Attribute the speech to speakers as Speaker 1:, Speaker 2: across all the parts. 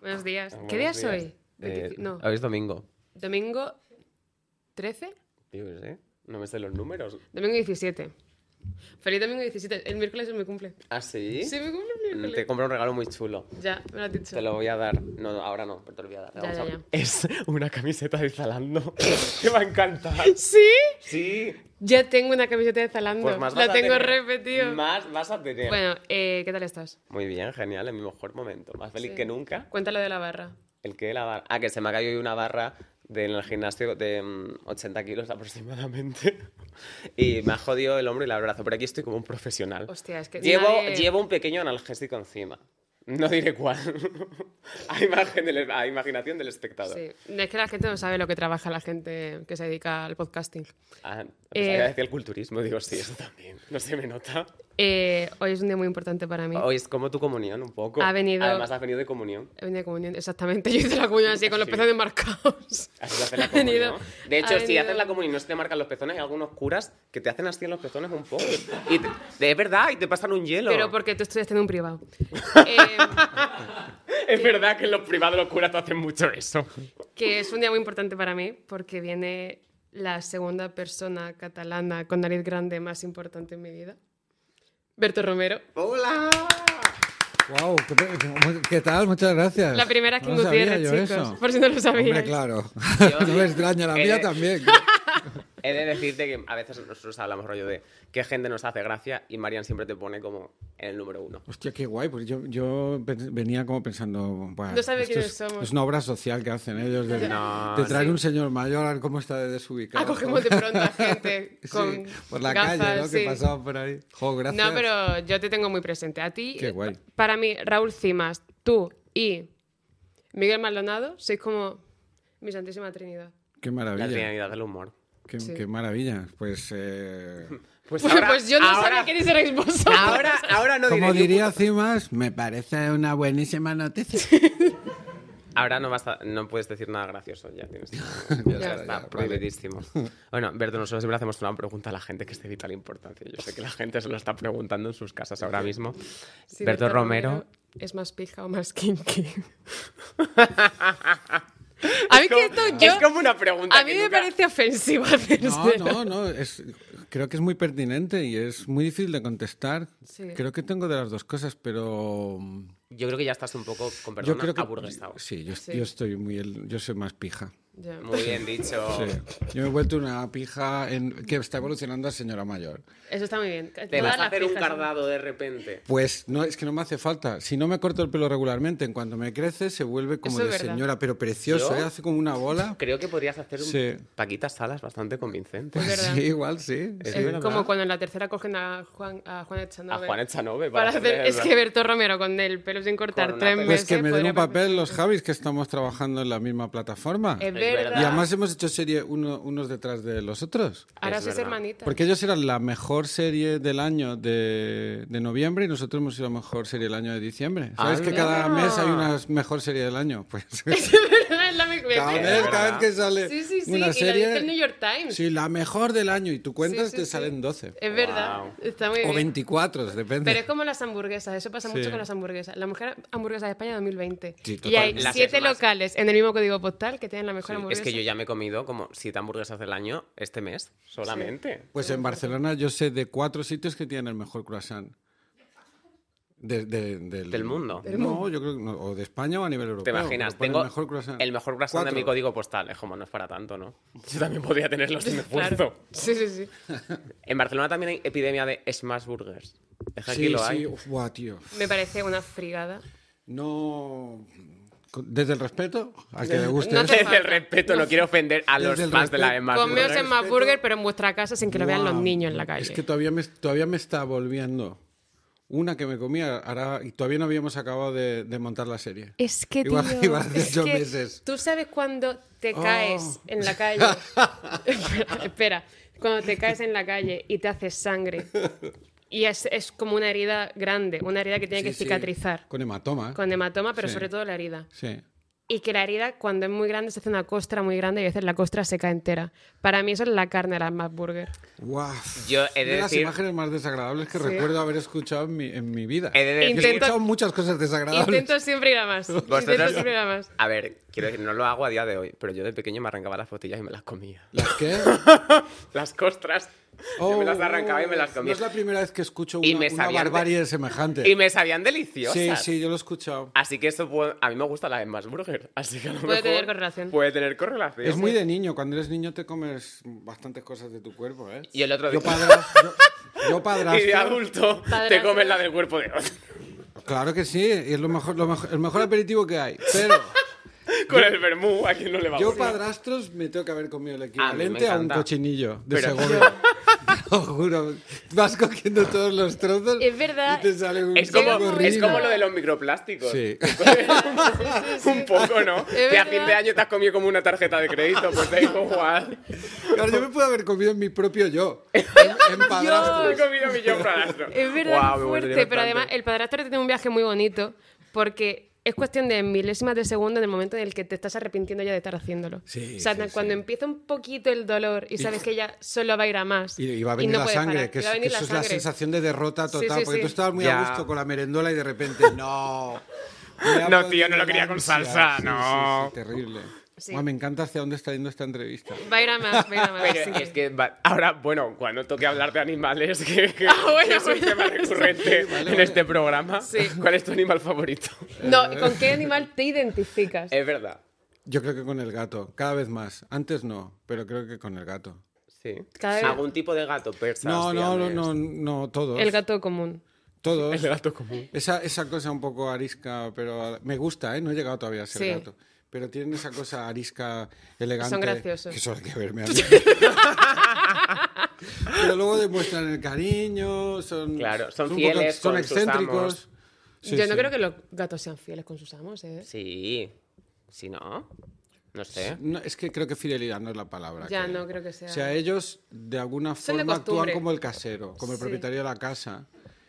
Speaker 1: Buenos días.
Speaker 2: Buenos
Speaker 1: ¿Qué día es
Speaker 2: días.
Speaker 1: hoy?
Speaker 2: Eh,
Speaker 1: Veinti- no.
Speaker 2: Hoy es domingo.
Speaker 1: Domingo 13,
Speaker 2: Yo qué sé. No me sé los números.
Speaker 1: domingo 17. Feliz domingo 17. El miércoles es mi cumple.
Speaker 2: ¿Ah, sí? Mm,
Speaker 1: Sí, mi cumple el
Speaker 2: Te
Speaker 1: miércoles.
Speaker 2: compré un regalo muy chulo.
Speaker 1: Ya, me lo has dicho.
Speaker 2: Te lo voy a dar. No, no, ahora no, pero te lo voy a dar.
Speaker 1: Ya,
Speaker 2: Vamos
Speaker 1: ya,
Speaker 2: a-
Speaker 1: ya.
Speaker 2: Es una camiseta de Zalando. Te va a encantar.
Speaker 1: ¿Sí?
Speaker 2: Sí.
Speaker 1: Ya tengo una camiseta de Zalando.
Speaker 2: Pues más vas
Speaker 1: la
Speaker 2: a
Speaker 1: tengo
Speaker 2: tener.
Speaker 1: repetido.
Speaker 2: Más vas a tener.
Speaker 1: Bueno, eh, ¿qué tal estás?
Speaker 2: Muy bien, genial, en mi mejor momento. Más feliz
Speaker 1: Sí.
Speaker 2: que nunca.
Speaker 1: Cuéntalo de la barra.
Speaker 2: El que la barra. Ah, que se me ha caído hoy una barra de- en el gimnasio de mm, 80 kilos aproximadamente. Y me ha jodido el hombro y el brazo. Pero aquí estoy como un profesional.
Speaker 1: Hostia, es que.
Speaker 2: Llevo,
Speaker 1: nadie-
Speaker 2: llevo un pequeño analgésico encima. No diré cuál. a, imagen del- a imaginación del espectador.
Speaker 1: Sí. Es que la gente no sabe lo que trabaja la gente que se dedica al podcasting.
Speaker 2: Ah, pensaba
Speaker 1: Eh.
Speaker 2: que iba a decir el culturismo. Digo, sí, eso también. No se me nota.
Speaker 1: Eh, hoy es un día muy importante para mí.
Speaker 2: Hoy es como tu comunión un poco.
Speaker 1: Ha venido-
Speaker 2: Además, has venido de comunión.
Speaker 1: He venido de comunión, exactamente. Yo hice la comunión así, con los
Speaker 2: Sí.
Speaker 1: pezones marcados.
Speaker 2: Así se hace la
Speaker 1: Ha venido-
Speaker 2: comunión. de hecho,
Speaker 1: ha
Speaker 2: si
Speaker 1: venido-
Speaker 2: haces la comunión y no se te marcan los pezones, hay algunos curas que te hacen así en los pezones un poco. Y te- de- es verdad, y te pasan un hielo.
Speaker 1: Pero porque tú estudiaste en un privado. Eh,
Speaker 2: Es verdad que en los privados los curas te hacen mucho eso.
Speaker 1: que es un día muy importante para mí porque viene la segunda persona catalana con nariz grande más importante en mi vida. Berto Romero.
Speaker 2: ¡Hola!
Speaker 3: Wow, ¿qué, pe- ¿qué tal? Muchas gracias.
Speaker 1: La primera Kim
Speaker 3: No sabía
Speaker 1: Gutiérrez,
Speaker 3: yo
Speaker 1: chicos.
Speaker 3: eso.
Speaker 1: Por si no lo sabíais.
Speaker 3: Hombre, claro.
Speaker 2: Yo-
Speaker 3: no me extraña, la
Speaker 2: Eh,
Speaker 3: mía también.
Speaker 2: He de decirte que a veces nosotros hablamos rollo de qué gente nos hace gracia y Marian siempre te pone como en el número uno.
Speaker 3: Hostia, qué guay, pues yo, yo pens- venía como pensando... buah,
Speaker 1: No sabe
Speaker 3: esto
Speaker 1: quiénes
Speaker 3: es,
Speaker 1: somos.
Speaker 3: Es una obra social que hacen ellos. de-
Speaker 2: No,
Speaker 3: te traen
Speaker 1: sí.
Speaker 3: un señor mayor, a ver cómo está de desubicado.
Speaker 1: Acogemos de pronto a gente
Speaker 3: Sí,
Speaker 1: Ah, con
Speaker 3: por la
Speaker 1: gafas,
Speaker 3: calle, ¿no?
Speaker 1: sí.
Speaker 3: Que pasaban por ahí. Jo, gracias.
Speaker 1: No, pero yo te tengo muy presente. A ti,
Speaker 3: Qué guay.
Speaker 1: para mí, Raúl Cimas, tú y Miguel Maldonado sois como mi santísima trinidad.
Speaker 3: Qué
Speaker 2: La
Speaker 3: maravilla.
Speaker 2: genialidad del humor.
Speaker 3: Qué,
Speaker 1: Sí.
Speaker 3: qué maravilla. Pues... eh,
Speaker 2: Pues,
Speaker 1: pues yo no
Speaker 2: ahora,
Speaker 1: sabía quiénes erais vosotros.
Speaker 2: ahora, ahora no diré
Speaker 3: como
Speaker 2: ni-
Speaker 3: diría Cimas, me parece una buenísima noticia.
Speaker 2: Ahora no, vas a- no puedes decir nada gracioso, ya tienes.
Speaker 3: Ya
Speaker 2: Ya
Speaker 3: está,
Speaker 2: está,
Speaker 3: ya, vale.
Speaker 2: prohibidísimo. Bueno, Berto, nosotros siempre hacemos una pregunta a la gente que es de vital importancia. Yo sé que la gente se lo está preguntando en sus casas ahora mismo.
Speaker 1: Si
Speaker 2: Berto,
Speaker 1: Berto
Speaker 2: Romero.
Speaker 1: ¿Es más pija o más kinky? a mí
Speaker 2: Es como-
Speaker 1: que esto yo...
Speaker 2: Es como una pregunta.
Speaker 1: A mí
Speaker 2: que
Speaker 1: me
Speaker 2: nunca-
Speaker 1: parece ofensivo hacerse.
Speaker 3: No, no, no. Es, creo que es muy pertinente y es muy difícil de contestar.
Speaker 1: Sí.
Speaker 3: Creo que tengo de las dos cosas, pero mm,
Speaker 2: Yo creo que ya estás un poco, con perdón,
Speaker 3: yo creo que
Speaker 2: aburguesado.
Speaker 3: sí, yo,
Speaker 1: Sí.
Speaker 3: yo estoy muy, el- yo soy más pija.
Speaker 1: Ya.
Speaker 2: Muy bien dicho.
Speaker 3: Sí. Yo me he vuelto una pija en- que está evolucionando a señora mayor.
Speaker 1: Eso está muy bien.
Speaker 2: Te
Speaker 1: Todas
Speaker 2: vas a
Speaker 1: las
Speaker 2: hacer un
Speaker 1: pijas son-
Speaker 2: cardado de repente.
Speaker 3: Pues no, es que no me hace falta. Si no me corto el pelo regularmente, en cuanto me crece se vuelve como
Speaker 1: Eso es
Speaker 3: de
Speaker 1: verdad.
Speaker 3: señora, pero precioso,
Speaker 2: ¿Yo?
Speaker 3: ¿eh? hace como una bola.
Speaker 2: Creo que podrías hacer un
Speaker 3: Sí.
Speaker 2: Paquitas Salas bastante convincente.
Speaker 1: Es verdad.
Speaker 3: Sí, igual, sí.
Speaker 2: Es
Speaker 1: Es
Speaker 2: verdad.
Speaker 1: como cuando en la tercera cogen a Juan, a Juan
Speaker 2: A
Speaker 1: Echanove.
Speaker 2: Juan Echanove
Speaker 1: para hacer, es que Berto Romero con el pelo sin cortar
Speaker 2: Con una
Speaker 1: tres
Speaker 2: peluca.
Speaker 1: meses.
Speaker 3: Pues que me den
Speaker 1: podría
Speaker 3: un papel
Speaker 1: parecer-
Speaker 3: los Javis que estamos trabajando en la misma plataforma.
Speaker 1: Es
Speaker 2: Es
Speaker 1: verdad.
Speaker 2: verdad.
Speaker 3: Y además hemos hecho serie uno- unos detrás de los otros.
Speaker 1: Ahora
Speaker 2: Es
Speaker 1: sois
Speaker 2: verdad.
Speaker 1: hermanitas.
Speaker 3: Porque ellos eran la mejor serie del año de, de noviembre y nosotros hemos sido la mejor serie del año de diciembre. ¿Sabes que
Speaker 2: Anda.
Speaker 3: cada mes hay una mejor serie del año? Pues
Speaker 1: Es la misma-
Speaker 3: cada mes,
Speaker 2: verdad.
Speaker 3: cada vez que sale
Speaker 1: Sí, sí, sí.
Speaker 3: una
Speaker 1: Y la dice el
Speaker 3: serie...
Speaker 1: New York Times.
Speaker 3: Sí, la mejor del año y tú cuentas
Speaker 1: Sí, sí,
Speaker 3: te
Speaker 1: sí.
Speaker 3: salen 12.
Speaker 2: ¿eh?
Speaker 1: Es verdad.
Speaker 2: Wow.
Speaker 1: Está muy
Speaker 3: O
Speaker 1: bien.
Speaker 3: 24, depende.
Speaker 1: Pero es como las hamburguesas, eso pasa mucho
Speaker 3: Sí.
Speaker 1: con las hamburguesas. La mujer hamburguesa de España 2020. y
Speaker 3: Sí,
Speaker 1: hay
Speaker 3: totalmente. Las
Speaker 1: siete
Speaker 2: Smash.
Speaker 1: locales en el mismo código postal que tienen la mejor
Speaker 2: Es
Speaker 1: hamburguesa.
Speaker 2: que yo ya me he comido como siete hamburguesas del año este mes solamente.
Speaker 3: Pues en Barcelona yo sé de cuatro sitios que tienen el mejor croissant. De- de- del,
Speaker 2: Del mundo.
Speaker 3: No, yo creo que no, o de España o a nivel europeo.
Speaker 2: ¿Te imaginas?
Speaker 3: Ponen
Speaker 2: Tengo
Speaker 3: el mejor croissant,
Speaker 2: el mejor croissant de
Speaker 3: Cuatro.
Speaker 2: mi código postal. Es como, no es para tanto, ¿no? Yo también podría tenerlo sin esfuerzo.
Speaker 1: Claro. Sí, sí, sí.
Speaker 2: En Barcelona también hay epidemia de smash burgers. Es que
Speaker 3: Sí,
Speaker 2: aquí lo
Speaker 3: sí,
Speaker 2: hay.
Speaker 3: uf, buah, tío.
Speaker 1: Me parece una frigada.
Speaker 3: No. Desde el respeto, a que le guste
Speaker 1: No
Speaker 3: eso.
Speaker 1: te-
Speaker 2: Desde el respeto, no quiero ofender a los
Speaker 3: Desde el
Speaker 2: fans de la
Speaker 3: respeto.
Speaker 2: smash
Speaker 1: Comeos
Speaker 2: burgers.
Speaker 1: en más burger, pero en vuestra casa sin que lo vean los
Speaker 3: Guau.
Speaker 1: niños en la calle.
Speaker 3: Es que todavía me, todavía me está volviendo. Una que me comía, ahora, y todavía no habíamos acabado de, de montar la serie.
Speaker 1: Es que,
Speaker 3: Igual-
Speaker 1: tío,
Speaker 3: igual hace
Speaker 1: es
Speaker 3: ocho
Speaker 1: que
Speaker 3: meses.
Speaker 1: tú sabes cuando te
Speaker 3: Oh.
Speaker 1: caes en la calle. espera, espera. cuando te caes en la calle y te haces sangre. Y es, es como una herida grande, una herida que tiene
Speaker 3: Sí,
Speaker 1: que
Speaker 3: sí.
Speaker 1: cicatrizar.
Speaker 3: Con hematoma.
Speaker 1: Con hematoma, pero
Speaker 3: Sí.
Speaker 1: sobre todo la herida.
Speaker 3: Sí.
Speaker 1: Y que la herida, cuando es muy grande, se hace una costra muy grande y a veces la costra se cae entera. Para mí, eso es la carne de la Mad Burger.
Speaker 3: Guau.
Speaker 2: Yo he de
Speaker 3: Una las
Speaker 2: decir-
Speaker 3: imágenes más desagradables que
Speaker 1: Sí.
Speaker 3: recuerdo haber escuchado en mi, en mi vida.
Speaker 2: He de
Speaker 3: Yo
Speaker 2: decir-
Speaker 3: he escuchado muchas cosas desagradables.
Speaker 1: Intento siempre ir a más. Intento
Speaker 2: Vosotros-
Speaker 1: siempre ir a más.
Speaker 2: A ver, quiero decir, no lo hago a día de hoy, pero yo de pequeño me arrancaba las fotillas y me las comía.
Speaker 3: ¿Las qué? Oh,
Speaker 2: Las costras. yo me las arrancaba y me las
Speaker 3: No
Speaker 2: comía.
Speaker 3: es la primera vez que escucho
Speaker 2: Y
Speaker 3: una,
Speaker 2: me
Speaker 3: una
Speaker 2: sabían de-
Speaker 3: barbarie semejante.
Speaker 2: Y me sabían
Speaker 3: Sí,
Speaker 2: deliciosas.
Speaker 3: sí, yo lo he escuchado.
Speaker 2: Así que eso puede- a mí me gusta la de más burger, así que a lo
Speaker 1: Puede
Speaker 2: mejor
Speaker 1: tener correlación.
Speaker 2: Puede tener correlación.
Speaker 3: Es muy de niño, cuando eres niño te comes bastantes cosas de tu cuerpo, ¿eh?
Speaker 2: Y el otro
Speaker 3: Yo
Speaker 2: día-
Speaker 3: padras- yo- yo padrastro,
Speaker 2: Y de adulto te
Speaker 1: Padrastro.
Speaker 2: comes la del cuerpo de otro.
Speaker 3: claro que sí, y es lo mejor, lo mejor- el mejor aperitivo que hay. Pero
Speaker 2: Con el vermú, a quien no le va a
Speaker 3: yo
Speaker 2: gustar?
Speaker 3: padrastros me tengo que haber comido el
Speaker 2: me
Speaker 3: equivalente a, un
Speaker 2: encanta.
Speaker 3: cochinillo de
Speaker 2: Pero-
Speaker 3: Segovia. Te lo juro, vas cogiendo todos los trozos
Speaker 1: Es verdad.
Speaker 3: y te sale un
Speaker 2: Es como,
Speaker 3: poco
Speaker 2: es
Speaker 3: rico.
Speaker 2: como lo de los microplásticos.
Speaker 3: Sí.
Speaker 2: Un poco, ¿no?
Speaker 1: Es
Speaker 2: Que a
Speaker 1: verdad.
Speaker 2: fin de año te has comido como una tarjeta de crédito, pues te digo, igual.
Speaker 3: Claro, yo me puedo haber comido en mi propio yo. En, en
Speaker 2: Me he
Speaker 3: padrastros.
Speaker 2: comido mi yo padrastro.
Speaker 1: Es verdad,
Speaker 2: Guau, me volvería
Speaker 1: fuerte, pero
Speaker 2: bastante.
Speaker 1: además el padrastro tiene un viaje muy bonito porque es cuestión de milésimas de segundo en el momento en el que te estás arrepintiendo ya de estar haciéndolo.
Speaker 3: Sí,
Speaker 1: o sea,
Speaker 3: sí,
Speaker 1: cuando
Speaker 3: sí.
Speaker 1: empieza un poquito el dolor y sabes que ya solo va a ir a más.
Speaker 3: Y, y va a venir
Speaker 1: no
Speaker 3: la
Speaker 1: puedes
Speaker 3: sangre,
Speaker 1: parar,
Speaker 3: que,
Speaker 1: y
Speaker 3: es-
Speaker 1: va a venir
Speaker 3: que eso es la
Speaker 1: sangre.
Speaker 3: sensación de derrota total,
Speaker 1: sí,
Speaker 3: porque
Speaker 1: sí.
Speaker 3: tú estabas muy
Speaker 2: Ya.
Speaker 3: a gusto con la merendola y de repente, no. me ha
Speaker 2: No,
Speaker 3: dado
Speaker 2: tío, no lo
Speaker 3: la
Speaker 2: quería con
Speaker 3: ansia".
Speaker 2: salsa,
Speaker 3: Sí, sí,
Speaker 2: no.
Speaker 3: sí, terrible.
Speaker 1: Sí.
Speaker 3: Buah, me encanta hacia dónde está yendo esta entrevista.
Speaker 1: Va a ir a más, va a ir a más.
Speaker 2: Pero
Speaker 1: así que-
Speaker 2: es que va- ahora, bueno, cuando toque hablar de animales, que, que-
Speaker 1: Ah, bueno,
Speaker 2: que es un
Speaker 1: bueno,
Speaker 2: tema recurrente en este programa,
Speaker 1: Sí.
Speaker 2: ¿cuál es tu animal favorito?
Speaker 1: No, ¿con qué animal te identificas?
Speaker 2: Es verdad.
Speaker 3: Yo creo que con el gato, cada vez más. Antes no, pero creo que con el gato.
Speaker 2: Sí.
Speaker 1: Cada vez-
Speaker 2: ¿Algún tipo de gato persa?
Speaker 3: No, no, no,
Speaker 2: siamés?
Speaker 3: no, no, todos.
Speaker 1: El gato común.
Speaker 3: Todos.
Speaker 2: El gato común.
Speaker 3: Esa, esa cosa un poco arisca, pero me gusta, ¿eh? No he llegado todavía a ser
Speaker 1: Sí.
Speaker 3: gato. Pero tienen esa cosa arisca, elegante.
Speaker 1: Son graciosos.
Speaker 3: Que solo hay que verme a mí. pero luego demuestran el cariño, son.
Speaker 2: Claro, son
Speaker 3: un
Speaker 2: fieles
Speaker 3: son
Speaker 2: con sus
Speaker 3: excéntricos.
Speaker 2: amos.
Speaker 3: Sí,
Speaker 1: Yo no
Speaker 3: sí.
Speaker 1: creo que los gatos sean fieles con sus amos, ¿eh?
Speaker 2: Sí. Si no, no sé.
Speaker 3: No, es que creo que fidelidad no es la palabra.
Speaker 1: Ya,
Speaker 3: que-
Speaker 1: no creo que sea.
Speaker 3: O sea, ellos de alguna
Speaker 1: Son de
Speaker 3: forma actúan
Speaker 1: costumbre.
Speaker 3: como el casero, como el
Speaker 1: Sí.
Speaker 3: propietario de la casa.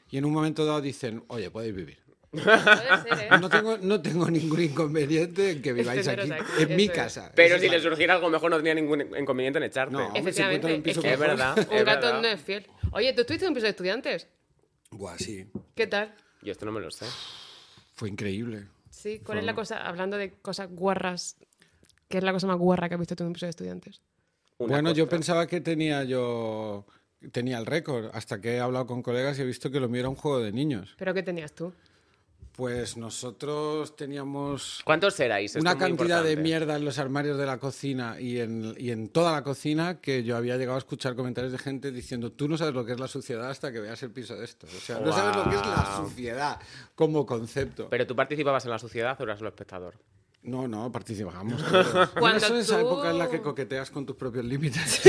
Speaker 3: Y en un momento dado dicen, oye, podéis vivir.
Speaker 1: Puede ser, ¿eh?
Speaker 3: No tengo, no tengo ningún inconveniente en que viváis aquí,
Speaker 1: Teneros aquí,
Speaker 3: en mi
Speaker 1: eso es.
Speaker 3: casa. Esa
Speaker 2: Pero
Speaker 3: es
Speaker 2: si
Speaker 3: la-
Speaker 2: le surgiera algo mejor, no tenía ningún inconveniente en echarte.
Speaker 3: No. Hombre, se
Speaker 1: Efectivamente.
Speaker 3: encuentra un piso
Speaker 1: es que-
Speaker 2: Es verdad.
Speaker 1: Un
Speaker 2: es
Speaker 1: gato
Speaker 2: verdad.
Speaker 1: no es fiel. Oye, tú estuviste en un piso de estudiantes.
Speaker 3: Buah, sí.
Speaker 1: ¿Qué tal?
Speaker 2: Yo esto no me lo sé.
Speaker 3: Fue increíble.
Speaker 1: Sí, ¿cuál es la cosa? Hablando de cosas guarras, ¿qué es la cosa más guarra que has visto tú en un piso de estudiantes?
Speaker 2: Una
Speaker 3: bueno, yo
Speaker 2: costra.
Speaker 3: pensaba que tenía yo tenía el récord, hasta que he hablado con colegas y he visto que lo mío era un juego de niños.
Speaker 1: ¿Pero qué tenías tú?
Speaker 3: Pues nosotros teníamos
Speaker 2: ¿Cuántos erais? Esto
Speaker 3: una
Speaker 2: es muy
Speaker 3: cantidad de
Speaker 2: importante.
Speaker 3: mierda en los armarios de la cocina y en, y en toda la cocina que yo había llegado a escuchar comentarios de gente diciendo tú no sabes lo que es la suciedad hasta que veas el piso de esto. O sea, no sabes lo que es la
Speaker 2: Guau.
Speaker 3: suciedad como concepto.
Speaker 2: ¿Pero tú participabas en la sociedad o eras solo espectador?
Speaker 3: No, no, participamos todos.
Speaker 1: Cuando
Speaker 3: Eso es esa
Speaker 1: tú-
Speaker 3: época en la que coqueteas con tus propios límites.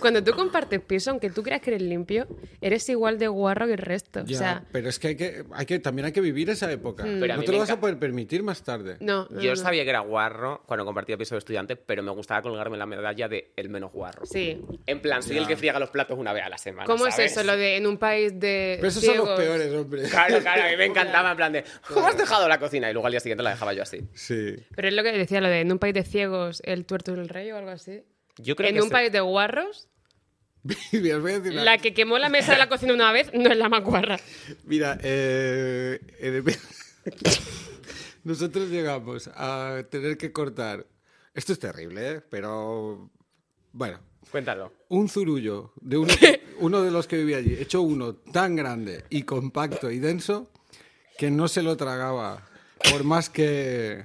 Speaker 1: Cuando tú compartes piso, aunque tú creas que eres limpio, eres igual de guarro que el resto.
Speaker 3: Ya,
Speaker 1: o sea, Mm.
Speaker 3: pero es que, hay que, hay que también hay que vivir esa época.
Speaker 2: Pero a
Speaker 3: no
Speaker 2: mí
Speaker 3: te
Speaker 2: me
Speaker 3: lo vas
Speaker 2: enca-
Speaker 3: a poder permitir más tarde.
Speaker 1: no. no,
Speaker 2: Yo
Speaker 1: no.
Speaker 2: sabía que era guarro cuando compartía piso de estudiante, pero me gustaba colgarme la medalla de el menos guarro.
Speaker 1: Sí.
Speaker 2: En plan, soy
Speaker 3: Ya.
Speaker 2: el que friega los platos una vez a la semana.
Speaker 1: ¿Cómo
Speaker 2: ¿sabes?
Speaker 1: es eso? Lo de en un país de.
Speaker 3: Pero esos son
Speaker 1: ciegos?
Speaker 3: los peores, hombre.
Speaker 2: Claro, claro, a mí me encantaba en plan de ¿Cómo has dejado la cocina? Y luego al día siguiente la dejaba yo así.
Speaker 3: Sí.
Speaker 1: Pero es lo que decía, lo de en un país de ciegos, el tuerto del rey o algo así.
Speaker 2: Yo creo
Speaker 1: en
Speaker 2: que
Speaker 1: un
Speaker 2: se-
Speaker 1: país de guarros,
Speaker 3: Mira, os voy a decir una-
Speaker 1: la que quemó la mesa de la cocina una vez no es la más guarra.
Speaker 3: Mira, eh, en- nosotros llegamos a tener que cortar. Esto es terrible, ¿eh? pero bueno,
Speaker 2: Cuéntalo.
Speaker 3: un zurullo de uno, que- uno de los que vivía allí, hecho uno tan grande y compacto y denso que no se lo tragaba, por más que...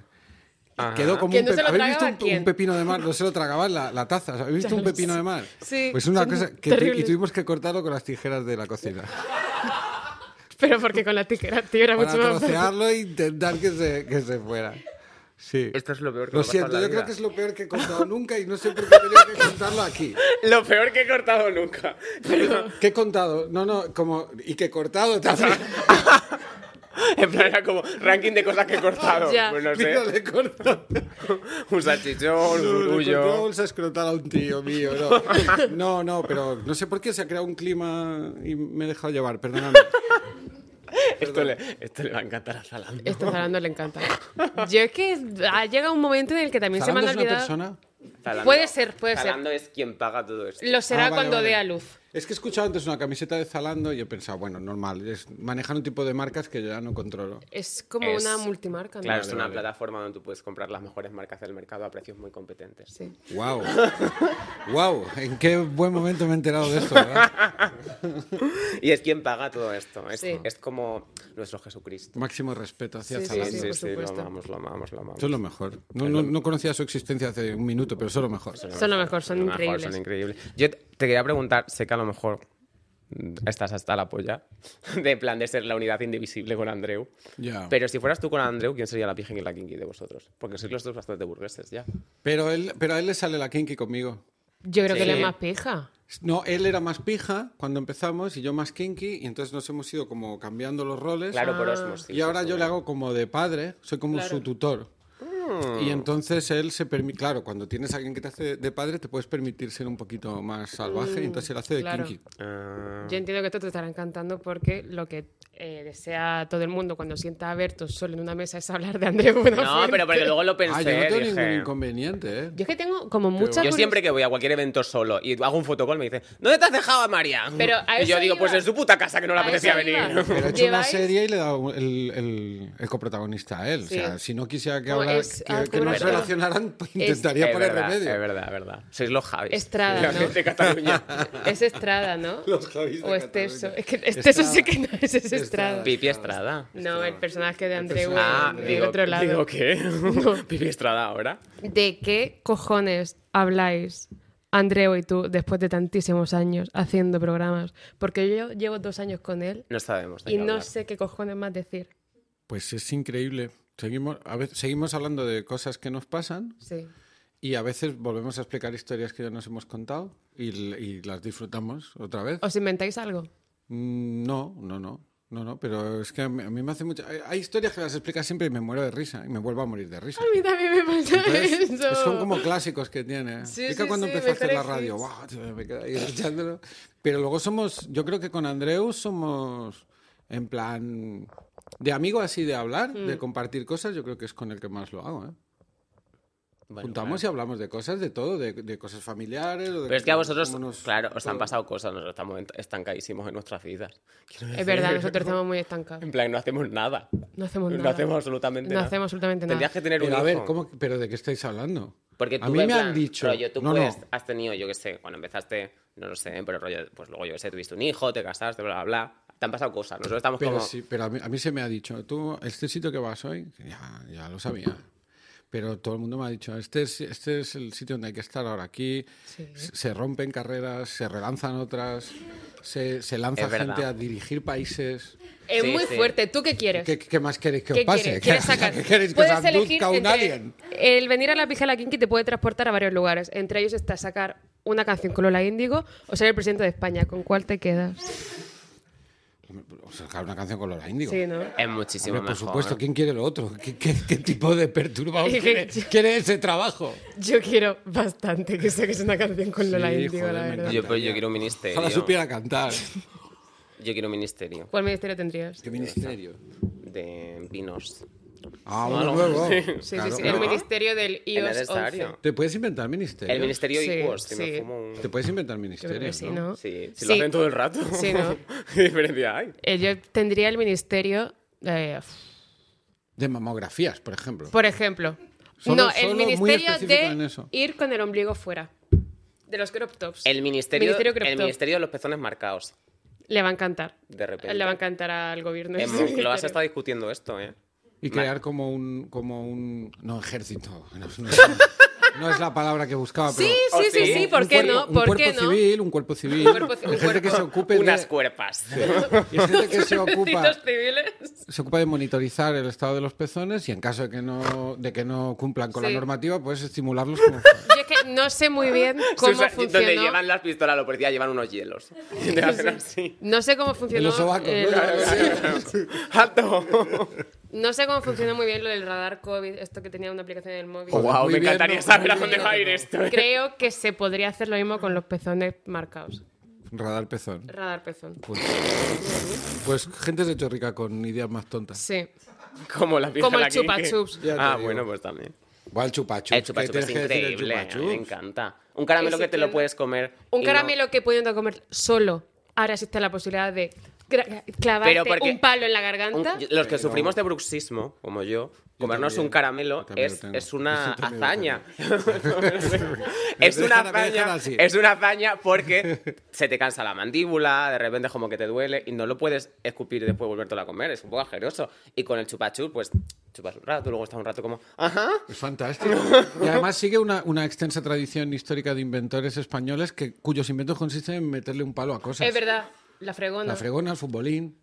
Speaker 2: Ajá.
Speaker 3: Quedó como
Speaker 1: ¿Que
Speaker 3: un,
Speaker 1: no
Speaker 3: pe-
Speaker 1: se lo
Speaker 3: ¿Habéis visto
Speaker 1: tragaba
Speaker 3: un, un
Speaker 1: quién?
Speaker 3: pepino de mar? No se lo tragaba en la, la taza. ¿Habéis visto un pepino de mar?
Speaker 1: Sí,
Speaker 3: Pues una
Speaker 1: son
Speaker 3: cosa que tu- y
Speaker 1: terribles.
Speaker 3: tuvimos que cortarlo con las tijeras de la cocina.
Speaker 1: Pero porque con la tijera, tío, era
Speaker 3: Para
Speaker 1: mucho más fácil.
Speaker 3: trocearlo e intentar que se, que se fuera. Sí.
Speaker 2: Esto es lo peor que me
Speaker 3: Lo
Speaker 2: ha pasado en
Speaker 3: siento,
Speaker 2: la
Speaker 3: yo
Speaker 2: vida.
Speaker 3: creo que es lo peor que he contado nunca y no sé por qué tenía que contarlo aquí.
Speaker 2: Lo peor que he cortado nunca.
Speaker 3: ¿Qué he contado? No, no, como... Y que he cortado también.
Speaker 2: En plan, era como ranking de cosas que he cortado.
Speaker 1: Ya.
Speaker 2: Pues no
Speaker 3: Mira,
Speaker 2: sé.
Speaker 3: le he cortado-
Speaker 2: Un salchichón, un
Speaker 3: le he cortado la
Speaker 2: zurullo.
Speaker 3: bolsa escrotal a un tío mío. No. no, no, pero no sé por qué se ha creado un clima y me he dejado llevar, perdóname.
Speaker 2: Esto le, esto le va a encantar a Zalando.
Speaker 1: Esto a Zalando le encanta. Yo es que ah, llega un momento en el que también
Speaker 3: ¿Zalando
Speaker 1: se
Speaker 3: es
Speaker 1: me
Speaker 3: una
Speaker 1: han olvidado.
Speaker 3: persona?
Speaker 2: Zalando-
Speaker 1: Puede ser, puede ser.
Speaker 2: Zalando es quien paga todo esto.
Speaker 1: Lo será
Speaker 3: Ah, vale,
Speaker 1: cuando
Speaker 3: vale.
Speaker 1: dé a luz.
Speaker 3: Es que he escuchado antes una camiseta de Zalando y he pensado, bueno, normal, es manejar un tipo de marcas que yo ya no controlo.
Speaker 1: Es como
Speaker 2: Es-
Speaker 1: una multimarca, ¿no?
Speaker 2: Claro, es
Speaker 3: Vale,
Speaker 2: una
Speaker 3: vale.
Speaker 2: plataforma donde tú puedes comprar las mejores marcas del mercado a precios muy competentes.
Speaker 1: Sí.
Speaker 3: ¡Wow! ¡Wow! ¿En qué buen momento me he enterado de esto? ¿verdad?
Speaker 2: Y es quien paga todo esto. Es,
Speaker 1: Sí.
Speaker 2: es como nuestro Jesucristo.
Speaker 3: Máximo respeto hacia
Speaker 1: Sí, sí,
Speaker 3: Zalando.
Speaker 1: por
Speaker 2: lo
Speaker 1: supuesto.
Speaker 2: amamos, lo amamos, lo amamos.
Speaker 3: Eso es lo mejor. No, no, no conocía su existencia hace un minuto, pero eso es lo mejor.
Speaker 1: Son lo mejor, son
Speaker 2: Lo mejor,
Speaker 1: increíbles.
Speaker 2: son increíbles. Yo te te quería preguntar, sé que a lo mejor mm, estás hasta la polla, de plan de ser la unidad indivisible con Andreu.
Speaker 3: Ya. Pero,
Speaker 2: Pero si fueras tú con Andreu, ¿quién sería la pijen y la kinky de vosotros? Porque sois los dos bastante burgueses ya.
Speaker 1: Pues,
Speaker 3: él, pero a él le sale la kinky conmigo.
Speaker 1: Yo creo que
Speaker 2: Sí.
Speaker 1: le es más pija.
Speaker 3: No, él era más pija cuando empezamos y yo más kinky y entonces nos hemos ido como cambiando los roles.
Speaker 2: Claro, por
Speaker 1: Ah.
Speaker 2: osmosis.
Speaker 3: y ahora yo le
Speaker 2: seguro.
Speaker 3: hago como de padre, soy como
Speaker 1: Claro.
Speaker 3: su tutor.
Speaker 2: Mm.
Speaker 3: Y entonces él se permite, claro, cuando tienes a alguien que te hace de padre, te puedes permitir ser un poquito más salvaje, y entonces él hace de
Speaker 1: Mm, claro.
Speaker 3: kinky.
Speaker 2: Ah,
Speaker 1: Yo entiendo que esto te estará encantando porque lo que eh, desea todo el mundo cuando sienta a Berto solo en una mesa es hablar de Andrés
Speaker 2: No,
Speaker 1: Buenafuente.
Speaker 2: pero porque luego lo pensé.
Speaker 3: Ah, yo no tengo
Speaker 2: dije,
Speaker 3: ningún inconveniente, ¿eh?
Speaker 1: Yo es que tengo como mucha
Speaker 2: Yo siempre que voy a cualquier evento solo y hago un fotocall me dice, ¿dónde te has dejado a María?
Speaker 1: Pero a
Speaker 2: y yo
Speaker 1: eso
Speaker 2: digo,
Speaker 1: iba.
Speaker 2: pues en su puta casa que no le
Speaker 1: A eso
Speaker 2: apetecía
Speaker 1: iba.
Speaker 2: venir.
Speaker 3: Pero ha hecho una
Speaker 1: ¿Lleváis?
Speaker 3: serie y le he dado el, el- el coprotagonista a él.
Speaker 1: Sí.
Speaker 3: O sea, si no quisiera que,
Speaker 1: Como
Speaker 3: hablara-
Speaker 1: es- ah,
Speaker 3: que, que nos
Speaker 1: cobraron.
Speaker 3: relacionaran, pues, intentaría
Speaker 2: es
Speaker 3: poner
Speaker 2: verdad,
Speaker 3: remedio.
Speaker 2: Es verdad, es verdad. Sois los Javis.
Speaker 1: Estrada,
Speaker 2: La
Speaker 1: ¿no?
Speaker 2: gente de Cataluña.
Speaker 1: Es Estrada, ¿no?
Speaker 3: Los Javis de
Speaker 1: o Esteso.
Speaker 3: Cataluña.
Speaker 1: Es que Esteso
Speaker 3: Estrada.
Speaker 1: sí que no es, es Estrada.
Speaker 3: Estrada.
Speaker 2: Pipi Estrada.
Speaker 1: No, el personaje de Andreu
Speaker 2: Ah,
Speaker 1: del
Speaker 2: digo,
Speaker 1: otro lado.
Speaker 2: digo, ¿qué? Pipi Estrada ahora.
Speaker 1: ¿De qué cojones habláis, Andreu y tú, después de tantísimos años haciendo programas? Porque yo llevo dos años con él
Speaker 2: No sabemos. de
Speaker 1: y
Speaker 2: qué
Speaker 1: no
Speaker 2: hablar.
Speaker 1: sé qué cojones más decir.
Speaker 3: Pues es increíble. Seguimos, a veces, seguimos hablando de cosas que nos pasan
Speaker 1: Sí.
Speaker 3: y a veces volvemos a explicar historias que ya nos hemos contado y, l- y las disfrutamos otra vez.
Speaker 1: ¿Os inventáis algo?
Speaker 3: Mm, No, no, no. No, no, pero es que a mí, a mí me hace mucha... hay- Hay historias que las explicas siempre y me muero de risa y me vuelvo a morir de risa.
Speaker 1: A mí también me pasa
Speaker 3: Entonces,
Speaker 1: eso.
Speaker 3: Son como clásicos que tiene.
Speaker 1: Sí,
Speaker 3: Explica
Speaker 1: sí,
Speaker 3: cuando
Speaker 1: sí,
Speaker 3: empezó a hacer la
Speaker 1: mejores
Speaker 3: radio. Guau, tío, me quedé ahí escuchándolo. Pero luego somos, yo creo que con Andreu somos en plan de amigo así de hablar,
Speaker 1: Mm.
Speaker 3: de compartir cosas, yo creo que es con el que más lo hago. ¿eh?
Speaker 2: Bueno,
Speaker 3: Juntamos
Speaker 2: claro.
Speaker 3: y hablamos de cosas, de todo, de, de cosas familiares. o de
Speaker 2: Pero es que a vosotros,
Speaker 3: cómo nos- Oh.
Speaker 2: claro, os han pasado cosas, nosotros estamos en- estancadísimos en nuestras vidas. Quiero
Speaker 1: Es
Speaker 2: decir,
Speaker 1: verdad, nosotros estamos muy estancados.
Speaker 2: En plan, no hacemos nada.
Speaker 1: No hacemos nada.
Speaker 2: No hacemos absolutamente
Speaker 1: No
Speaker 2: nada.
Speaker 1: hacemos absolutamente nada.
Speaker 2: Tendrías que tener
Speaker 3: Pero
Speaker 2: un
Speaker 3: a ver,
Speaker 2: hijo.
Speaker 3: ¿cómo- ¿pero de qué estáis hablando?
Speaker 2: Porque tú,
Speaker 3: a mí
Speaker 2: en
Speaker 3: me
Speaker 2: plan,
Speaker 3: han dicho...
Speaker 2: Rollo, tú
Speaker 3: no,
Speaker 2: puedes-
Speaker 3: no,
Speaker 2: has tenido, yo qué sé, cuando empezaste, no lo sé, pero rollo, pues luego yo qué sé, tuviste un hijo, te casaste, bla, bla, bla. Te han pasado cosas. Nosotros estamos
Speaker 3: Pero,
Speaker 2: como.
Speaker 3: sí, pero a, mí, a mí se me ha dicho, tú, este sitio que vas hoy, ya, ya lo sabía. Pero todo el mundo me ha dicho, este es, este es el sitio donde hay que estar ahora aquí.
Speaker 1: Sí.
Speaker 3: Se se rompen carreras, se relanzan otras, se, se lanza
Speaker 2: Es verdad.
Speaker 3: gente a dirigir países.
Speaker 1: Es
Speaker 2: Sí,
Speaker 1: muy
Speaker 2: sí.
Speaker 1: fuerte. ¿Tú qué quieres?
Speaker 3: ¿Qué, qué más queréis que
Speaker 1: ¿Qué
Speaker 3: os pase?
Speaker 1: quieres? ¿Quieres sacar?
Speaker 3: ¿Qué queréis que os
Speaker 1: Puedes
Speaker 3: abduzca un
Speaker 1: entre-
Speaker 3: alien?
Speaker 1: El venir a la pija la kinky te puede transportar a varios lugares. Entre ellos está sacar una canción con Lola Índigo o ser el presidente de España. ¿Con cuál te quedas?
Speaker 3: O sacar una canción con Lola Índigo.
Speaker 1: Sí, ¿no?
Speaker 2: Es muchísimo
Speaker 3: Hombre, por
Speaker 2: mejor.
Speaker 3: supuesto, ¿quién quiere lo otro? ¿Qué, qué- qué tipo de perturbado
Speaker 1: Es que-
Speaker 3: quiere, quiere ese trabajo?
Speaker 1: Yo quiero bastante que saques una canción con Lola
Speaker 3: Sí,
Speaker 1: Índigo,
Speaker 3: joder,
Speaker 1: la
Speaker 3: me
Speaker 1: verdad.
Speaker 2: Yo, pero yo quiero un ministerio.
Speaker 3: Ojalá supiera cantar.
Speaker 2: Yo quiero un ministerio
Speaker 1: ¿Cuál ministerio tendrías?
Speaker 3: ¿Qué ministerio?
Speaker 2: de vinos.
Speaker 3: Ah,
Speaker 2: Ah, no.
Speaker 3: uno nuevo.
Speaker 2: Sí,
Speaker 1: Sí,
Speaker 3: Claro.
Speaker 1: sí, sí. El
Speaker 2: ¿No?
Speaker 1: ministerio del
Speaker 2: Es
Speaker 1: IOS 11.
Speaker 2: necesario.
Speaker 3: ¿Te puedes inventar ministerio?
Speaker 2: El ministerio
Speaker 1: Sí,
Speaker 2: de Iquos, que
Speaker 1: sí.
Speaker 2: me fumo un.
Speaker 3: Te puedes inventar
Speaker 1: Yo creo
Speaker 3: ministerio.
Speaker 1: que sí, ¿no?
Speaker 2: Sí, si
Speaker 1: Sí.
Speaker 2: lo hacen todo el rato.
Speaker 1: Sí, ¿no?
Speaker 2: ¿Qué diferencia hay?
Speaker 1: Eh, yo tendría el ministerio, eh,
Speaker 3: De mamografías, por ejemplo.
Speaker 1: por ejemplo.
Speaker 3: Solo-
Speaker 1: no,
Speaker 3: solo
Speaker 1: el
Speaker 3: muy
Speaker 1: ministerio
Speaker 3: específico en
Speaker 1: de
Speaker 3: eso.
Speaker 1: ir con el ombligo fuera. De los crop tops.
Speaker 2: El ministerio,
Speaker 1: Ministerio
Speaker 2: el
Speaker 1: Crepto.
Speaker 2: ministerio de los pezones marcados.
Speaker 1: Le va a encantar.
Speaker 2: De repente.
Speaker 1: Le va a encantar al gobierno.
Speaker 2: En
Speaker 1: ese
Speaker 2: Moncloa se
Speaker 1: ministerio.
Speaker 2: está discutiendo esto, ¿eh?
Speaker 3: Y
Speaker 2: Ma-
Speaker 3: crear como un, como un... No, ejército. No, es- no es- no es la palabra que buscaba, pero...
Speaker 1: Sí,
Speaker 2: Oh,
Speaker 1: sí, sí,
Speaker 2: sí.
Speaker 1: sí, ¿por
Speaker 3: un
Speaker 1: qué
Speaker 3: cuerpo-
Speaker 1: no?
Speaker 3: Un
Speaker 1: ¿Por
Speaker 3: cuerpo
Speaker 1: qué no?
Speaker 3: civil, un cuerpo civil.
Speaker 1: Un cuerpo-
Speaker 3: Hay
Speaker 1: un
Speaker 3: gente que
Speaker 1: cuerpo-
Speaker 3: se ocupe
Speaker 2: Unas
Speaker 3: de...
Speaker 2: cuerpas.
Speaker 3: y hay gente que se ocupa,
Speaker 1: Ejércitos civiles.
Speaker 3: se ocupa de monitorizar el estado de los pezones y en caso de que no, de que no cumplan con
Speaker 1: Sí.
Speaker 3: la normativa, puedes estimularlos como...
Speaker 1: Yo es que no sé muy bien cómo
Speaker 2: Susa- Donde
Speaker 1: funcionó.
Speaker 2: llevan las pistolas, los policías llevan unos hielos. Y te hacen así.
Speaker 1: No sé cómo funcionó.
Speaker 3: los sobacos,
Speaker 1: el-
Speaker 3: ¿no? Claro,
Speaker 2: ¡Alto!
Speaker 1: No sé cómo funcionó muy bien lo del radar COVID, esto que tenía una aplicación en el móvil.
Speaker 3: Joder,
Speaker 2: wow,
Speaker 3: muy
Speaker 2: me
Speaker 3: bien,
Speaker 2: encantaría
Speaker 3: ¿no?
Speaker 2: saber a
Speaker 3: Muy
Speaker 2: dónde
Speaker 3: bien,
Speaker 2: va a ir ¿eh?
Speaker 3: ¿no?
Speaker 2: esto. ¿eh?
Speaker 1: Creo que se podría hacer lo mismo con los pezones marcados.
Speaker 3: Radar Pezón.
Speaker 1: Radar Pezón.
Speaker 3: Pues, pues gente de Chorrica con ideas más tontas.
Speaker 1: Sí.
Speaker 2: Como la Virgen
Speaker 1: Como el
Speaker 2: aquí.
Speaker 1: chupa chups.
Speaker 3: Ya te
Speaker 2: Ah,
Speaker 3: digo.
Speaker 2: bueno, pues también.
Speaker 3: Igual chupachu.
Speaker 2: El chupa chups es increíble, a mí me encanta. Un caramelo
Speaker 1: Ese
Speaker 2: que te lo
Speaker 1: tiene-
Speaker 2: puedes comer.
Speaker 1: Un
Speaker 2: y no-
Speaker 1: caramelo que pudiendo comer solo. Ahora existe la posibilidad de gra- clavarte
Speaker 2: Pero porque-
Speaker 1: un palo en la
Speaker 2: Un-
Speaker 1: garganta.
Speaker 2: los que sufrimos de bruxismo, como yo, comernos
Speaker 3: también,
Speaker 2: un caramelo
Speaker 3: yo también lo
Speaker 2: es,
Speaker 3: tengo.
Speaker 2: es una
Speaker 3: Yo también lo
Speaker 2: hazaña. es
Speaker 3: Me
Speaker 2: una
Speaker 3: dejan- me dejan
Speaker 2: hazaña.
Speaker 3: así.
Speaker 2: Es una hazaña porque se te cansa la mandíbula, de repente como que te duele y no lo puedes escupir y después volvértelo a comer. Es un poco ajeroso. Y con el chupachú, pues chupas un rato, luego estás un rato como, ajá.
Speaker 3: Es fantástico. Y además sigue una, una extensa tradición histórica de inventores españoles que, cuyos inventos consisten en meterle un palo a cosas.
Speaker 1: Es verdad. La fregona.
Speaker 3: La fregona, el futbolín.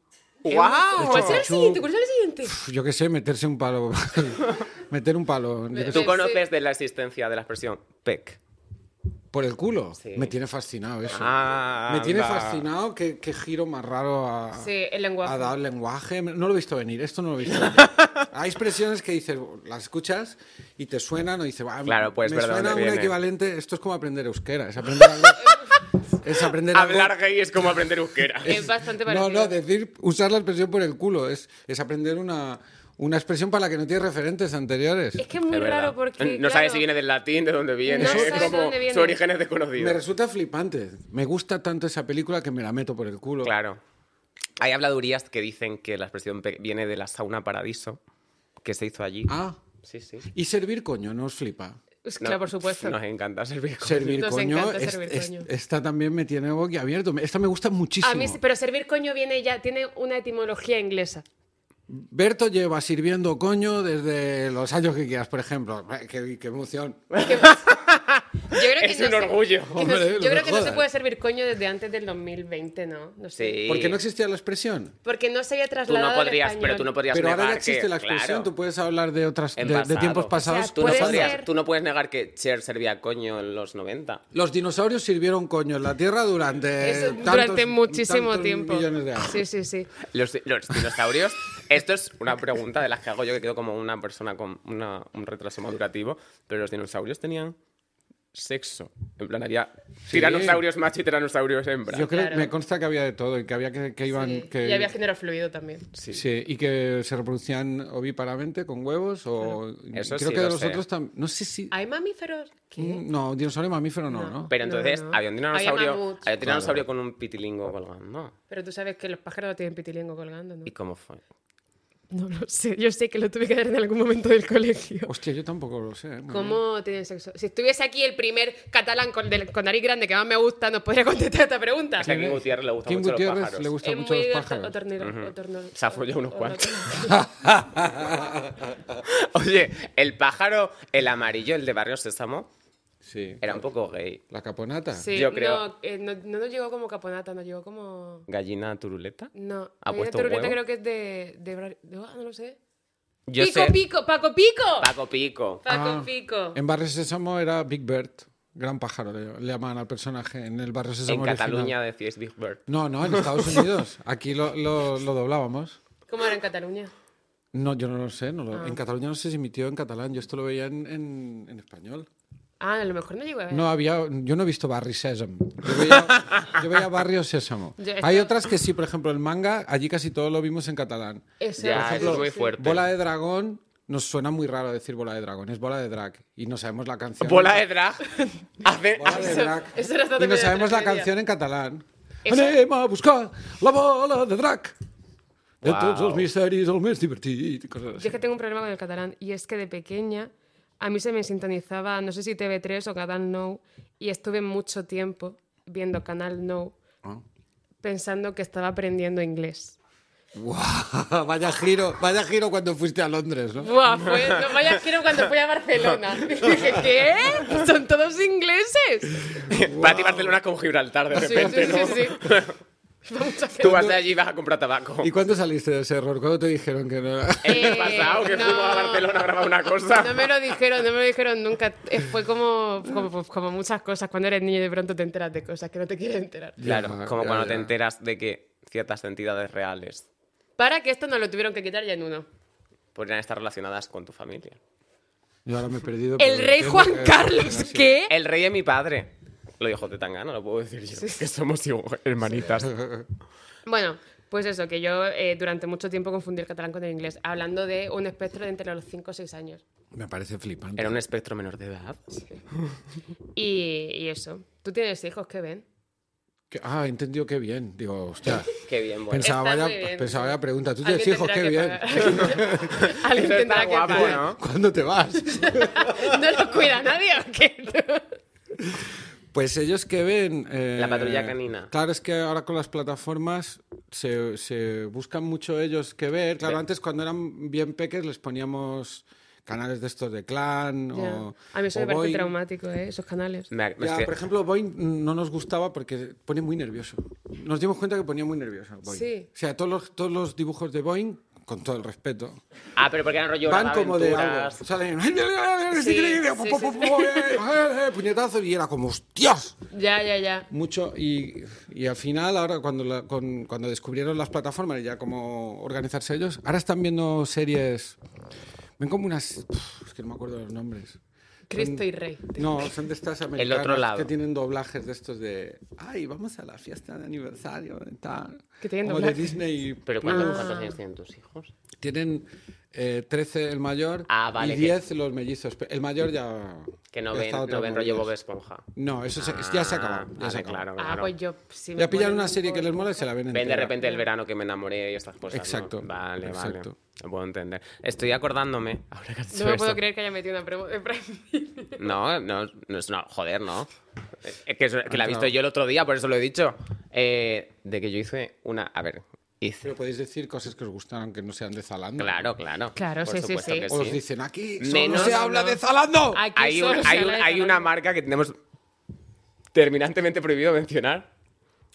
Speaker 2: ¡Guau!
Speaker 1: ¿Cuál será el
Speaker 3: Chupa
Speaker 1: siguiente?
Speaker 3: chup.
Speaker 1: ¿Cuál será el siguiente?
Speaker 3: Pf, Yo qué sé, meterse un palo. meter un palo. yo qué sé,
Speaker 2: ¿Tú conoces de la existencia de la expresión PEC?
Speaker 3: por el culo.
Speaker 2: Sí.
Speaker 3: Me tiene fascinado eso.
Speaker 2: Ah,
Speaker 3: Me tiene
Speaker 2: anda.
Speaker 3: fascinado que, giro más raro a,
Speaker 1: Sí, el lenguaje.
Speaker 3: a dar lenguaje. No lo he visto venir, esto no lo he visto venir. Hay expresiones que dices, las escuchas y te suenan o dices, "Ah,
Speaker 2: Claro, pues,
Speaker 3: me
Speaker 2: ¿verdad
Speaker 3: suena
Speaker 2: dónde
Speaker 3: un
Speaker 2: viene?
Speaker 3: equivalente. Esto es como aprender euskera, es aprender algo. es aprender algo-
Speaker 2: Hablar gay es como aprender euskera.
Speaker 1: Es bastante
Speaker 3: No,
Speaker 1: parecido.
Speaker 3: no, decir, usar la expresión por el culo, es, es aprender una, una expresión para la que no tienes referentes anteriores.
Speaker 1: Es que es muy
Speaker 2: Es verdad.
Speaker 1: raro porque.
Speaker 2: No
Speaker 1: claro,
Speaker 2: sabes si viene del latín, de dónde viene.
Speaker 1: No
Speaker 2: es
Speaker 1: sabes de
Speaker 2: como
Speaker 1: dónde viene.
Speaker 2: su origen es
Speaker 3: Me
Speaker 2: desconocido.
Speaker 3: resulta flipante. Me gusta tanto esa película que me la meto por el culo.
Speaker 2: Claro. Hay habladurías que dicen que la expresión pe- viene de la sauna paradiso que se hizo allí.
Speaker 3: Ah,
Speaker 2: Sí, sí.
Speaker 3: y servir coño, no os flipa.
Speaker 1: es-
Speaker 2: No,
Speaker 1: Claro, por supuesto.
Speaker 2: Nos encanta servir con-
Speaker 3: Servir
Speaker 1: Nos
Speaker 3: coño,
Speaker 1: encanta
Speaker 3: es-
Speaker 1: servir
Speaker 3: es-
Speaker 1: coño.
Speaker 3: esta también me tiene boquiabierto. Esta me gusta muchísimo.
Speaker 1: A mí, sí, pero servir coño viene ya, tiene una etimología inglesa.
Speaker 3: Berto lleva sirviendo coño desde los años que quieras, por ejemplo. Eh, Qué, qué emoción.
Speaker 1: ¿Qué más? Yo creo
Speaker 2: Es
Speaker 1: que
Speaker 2: un
Speaker 1: no se-
Speaker 2: orgullo.
Speaker 1: que no-
Speaker 3: Hombre, no
Speaker 1: yo
Speaker 3: me
Speaker 1: creo que no se
Speaker 3: jodas.
Speaker 1: puede servir coño desde antes del 2020, ¿no? No sé.
Speaker 2: Sí.
Speaker 3: Porque no existía la expresión.
Speaker 1: Porque no se había
Speaker 2: Tú
Speaker 1: trasladado.
Speaker 2: no podrías,
Speaker 1: al español.
Speaker 2: pero tú no podrías
Speaker 3: Pero ahora
Speaker 2: negar
Speaker 3: ya existe
Speaker 2: que-
Speaker 3: la expresión,
Speaker 2: claro,
Speaker 3: tú puedes hablar de otras de,
Speaker 2: en
Speaker 3: de
Speaker 2: pasado.
Speaker 3: tiempos pasados.
Speaker 1: O sea,
Speaker 2: tú, no
Speaker 1: puede
Speaker 2: podrías-
Speaker 1: ser-
Speaker 2: tú no puedes negar que Cher servía coño en los 90.
Speaker 3: Los dinosaurios sirvieron coño en la Tierra durante
Speaker 1: Eso
Speaker 3: Eh, tantos-
Speaker 1: durante muchísimo
Speaker 3: tantos
Speaker 1: tiempo.
Speaker 3: millones de años.
Speaker 1: Sí, sí, sí.
Speaker 2: Los, los dinosaurios. Esto es una pregunta de las que hago yo que quedo como una persona con una- un retraso madurativo. Pero los dinosaurios tenían sexo. En plan, había tiranosaurios macho y tiranosaurios hembra.
Speaker 3: Yo creo
Speaker 1: Claro.
Speaker 3: me consta que había de todo y que había que, que iban
Speaker 1: Sí.
Speaker 3: que
Speaker 1: Y había género fluido también.
Speaker 3: Sí. y que se reproducían ovíparamente con huevos o
Speaker 2: Eso
Speaker 3: creo
Speaker 2: sí
Speaker 3: que
Speaker 2: lo
Speaker 3: de los
Speaker 2: sé.
Speaker 3: otros también. No sé si Mm,
Speaker 1: ¿Hay mamíferos? ¿Ah, ¿Qué?
Speaker 3: no, dinosaurio mamífero no, ¿no?
Speaker 2: Pero
Speaker 1: No,
Speaker 2: entonces
Speaker 1: no.
Speaker 2: había un
Speaker 1: Había
Speaker 2: dinosaurio, había
Speaker 1: mamuts.
Speaker 2: un dinosaurio con un pitilingo colgando.
Speaker 1: Pero tú sabes que los pájaros tienen pitilingo colgando, ¿no?
Speaker 2: ¿Y cómo fue?
Speaker 1: No lo sé. Yo sé que lo tuve que dar en algún momento del colegio.
Speaker 3: Hostia, yo tampoco lo sé. ¿eh? Muy bien.
Speaker 1: ¿Cómo tienen sexo? Si estuviese aquí el primer catalán con, del- con nariz grande que más me gusta, nos podría contestar esta pregunta.
Speaker 2: Es que a Kim Gutiérrez le gustan
Speaker 3: Kim
Speaker 2: mucho
Speaker 3: Gutiérrez
Speaker 2: los pájaros.
Speaker 3: le gusta
Speaker 1: Es
Speaker 3: mucho
Speaker 1: muy
Speaker 3: los
Speaker 1: otornero.
Speaker 3: pájaros.
Speaker 2: Se ha follado unos
Speaker 1: otornero-
Speaker 2: cuantos. Oye, el pájaro, el amarillo, el de Barrio Sésamo,
Speaker 3: Sí.
Speaker 2: era un poco gay.
Speaker 3: La caponata.
Speaker 1: Sí,
Speaker 2: Yo creo-
Speaker 1: No, eh, no, no nos llegó como caponata, nos llegó como.
Speaker 2: Gallina turuleta.
Speaker 1: No.
Speaker 2: ¿Ha
Speaker 1: Gallina
Speaker 2: puesto
Speaker 1: Turuleta
Speaker 2: huevo?
Speaker 1: creo que es de. de, Bra- de- ah, no lo sé.
Speaker 2: Yo
Speaker 1: pico,
Speaker 2: sé. Ah.
Speaker 1: pico, Paco Pico.
Speaker 2: Paco Pico.
Speaker 1: Paco
Speaker 3: Ah.
Speaker 1: Pico.
Speaker 3: En Barrio Sésamo era Big Bird, gran pájaro, le, le llamaban al personaje en el Barrio
Speaker 2: En
Speaker 3: Sésamo original.
Speaker 2: Cataluña decíais Big Bird.
Speaker 3: No, no, en Estados Unidos. Aquí lo, lo- lo doblábamos.
Speaker 1: ¿Cómo era en Cataluña?
Speaker 3: No, yo no lo sé. no
Speaker 1: Ah.
Speaker 3: lo- En Cataluña no sé si emitió en catalán. Yo esto lo veía en, en- en español.
Speaker 1: Ah, a lo mejor no llegó a ver.
Speaker 3: No había, yo no he visto Barrio Sésamo. Yo veía, yo veía Barrio Sésamo.
Speaker 1: Yo-
Speaker 3: Hay otras que sí, por ejemplo, el manga, allí casi todo lo vimos en catalán.
Speaker 1: Ah, Eso
Speaker 2: Ya,
Speaker 1: era-
Speaker 2: eso
Speaker 3: ejemplo,
Speaker 2: es muy fuerte.
Speaker 3: Bola de dragón nos suena muy raro decir bola de dragón, es bola de drag y no sabemos la canción.
Speaker 2: Bola de drag. Hace-
Speaker 3: Bola de
Speaker 1: Eso-
Speaker 3: drag.
Speaker 1: eso era
Speaker 3: y
Speaker 1: totalmente
Speaker 3: no sabemos la
Speaker 1: tragedia.
Speaker 3: canción en catalán.
Speaker 1: Eso-
Speaker 3: Anem a buscar la bola de drag. De
Speaker 2: Guau.
Speaker 3: tots els misteris, el més divertit. i Cosas
Speaker 1: Yo
Speaker 3: así.
Speaker 1: es que tengo un problema con el catalán y es que de pequeña a mí se me sintonizaba, no sé si TV3 o Canal No, y estuve mucho tiempo viendo Canal No
Speaker 3: Ah.
Speaker 1: pensando que estaba aprendiendo inglés.
Speaker 3: Guau, vaya giro, vaya giro cuando fuiste a Londres, ¿no?
Speaker 1: Buah, fue, no, vaya quiero cuando fui a Barcelona. Dije, ¿qué? ¿Son todos ingleses?
Speaker 2: Para ti Barcelona con Gibraltar de
Speaker 1: Sí,
Speaker 2: repente,
Speaker 1: sí,
Speaker 2: ¿no?
Speaker 1: sí, sí. Vamos a hacer-
Speaker 2: Tú vas de allí y vas a comprar tabaco.
Speaker 3: ¿Y cuándo saliste de ese error? ¿Cuándo te dijeron que no?
Speaker 2: ¿Qué
Speaker 1: Eh,
Speaker 2: pasado? Que
Speaker 1: no.
Speaker 2: fuimos a Barcelona a grabar una cosa.
Speaker 1: No me lo dijeron, no me lo dijeron nunca. Eh, Fue como, como, pues, como muchas cosas. Cuando eres niño de pronto te enteras de cosas que no te quieres enterar.
Speaker 2: Claro,
Speaker 3: Ya,
Speaker 2: como
Speaker 3: ya,
Speaker 2: cuando
Speaker 3: ya.
Speaker 2: te enteras de que ciertas entidades reales
Speaker 1: Para que esto no lo tuvieron que quitar ya en uno.
Speaker 2: podrían estar relacionadas con tu familia.
Speaker 3: Yo ahora me he perdido. pero
Speaker 1: El rey
Speaker 3: entiendo
Speaker 1: Juan
Speaker 3: que-
Speaker 1: Carlos, ¿qué? Eh,
Speaker 2: El rey es mi padre. Lo dijo Tetangana, lo puedo decir yo. Que somos igual- hermanitas.
Speaker 1: Bueno, pues eso, que yo eh, durante mucho tiempo confundí el catalán con el inglés, hablando de un espectro de entre los 5 o 6 años.
Speaker 3: Me parece flipante.
Speaker 2: Era un espectro menor de edad.
Speaker 1: Y, y eso. ¿Tú tienes hijos? ¿Qué ven?
Speaker 3: Que- Ah, he entendido qué bien. Digo, hostia.
Speaker 2: Qué bien, bueno.
Speaker 3: Pensaba
Speaker 1: Está
Speaker 3: vaya,
Speaker 1: muy bien.
Speaker 3: pensaba vaya pregunta. Tú
Speaker 1: Alguien
Speaker 3: tienes hijos,
Speaker 1: tendrá
Speaker 3: qué
Speaker 1: que
Speaker 3: bien.
Speaker 1: pagar. Alguien
Speaker 2: Eso
Speaker 1: tendrá que
Speaker 2: está guapo,
Speaker 1: pagar.
Speaker 2: ¿no?
Speaker 3: ¿Cuándo te vas?
Speaker 1: ¿No los cuida nadie o qué?
Speaker 3: Pues ellos que ven... eh,
Speaker 2: La patrulla canina.
Speaker 3: Claro, es que ahora con las plataformas se, se buscan mucho ellos que ver. Claro,
Speaker 2: Ve-
Speaker 3: antes cuando eran bien peques les poníamos canales de estos de clan o...
Speaker 1: Ya. A mí eso
Speaker 3: o
Speaker 1: me parece
Speaker 3: Boing.
Speaker 1: traumático, ¿eh? esos canales.
Speaker 2: Me- me
Speaker 3: Ya,
Speaker 2: estoy-
Speaker 3: por ejemplo, Boeing no nos gustaba porque pone muy nervioso. Nos dimos cuenta que ponía muy nervioso Boeing.
Speaker 1: Sí.
Speaker 3: O sea, todos los, todos los dibujos de Boeing, con todo el respeto,
Speaker 2: Ah, pero porque eran rollo
Speaker 3: van como de algo.
Speaker 2: Aventuras.
Speaker 3: Salen...
Speaker 1: Sí, sí,
Speaker 3: eh, Puñetazos y era como, ¡hostias!
Speaker 1: Ya, ya, ya.
Speaker 3: mucho y, y al final ahora cuando, la- con- cuando descubrieron las plataformas y ya cómo organizarse ellos, ahora están viendo series, ven como unas, Uf, es que no me acuerdo los nombres.
Speaker 1: Cristo y Rey.
Speaker 3: No, son de estas americanas
Speaker 2: otro lado.
Speaker 3: que tienen doblajes de estos de, ay, vamos a la fiesta de aniversario de tal.
Speaker 1: Que tienen
Speaker 3: Como de
Speaker 1: doblajes.
Speaker 3: Disney.
Speaker 2: ¿Pero cuántos,
Speaker 3: Plus.
Speaker 2: cuántos años tienen tus hijos?
Speaker 3: Tienen eh, 13 el mayor
Speaker 2: Ah, vale,
Speaker 3: y
Speaker 2: que-
Speaker 3: 10 los mellizos. Pe- El mayor ya...
Speaker 2: Que no
Speaker 3: ya
Speaker 2: ven,
Speaker 3: está a otras
Speaker 2: no ven rollo
Speaker 3: movidas.
Speaker 2: Bob Esponja.
Speaker 3: No, eso se- ya se acabó.
Speaker 2: Ah,
Speaker 3: Ya se
Speaker 2: vale,
Speaker 3: acabó.
Speaker 2: claro,
Speaker 1: Ah,
Speaker 2: claro.
Speaker 1: pues yo sí me
Speaker 3: Ya pillan
Speaker 1: ponen
Speaker 3: una
Speaker 1: un
Speaker 3: serie
Speaker 1: poco
Speaker 3: que les mola y se la ven
Speaker 2: Ven de
Speaker 3: entera.
Speaker 2: repente el verano que me enamoré y estas cosas. ¿no?
Speaker 3: Exacto,
Speaker 2: Vale,
Speaker 3: exacto.
Speaker 2: vale. Lo puedo entender. Estoy acordándome. Ahora que has dicho
Speaker 1: No me
Speaker 2: eso.
Speaker 1: puedo creer que haya metido una promo de Prime.
Speaker 2: No, no, no es una. Joder, no. Es que, es- que la he visto
Speaker 3: Claro.
Speaker 2: yo el otro día, por eso lo he dicho. Eh, de que yo hice una. A ver, hice.
Speaker 3: Pero podéis decir cosas que os gustan aunque no sean de Zalando.
Speaker 2: Claro, claro.
Speaker 1: Claro,
Speaker 2: por
Speaker 1: sí, sí,
Speaker 2: supuesto
Speaker 1: sí.
Speaker 2: que
Speaker 3: O os
Speaker 2: sí.
Speaker 3: dicen aquí,
Speaker 2: Menos-
Speaker 3: solo se
Speaker 2: No,
Speaker 3: habla
Speaker 1: no.
Speaker 3: de Zalando.
Speaker 1: Aquí
Speaker 2: Hay, un-
Speaker 1: solo se
Speaker 2: hay,
Speaker 1: habla
Speaker 2: un-
Speaker 1: de
Speaker 2: hay una
Speaker 1: Zalando.
Speaker 2: marca que tenemos terminantemente prohibido mencionar.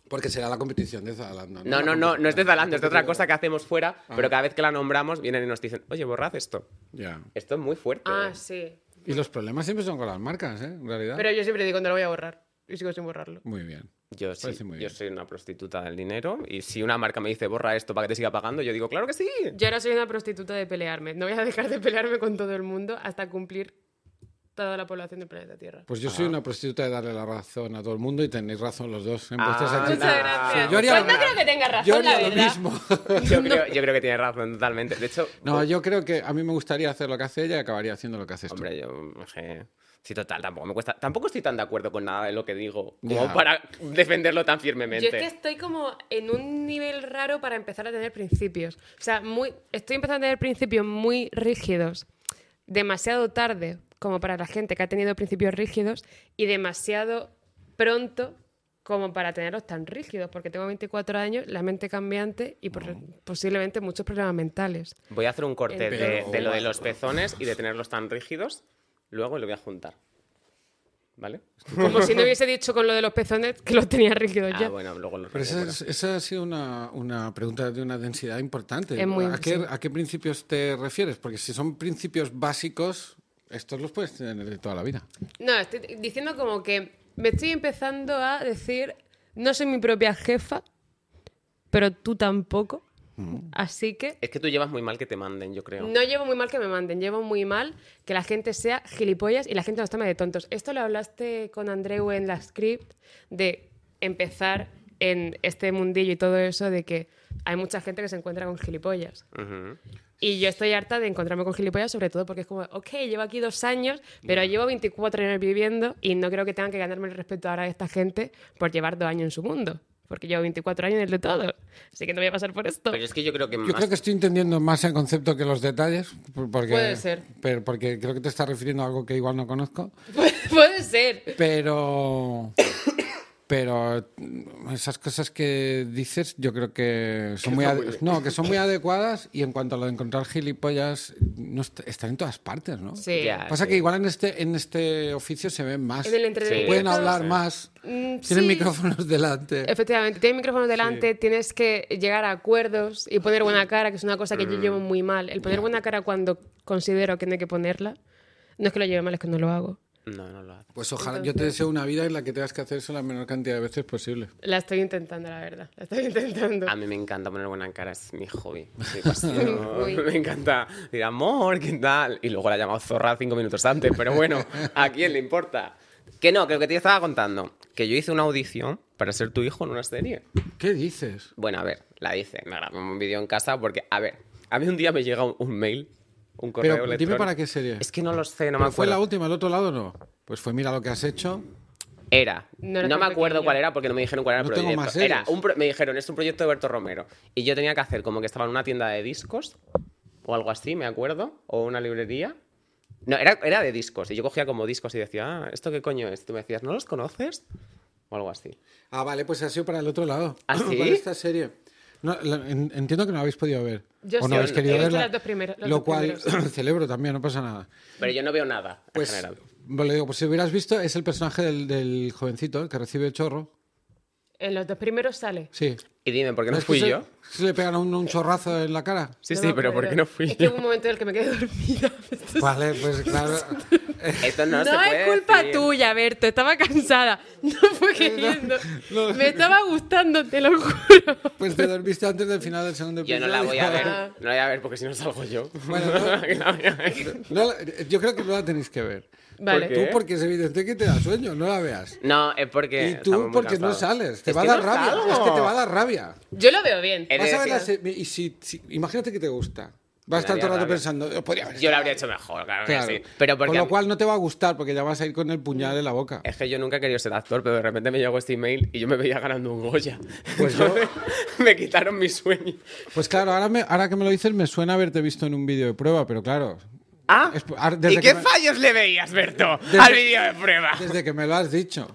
Speaker 3: Porque será la competición de Zalando.
Speaker 2: No,
Speaker 3: La
Speaker 2: no, no, no Ah. es de
Speaker 3: competición.
Speaker 2: Zalando, es de otra cosa que hacemos fuera, pero cada vez que la nombramos vienen y nos dicen, oye, borrad esto.
Speaker 3: Ya.
Speaker 2: Esto es muy fuerte.
Speaker 1: Ah, sí.
Speaker 3: Y los problemas siempre son con las marcas, ¿eh? En realidad.
Speaker 1: Pero yo siempre digo, no lo voy a borrar. Y sigo sin borrarlo.
Speaker 3: Muy bien.
Speaker 2: Yo, sí,
Speaker 3: Parece muy
Speaker 2: yo
Speaker 3: bien.
Speaker 2: soy una prostituta del dinero y si una marca me dice borra esto para que te siga pagando, yo digo, claro que sí.
Speaker 1: Yo ahora soy una prostituta de pelearme. No voy a dejar de pelearme con todo el mundo hasta cumplir toda la población del planeta Tierra.
Speaker 3: Pues yo
Speaker 2: Ah.
Speaker 3: soy una prostituta de darle la razón a todo el mundo y tenéis razón los dos. en vuestras
Speaker 2: Anda.
Speaker 3: actitudes.
Speaker 1: Muchas gracias.
Speaker 3: Sí, Pues, yo haría
Speaker 1: pues
Speaker 3: lo-
Speaker 1: no creo que tengas razón,
Speaker 3: yo haría
Speaker 1: la
Speaker 3: lo
Speaker 1: verdad.
Speaker 3: mismo.
Speaker 2: Yo, creo, yo creo que tienes razón totalmente. De hecho,
Speaker 3: No, yo creo que a mí me gustaría hacer lo que hace ella y acabaría haciendo lo que haces tú.
Speaker 2: hombre, yo no sé. Sí, total, tampoco me cuesta. Tampoco estoy tan de acuerdo con nada de lo que digo como
Speaker 3: Ya.
Speaker 2: para defenderlo tan firmemente.
Speaker 1: Yo es que estoy como en un nivel raro para empezar a tener principios. O sea, muy, estoy empezando a tener principios muy rígidos, demasiado tarde como para la gente que ha tenido principios rígidos y demasiado pronto como para tenerlos tan rígidos, porque tengo 24 años, la mente cambiante y por- posiblemente muchos problemas mentales.
Speaker 2: Voy a hacer un corte de,
Speaker 3: Pero- oh,
Speaker 2: de lo de los pezones y de tenerlos tan rígidos. Luego lo voy a juntar. ¿Vale?
Speaker 1: Como si no hubiese dicho con lo de los pezones que los tenía rígidos
Speaker 2: Ah,
Speaker 1: ya.
Speaker 2: bueno, luego lo
Speaker 3: Pues Pero esa,
Speaker 2: recupero.
Speaker 3: es- esa ha sido una, una pregunta de una densidad importante.
Speaker 1: Es muy-
Speaker 3: ¿A, qué,
Speaker 1: sí.
Speaker 3: a qué principios te refieres? Porque si son principios básicos, estos los puedes tener de toda la vida.
Speaker 1: No, estoy diciendo como que me estoy empezando a decir, no soy mi propia jefa, pero tú tampoco. Así que
Speaker 2: Es que tú llevas muy mal que te manden, yo creo.
Speaker 1: no llevo muy mal que me manden, llevo muy mal que la gente sea gilipollas y la gente nos tome de tontos. Esto lo hablaste con Andreu en la script de empezar en este mundillo y todo eso de que hay mucha gente que se encuentra con gilipollas.
Speaker 2: Ujú.
Speaker 1: Y yo estoy harta de encontrarme con gilipollas, sobre todo porque es como, ok, llevo aquí dos años, pero llevo 24 años viviendo y no creo que tengan que ganarme el respeto ahora de esta gente por llevar dos años en su mundo. Porque llevo 24 años en el de todo. Así que no voy a pasar por esto.
Speaker 2: Pero es que yo creo que
Speaker 3: Yo
Speaker 2: más.
Speaker 3: creo que estoy entendiendo más el concepto que los detalles. por- Porque,
Speaker 1: Puede ser.
Speaker 3: pero- porque creo que te estás refiriendo a algo que igual no conozco.
Speaker 1: Puede ser.
Speaker 3: Pero. Pero esas cosas que dices, yo creo que son muy, ade- no, que son muy adecuadas. Y en cuanto a lo de encontrar gilipollas, no est- están en todas partes, ¿no?
Speaker 1: Sí.
Speaker 2: Ya,
Speaker 3: Pasa
Speaker 2: sí.
Speaker 3: que igual en este, en este oficio se ven más.
Speaker 1: En el entretenimiento.
Speaker 3: Pueden
Speaker 2: Sí,
Speaker 3: hablar
Speaker 2: sí.
Speaker 3: más.
Speaker 1: Mm,
Speaker 3: Tienen
Speaker 1: sí.
Speaker 3: micrófonos delante.
Speaker 1: Efectivamente, tienes micrófono delante, tienes que llegar a acuerdos y poner buena cara, que es una cosa que yo llevo muy mal. El poner buena cara cuando considero que no hay que ponerla, no es que lo lleve mal, es que no lo hago.
Speaker 2: No, no lo hace.
Speaker 3: Pues ojalá, yo te deseo una vida en la que tengas que hacer eso la menor cantidad de veces posible.
Speaker 1: La estoy intentando, la verdad. La estoy intentando.
Speaker 2: A mí me encanta poner buena cara, es mi hobby. mi pasión.
Speaker 1: Uy.
Speaker 2: me encanta decir amor, ¿qué tal? Y luego la he llamado zorra cinco minutos antes, pero bueno, ¿a quién le importa? Que no, que lo que te estaba contando, que yo hice una audición para ser tu hijo en una serie.
Speaker 3: ¿Qué dices?
Speaker 2: Bueno, a ver, la hice. Me grabé un vídeo en casa porque, a ver, a mí un día me llega un, un mail, un correo
Speaker 3: Pero dime
Speaker 2: electrónico.
Speaker 3: para qué serie.
Speaker 2: Es que no lo sé, no me
Speaker 3: Pero fue la
Speaker 2: acuerdo.
Speaker 3: última, el otro lado no. Pues fue mira lo que has hecho.
Speaker 2: Era.
Speaker 1: No
Speaker 2: No,
Speaker 1: era
Speaker 2: me
Speaker 1: tan
Speaker 2: acuerdo
Speaker 1: pequeño.
Speaker 2: cuál era porque no me dijeron cuál era el
Speaker 3: No tengo
Speaker 2: proyecto.
Speaker 3: más
Speaker 2: Era
Speaker 3: series.
Speaker 2: un pro- me dijeron, es un proyecto de Berto Romero. Y yo tenía que hacer como que estaba en una tienda de discos o algo así, me acuerdo, o una librería. No, era, era de discos. Y yo cogía como discos y decía, ah, ¿esto qué coño es? Tú me decías, ¿no los conoces? O algo así.
Speaker 3: Ah, vale, pues ha sido para el otro lado.
Speaker 2: ¿Ah, sí?
Speaker 3: Para esta serie. No, la- en- entiendo que no la habéis podido ver.
Speaker 1: Yo
Speaker 3: o
Speaker 1: sí,
Speaker 3: no habéis
Speaker 1: he
Speaker 3: querido
Speaker 1: visto
Speaker 3: verla.
Speaker 1: las dos primeras- los
Speaker 3: lo
Speaker 1: dos
Speaker 3: cual
Speaker 1: primeros.
Speaker 3: celebro también, no pasa nada.
Speaker 2: Pero yo no veo nada, en
Speaker 3: Pues,
Speaker 2: general.
Speaker 3: bueno, le digo, pues si hubieras visto, es el personaje del, del jovencito el que recibe el chorro.
Speaker 1: En los dos primeros sale.
Speaker 3: Sí.
Speaker 2: Y dime, ¿por qué no
Speaker 3: ¿Es que
Speaker 2: fui
Speaker 3: se-
Speaker 2: yo?
Speaker 3: Se le pegan un, un chorrazo en la cara.
Speaker 2: Sí,
Speaker 1: No
Speaker 2: sí,
Speaker 1: me
Speaker 2: pero ¿por
Speaker 1: acuerdo.
Speaker 2: qué no fui
Speaker 1: Es que
Speaker 2: yo?
Speaker 1: hubo un momento en el que me quedé dormida. Esto es-
Speaker 3: Vale, pues claro.
Speaker 2: Esto no,
Speaker 1: No,
Speaker 2: se puede
Speaker 1: es culpa
Speaker 2: decir.
Speaker 1: tuya, Berto. Estaba cansada. No fue queriendo.
Speaker 3: no.
Speaker 1: Me estaba gustando, te lo juro.
Speaker 3: Pues te dormiste antes del final del segundo
Speaker 2: Yo
Speaker 3: episodio.
Speaker 2: no la voy a ver.
Speaker 1: Ah.
Speaker 2: No la voy a ver porque si no salgo yo.
Speaker 3: Bueno, No la- yo creo que no la tenéis que ver.
Speaker 1: Vale.
Speaker 2: qué?
Speaker 3: Tú porque es evidente que te da sueño, no la veas.
Speaker 2: No, es porque.
Speaker 3: Y
Speaker 2: estamos
Speaker 3: tú
Speaker 2: muy
Speaker 3: porque no
Speaker 2: cansados.
Speaker 3: sales, te
Speaker 2: Es
Speaker 3: va a
Speaker 2: que
Speaker 3: dar
Speaker 2: no
Speaker 3: rabia.
Speaker 2: salgo.
Speaker 3: Es que te va a dar rabia.
Speaker 1: Yo lo veo bien.
Speaker 2: He de
Speaker 3: Vas a ver la
Speaker 2: decir-
Speaker 3: se- y si, si- imagínate que te gusta.
Speaker 2: Me
Speaker 3: Vas a estar todo el
Speaker 2: daría
Speaker 3: rato
Speaker 2: rabia.
Speaker 3: pensando, "Oh, podría haber
Speaker 2: Yo lo
Speaker 3: estado".
Speaker 2: habría hecho mejor, claro,
Speaker 3: Claro.
Speaker 2: que sí. Pero porque. Eh.
Speaker 3: Con lo cual no te va a gustar porque ya vas a ir con el puñal en la boca.
Speaker 2: Es que yo nunca he querido ser actor, pero de repente me llegó este email y yo me veía ganando un Goya.
Speaker 3: Pues yo-
Speaker 2: Entonces, me quitaron mi sueño.
Speaker 3: Pues claro, ahora, me- ahora que me lo dices me suena haberte visto en un vídeo de prueba, pero claro,
Speaker 2: Ah,
Speaker 3: Es- ahora- desde
Speaker 2: ¿y
Speaker 3: que
Speaker 2: qué
Speaker 3: me-
Speaker 2: fallos le veías, Berto,
Speaker 3: Desde-
Speaker 2: al vídeo de prueba?
Speaker 3: desde que me lo has dicho.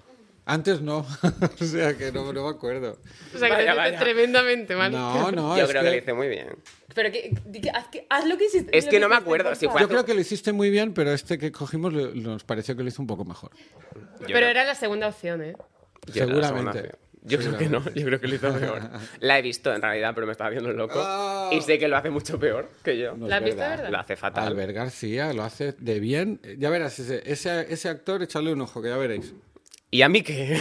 Speaker 3: Antes no, o sea que no, no me acuerdo.
Speaker 1: O sea, que
Speaker 2: Vaya,
Speaker 1: lo hiciste
Speaker 2: vaya.
Speaker 1: tremendamente mal.
Speaker 3: No, no,
Speaker 2: yo
Speaker 3: es
Speaker 2: creo que...
Speaker 3: que-
Speaker 2: lo hice muy bien.
Speaker 1: Pero que, di que- haz, que- haz lo que hiciste.
Speaker 2: Es
Speaker 1: lo
Speaker 2: que no me
Speaker 1: hiciste,
Speaker 2: acuerdo
Speaker 1: por
Speaker 2: si fue
Speaker 1: favor.
Speaker 3: yo creo que lo hiciste muy bien, pero este que cogimos lo- nos pareció que lo hizo un poco mejor.
Speaker 2: Yo
Speaker 1: Pero
Speaker 2: creo-
Speaker 1: era la segunda opción, ¿eh?
Speaker 2: yo era la segunda
Speaker 3: seguramente.
Speaker 2: fea. Yo creo que no, yo creo que lo hizo peor. La he visto en realidad, pero me estaba viendo loco.
Speaker 3: Ah.
Speaker 2: Y sé que lo hace mucho peor que yo.
Speaker 3: No es
Speaker 1: ¿La has visto,
Speaker 3: verdad.
Speaker 1: verdad?
Speaker 2: Lo hace fatal.
Speaker 3: Albert García lo hace de bien. Ya verás, ese, ese, ese actor, echarle un ojo, que ya veréis.
Speaker 2: ¿Y a mí qué?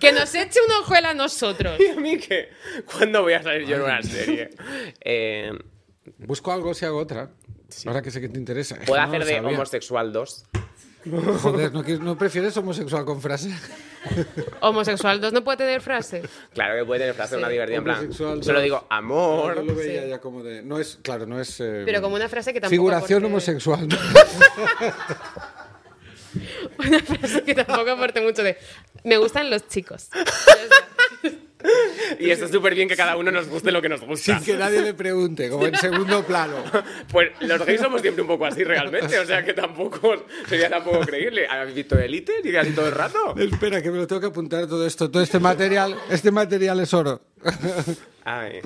Speaker 1: Que nos eche una ojuela a nosotros.
Speaker 2: ¿Y a mí qué? ¿Cuándo voy a salir yo en una serie? Eh,
Speaker 3: Busco algo si hago otra. Ahora que sé que te interesa.
Speaker 2: ¿Puedo
Speaker 3: No
Speaker 2: hacer
Speaker 3: lo
Speaker 2: de
Speaker 3: sabía.
Speaker 2: homosexual 2?
Speaker 3: Joder, ¿no, quieres- no prefieres homosexual con frase?
Speaker 1: Homosexual 2 no puede tener frase.
Speaker 2: Claro que puede tener
Speaker 1: Sí.
Speaker 2: frase una divertida en plan.
Speaker 3: Homosexual
Speaker 2: Solo
Speaker 3: dos.
Speaker 2: digo
Speaker 3: Yo
Speaker 2: amor.
Speaker 3: lo veía ya como de. No es, claro, no es. eh,
Speaker 1: Pero como una frase que tampoco.
Speaker 3: figuración
Speaker 1: aporte-
Speaker 3: homosexual.
Speaker 1: Una frase que tampoco aporte mucho de. Me gustan los chicos.
Speaker 2: Y está súper bien que cada uno nos guste lo que nos gusta.
Speaker 3: Sin que nadie le pregunte, como en segundo plano.
Speaker 2: Pues los gays somos siempre un poco así realmente, o sea que tampoco sería tampoco creíble. ¿Habéis visto Elite? ¿Diga así todo el rato?
Speaker 3: Espera, que me lo tengo que apuntar todo esto. Todo este material, este material es oro.
Speaker 2: Ay.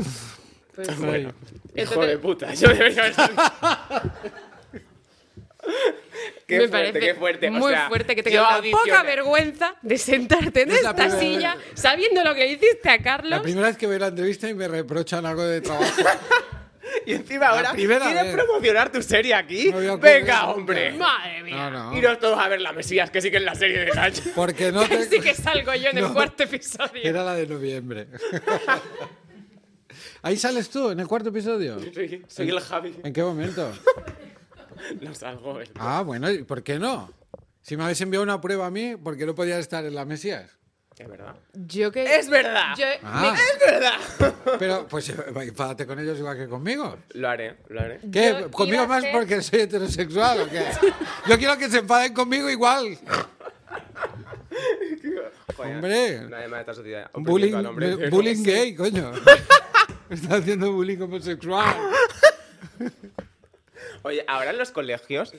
Speaker 1: Pues,
Speaker 2: Bueno, hijo
Speaker 1: Entonces-
Speaker 2: de puta, yo debería haber salido. Qué
Speaker 1: me
Speaker 2: fuerte,
Speaker 1: parece
Speaker 2: qué fuerte. o
Speaker 1: muy
Speaker 2: sea,
Speaker 1: fuerte que
Speaker 2: yo
Speaker 1: tengas la poca
Speaker 2: audicioné.
Speaker 1: vergüenza de sentarte en
Speaker 3: Es la
Speaker 1: esta
Speaker 3: primera
Speaker 1: silla sabiendo lo que le hiciste a Carlos.
Speaker 3: La primera vez que veo la entrevista y me reprochan algo de trabajo.
Speaker 2: Y encima ahora
Speaker 3: primera
Speaker 2: quieres
Speaker 3: vez.
Speaker 2: promocionar tu serie aquí.
Speaker 3: No había ocurrido
Speaker 2: Venga,
Speaker 3: nunca.
Speaker 2: hombre.
Speaker 1: Madre mía.
Speaker 3: No, no.
Speaker 2: Iros todos a ver la Mesías, que sí que es la serie del año.
Speaker 3: Porque no te...
Speaker 1: Así que salgo yo en el
Speaker 3: No.
Speaker 1: cuarto episodio.
Speaker 3: Era la de noviembre. Ahí sales tú, en el cuarto episodio.
Speaker 2: Soy, soy el Javi.
Speaker 3: ¿En qué momento?
Speaker 2: No salgo. eh. el-
Speaker 3: Ah, bueno, ¿y por qué no? Si me habéis enviado una prueba a mí, ¿por qué no podía estar en la Mesías?
Speaker 2: Es verdad.
Speaker 1: Yo que.
Speaker 2: ¡Es verdad!
Speaker 1: yo-
Speaker 3: Ah,
Speaker 2: ¡Es verdad!
Speaker 3: pero pues eh, enfádate con ellos igual que conmigo.
Speaker 2: Lo haré, lo haré.
Speaker 3: ¿Qué?
Speaker 1: Yo iba
Speaker 3: ¿Conmigo
Speaker 1: a
Speaker 3: más
Speaker 1: ser-
Speaker 3: porque soy heterosexual o qué? Yo quiero que se enfaden conmigo igual.
Speaker 2: Joder,
Speaker 3: Hombre.
Speaker 2: Nadie más de esta sociedad. oprimiendo
Speaker 3: Bullying,
Speaker 2: al hombre.
Speaker 3: eh, bullying gay, coño. Me está haciendo bullying homosexual.
Speaker 2: Oye, ahora en los colegios,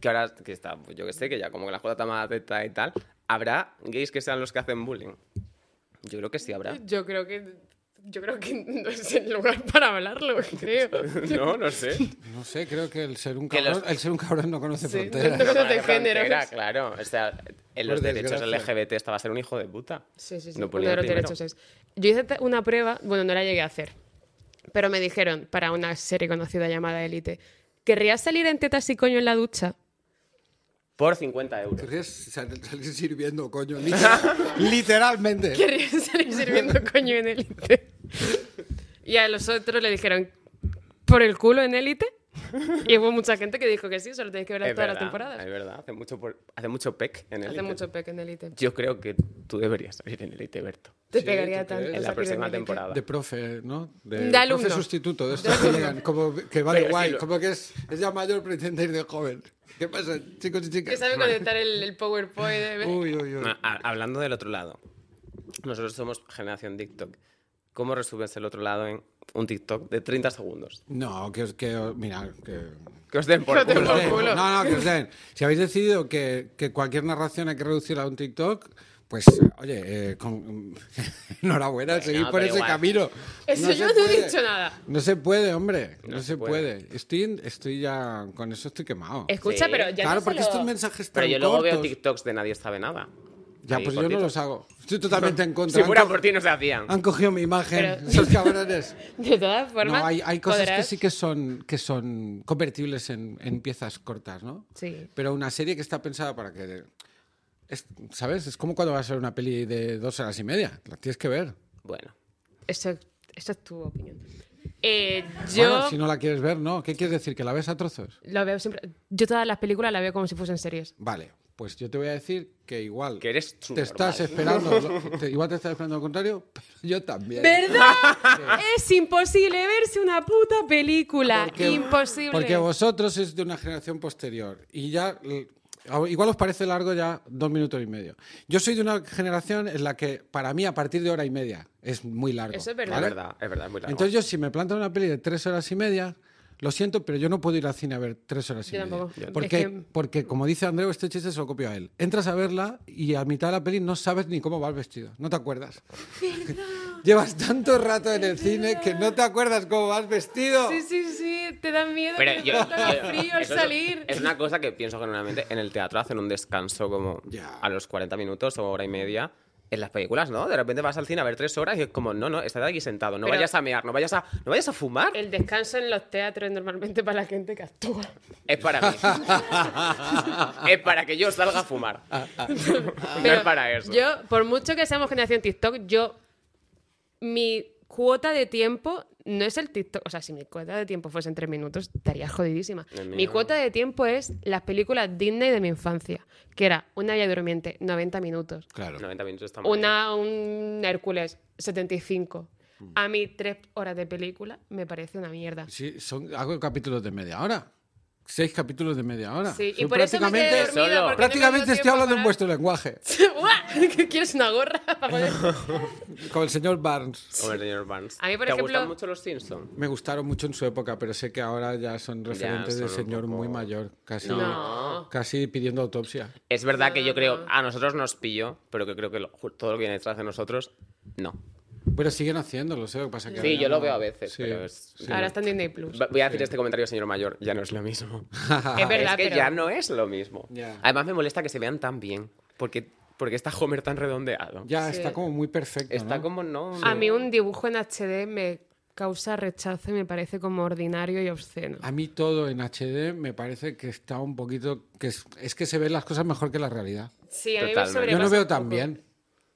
Speaker 2: que ahora que está, pues yo que sé, que ya como que la jota está más aceptada y tal, ¿habrá gays que sean los que hacen bullying? Yo creo que sí habrá.
Speaker 1: Yo creo que. Yo creo que no es el lugar para hablarlo, creo.
Speaker 2: no, no sé.
Speaker 3: No sé, creo que el ser un
Speaker 2: Que los-
Speaker 3: cabrón, el ser un cabrón no conoce
Speaker 1: Sí, no-
Speaker 3: fronteras.
Speaker 1: no-
Speaker 2: Pero
Speaker 1: de
Speaker 2: la frontera,
Speaker 1: géneros.
Speaker 2: Claro, o sea, en los
Speaker 3: Por
Speaker 2: derechos
Speaker 3: desgracia.
Speaker 2: LGBT estaba a ser un hijo de puta.
Speaker 1: Sí, sí, sí.
Speaker 2: No
Speaker 1: uno
Speaker 2: ponía
Speaker 1: de los
Speaker 2: primero.
Speaker 1: derechos es. Yo hice te- una prueba, bueno, no la llegué a hacer, pero me dijeron para una serie conocida llamada Elite, ¿querrías salir en tetas y coño en la ducha?
Speaker 2: Por 50 euros.
Speaker 3: Querrías sal- salir sirviendo, coño. literal- literalmente.
Speaker 1: ¿Querrías salir sirviendo coño en Elite? Y a los otros le dijeron, ¿por el culo en Elite? Y hubo mucha gente que dijo que sí, solo tenéis que ver
Speaker 2: Es
Speaker 1: todas las
Speaker 2: verdad,
Speaker 1: temporadas.
Speaker 2: Es verdad, hace mucho, por- hace mucho pec en el
Speaker 1: Hace mucho peque en Elite.
Speaker 2: Yo creo que tú deberías salir en Elite, E Berto.
Speaker 1: Te
Speaker 3: Sí,
Speaker 1: pegaría
Speaker 3: ¿tú
Speaker 1: tanto.
Speaker 3: crees?
Speaker 1: el E.
Speaker 2: La
Speaker 1: salir
Speaker 2: próxima
Speaker 1: en Elite.
Speaker 2: temporada.
Speaker 3: De profe, ¿no?
Speaker 1: De
Speaker 3: profe
Speaker 1: alumno.
Speaker 3: sustituto, de estos que llegan, como que va
Speaker 2: Pero
Speaker 3: de
Speaker 2: si
Speaker 3: guay,
Speaker 2: lo-
Speaker 3: como que es, es ya mayor, pretende ir de joven. ¿Qué pasa, chicos y
Speaker 1: Que
Speaker 3: chicas?
Speaker 1: sabe conectar el, el PowerPoint. eh.
Speaker 3: Uy, uy, uy.
Speaker 2: Ah, ha- Hablando del otro lado, nosotros somos generación TikTok. ¿Cómo resumes el otro lado en un TikTok de 30 segundos?
Speaker 3: No, que os, que os- mira, que...
Speaker 2: Que os den por
Speaker 1: Que os den
Speaker 3: que os
Speaker 2: culo.
Speaker 1: por
Speaker 3: den.
Speaker 1: culo.
Speaker 3: No, no, que os den. Si habéis decidido que, que cualquier narración hay que reducirla a un TikTok, pues, oye, eh, con- enhorabuena, seguid por
Speaker 2: pero
Speaker 3: ese
Speaker 2: igual.
Speaker 3: camino.
Speaker 1: Eso
Speaker 3: se
Speaker 1: yo no he
Speaker 3: puede.
Speaker 1: dicho nada.
Speaker 3: No se puede, hombre, no,
Speaker 2: No
Speaker 3: se
Speaker 2: se puede.
Speaker 3: puede. Estoy, en- estoy ya, con eso estoy quemado.
Speaker 1: Escucha,
Speaker 2: Sí.
Speaker 1: pero ya
Speaker 3: claro,
Speaker 1: no
Speaker 3: porque
Speaker 1: solo-
Speaker 3: estos mensajes tan
Speaker 2: Pero yo luego veo
Speaker 3: cortos-
Speaker 2: TikToks de nadie sabe nada.
Speaker 3: Ya,
Speaker 2: Ahí,
Speaker 3: pues yo no
Speaker 2: cortitos.
Speaker 3: los hago. Estoy totalmente en contra.
Speaker 2: Si fuera
Speaker 3: han, co-
Speaker 2: por ti no se hacían.
Speaker 3: han cogido mi imagen,
Speaker 1: Pero-
Speaker 3: esos cabrones.
Speaker 1: De todas formas,
Speaker 3: No, hay, hay cosas que
Speaker 1: podrás-
Speaker 3: sí que son, que son convertibles en, en piezas cortas, ¿no?
Speaker 1: Sí.
Speaker 3: Pero una serie que está pensada para que... es- ¿Sabes? Es como cuando vas a ver una peli de dos horas y media. La tienes que ver.
Speaker 2: Bueno,
Speaker 1: Eso, eso es tu opinión. Eh, yo
Speaker 3: Bueno, si no la quieres ver, no. ¿Qué quieres decir? ¿Que la ves a trozos?
Speaker 1: lo veo siempre. Yo todas las películas las veo como si fuesen series.
Speaker 3: Vale, pues yo te voy a decir que igual...
Speaker 2: que eres
Speaker 3: te estás esperando, lo- te- igual te estás esperando lo contrario, pero yo también.
Speaker 1: ¿Verdad? Es imposible verse una puta película.
Speaker 3: Porque-
Speaker 1: imposible.
Speaker 3: Porque vosotros es de una generación posterior y ya l- igual os parece largo ya dos minutos y medio. Yo soy de una generación en la que para mí a partir de hora y media es muy largo.
Speaker 1: Eso es verdad.
Speaker 2: Es
Speaker 1: ¿Vale?
Speaker 2: verdad, es verdad, es muy largo.
Speaker 3: Entonces yo si me planto una peli de tres horas y media, lo siento, pero yo no puedo ir al cine a ver tres horas y
Speaker 1: Yo
Speaker 3: media.
Speaker 1: tampoco. Yo no.
Speaker 3: Porque,
Speaker 1: Es que-
Speaker 3: porque como dice Andreu, este chiste se lo copio a él. Entras a verla y a mitad de la peli no sabes ni cómo va el vestido, no te acuerdas. Llevas tanto rato en el cine que no te acuerdas cómo vas vestido.
Speaker 1: Sí, sí, sí. Te dan miedo. te
Speaker 2: Pero yo-
Speaker 1: falta más
Speaker 2: yo-
Speaker 1: frío al
Speaker 2: eso
Speaker 1: salir.
Speaker 2: Es una cosa que pienso generalmente en el teatro hacen un descanso como
Speaker 3: Ya.
Speaker 2: a los 40 minutos o hora y media. En las películas, ¿no? De repente vas al cine a ver tres horas y es como, no, no, estás aquí sentado, no
Speaker 1: Pero- Eh,
Speaker 2: vayas a mear, no vayas a, no vayas a fumar.
Speaker 1: El descanso en los teatros normalmente para la gente que actúa.
Speaker 2: Es para mí. es para que yo salga a fumar. no es para eso.
Speaker 1: Yo, por mucho que seamos generación TikTok, yo. Mi cuota de tiempo no es el TikTok. O sea, si mi cuota de tiempo fuese en tres minutos, estaría jodidísima.
Speaker 2: El
Speaker 1: Mi
Speaker 2: mío.
Speaker 1: cuota de tiempo es las películas Disney de mi infancia, que era Una Vía Durmiente, 90 minutos.
Speaker 3: Claro.
Speaker 2: 90 minutos está muy bien.
Speaker 1: Una, un Hércules, 75.
Speaker 3: Mm.
Speaker 1: A mí, tres horas de película me parece una mierda.
Speaker 3: Sí, son, hago capítulos de media hora. Seis capítulos de media hora.
Speaker 1: Sí, y
Speaker 3: Son
Speaker 1: por eso me quedé
Speaker 3: prácticamente-
Speaker 1: dormida, porque no me
Speaker 3: prácticamente
Speaker 1: dio
Speaker 3: estoy
Speaker 1: tiempo
Speaker 3: hablando en
Speaker 1: para-
Speaker 3: vuestro lenguaje.
Speaker 1: ¡Guau! ¿Qué ¿Quieres una gorra? para poder-
Speaker 3: Con el señor Barnes.
Speaker 2: Como el señor Barnes.
Speaker 1: A mí, por
Speaker 2: ¿Te
Speaker 1: ejemplo-
Speaker 2: gustan mucho los Simpsons?
Speaker 3: Me gustaron mucho en su época, pero sé que ahora ya son referentes
Speaker 2: son
Speaker 3: de
Speaker 2: un
Speaker 3: señor
Speaker 2: poco-
Speaker 3: muy mayor, casi,
Speaker 1: No.
Speaker 3: casi pidiendo autopsia.
Speaker 2: Es verdad que yo creo, a nosotros nos pilló, pero que creo que lo- todo lo que viene detrás de nosotros, no.
Speaker 3: Pero siguen haciéndolo, sé lo que pasa que
Speaker 2: Sí,
Speaker 3: ahora
Speaker 2: yo
Speaker 3: no-
Speaker 2: lo veo a veces,
Speaker 3: Sí,
Speaker 2: pero es-
Speaker 3: sí.
Speaker 1: Ahora está en Disney Plus.
Speaker 2: Va- Voy a decir este comentario, señor mayor, ya no es lo mismo.
Speaker 1: Es verdad,
Speaker 2: es que
Speaker 1: pero-
Speaker 2: ya no es lo mismo.
Speaker 3: Ya.
Speaker 2: Además me molesta que se vean tan bien, porque, porque está Homer tan redondeado.
Speaker 3: Ya
Speaker 1: Sí.
Speaker 3: está como muy perfecto,
Speaker 2: Está
Speaker 3: ¿no?
Speaker 2: como no...
Speaker 1: A mí un dibujo en HD me causa rechazo y me parece como ordinario y obsceno.
Speaker 3: A mí todo en HD me parece que está un poquito... que Es, es que se ven las cosas mejor que la realidad.
Speaker 1: Sí, a mí me
Speaker 2: Totalmente.
Speaker 1: sobrepasa
Speaker 3: Yo no
Speaker 1: un
Speaker 3: veo
Speaker 1: poco.
Speaker 3: tan bien.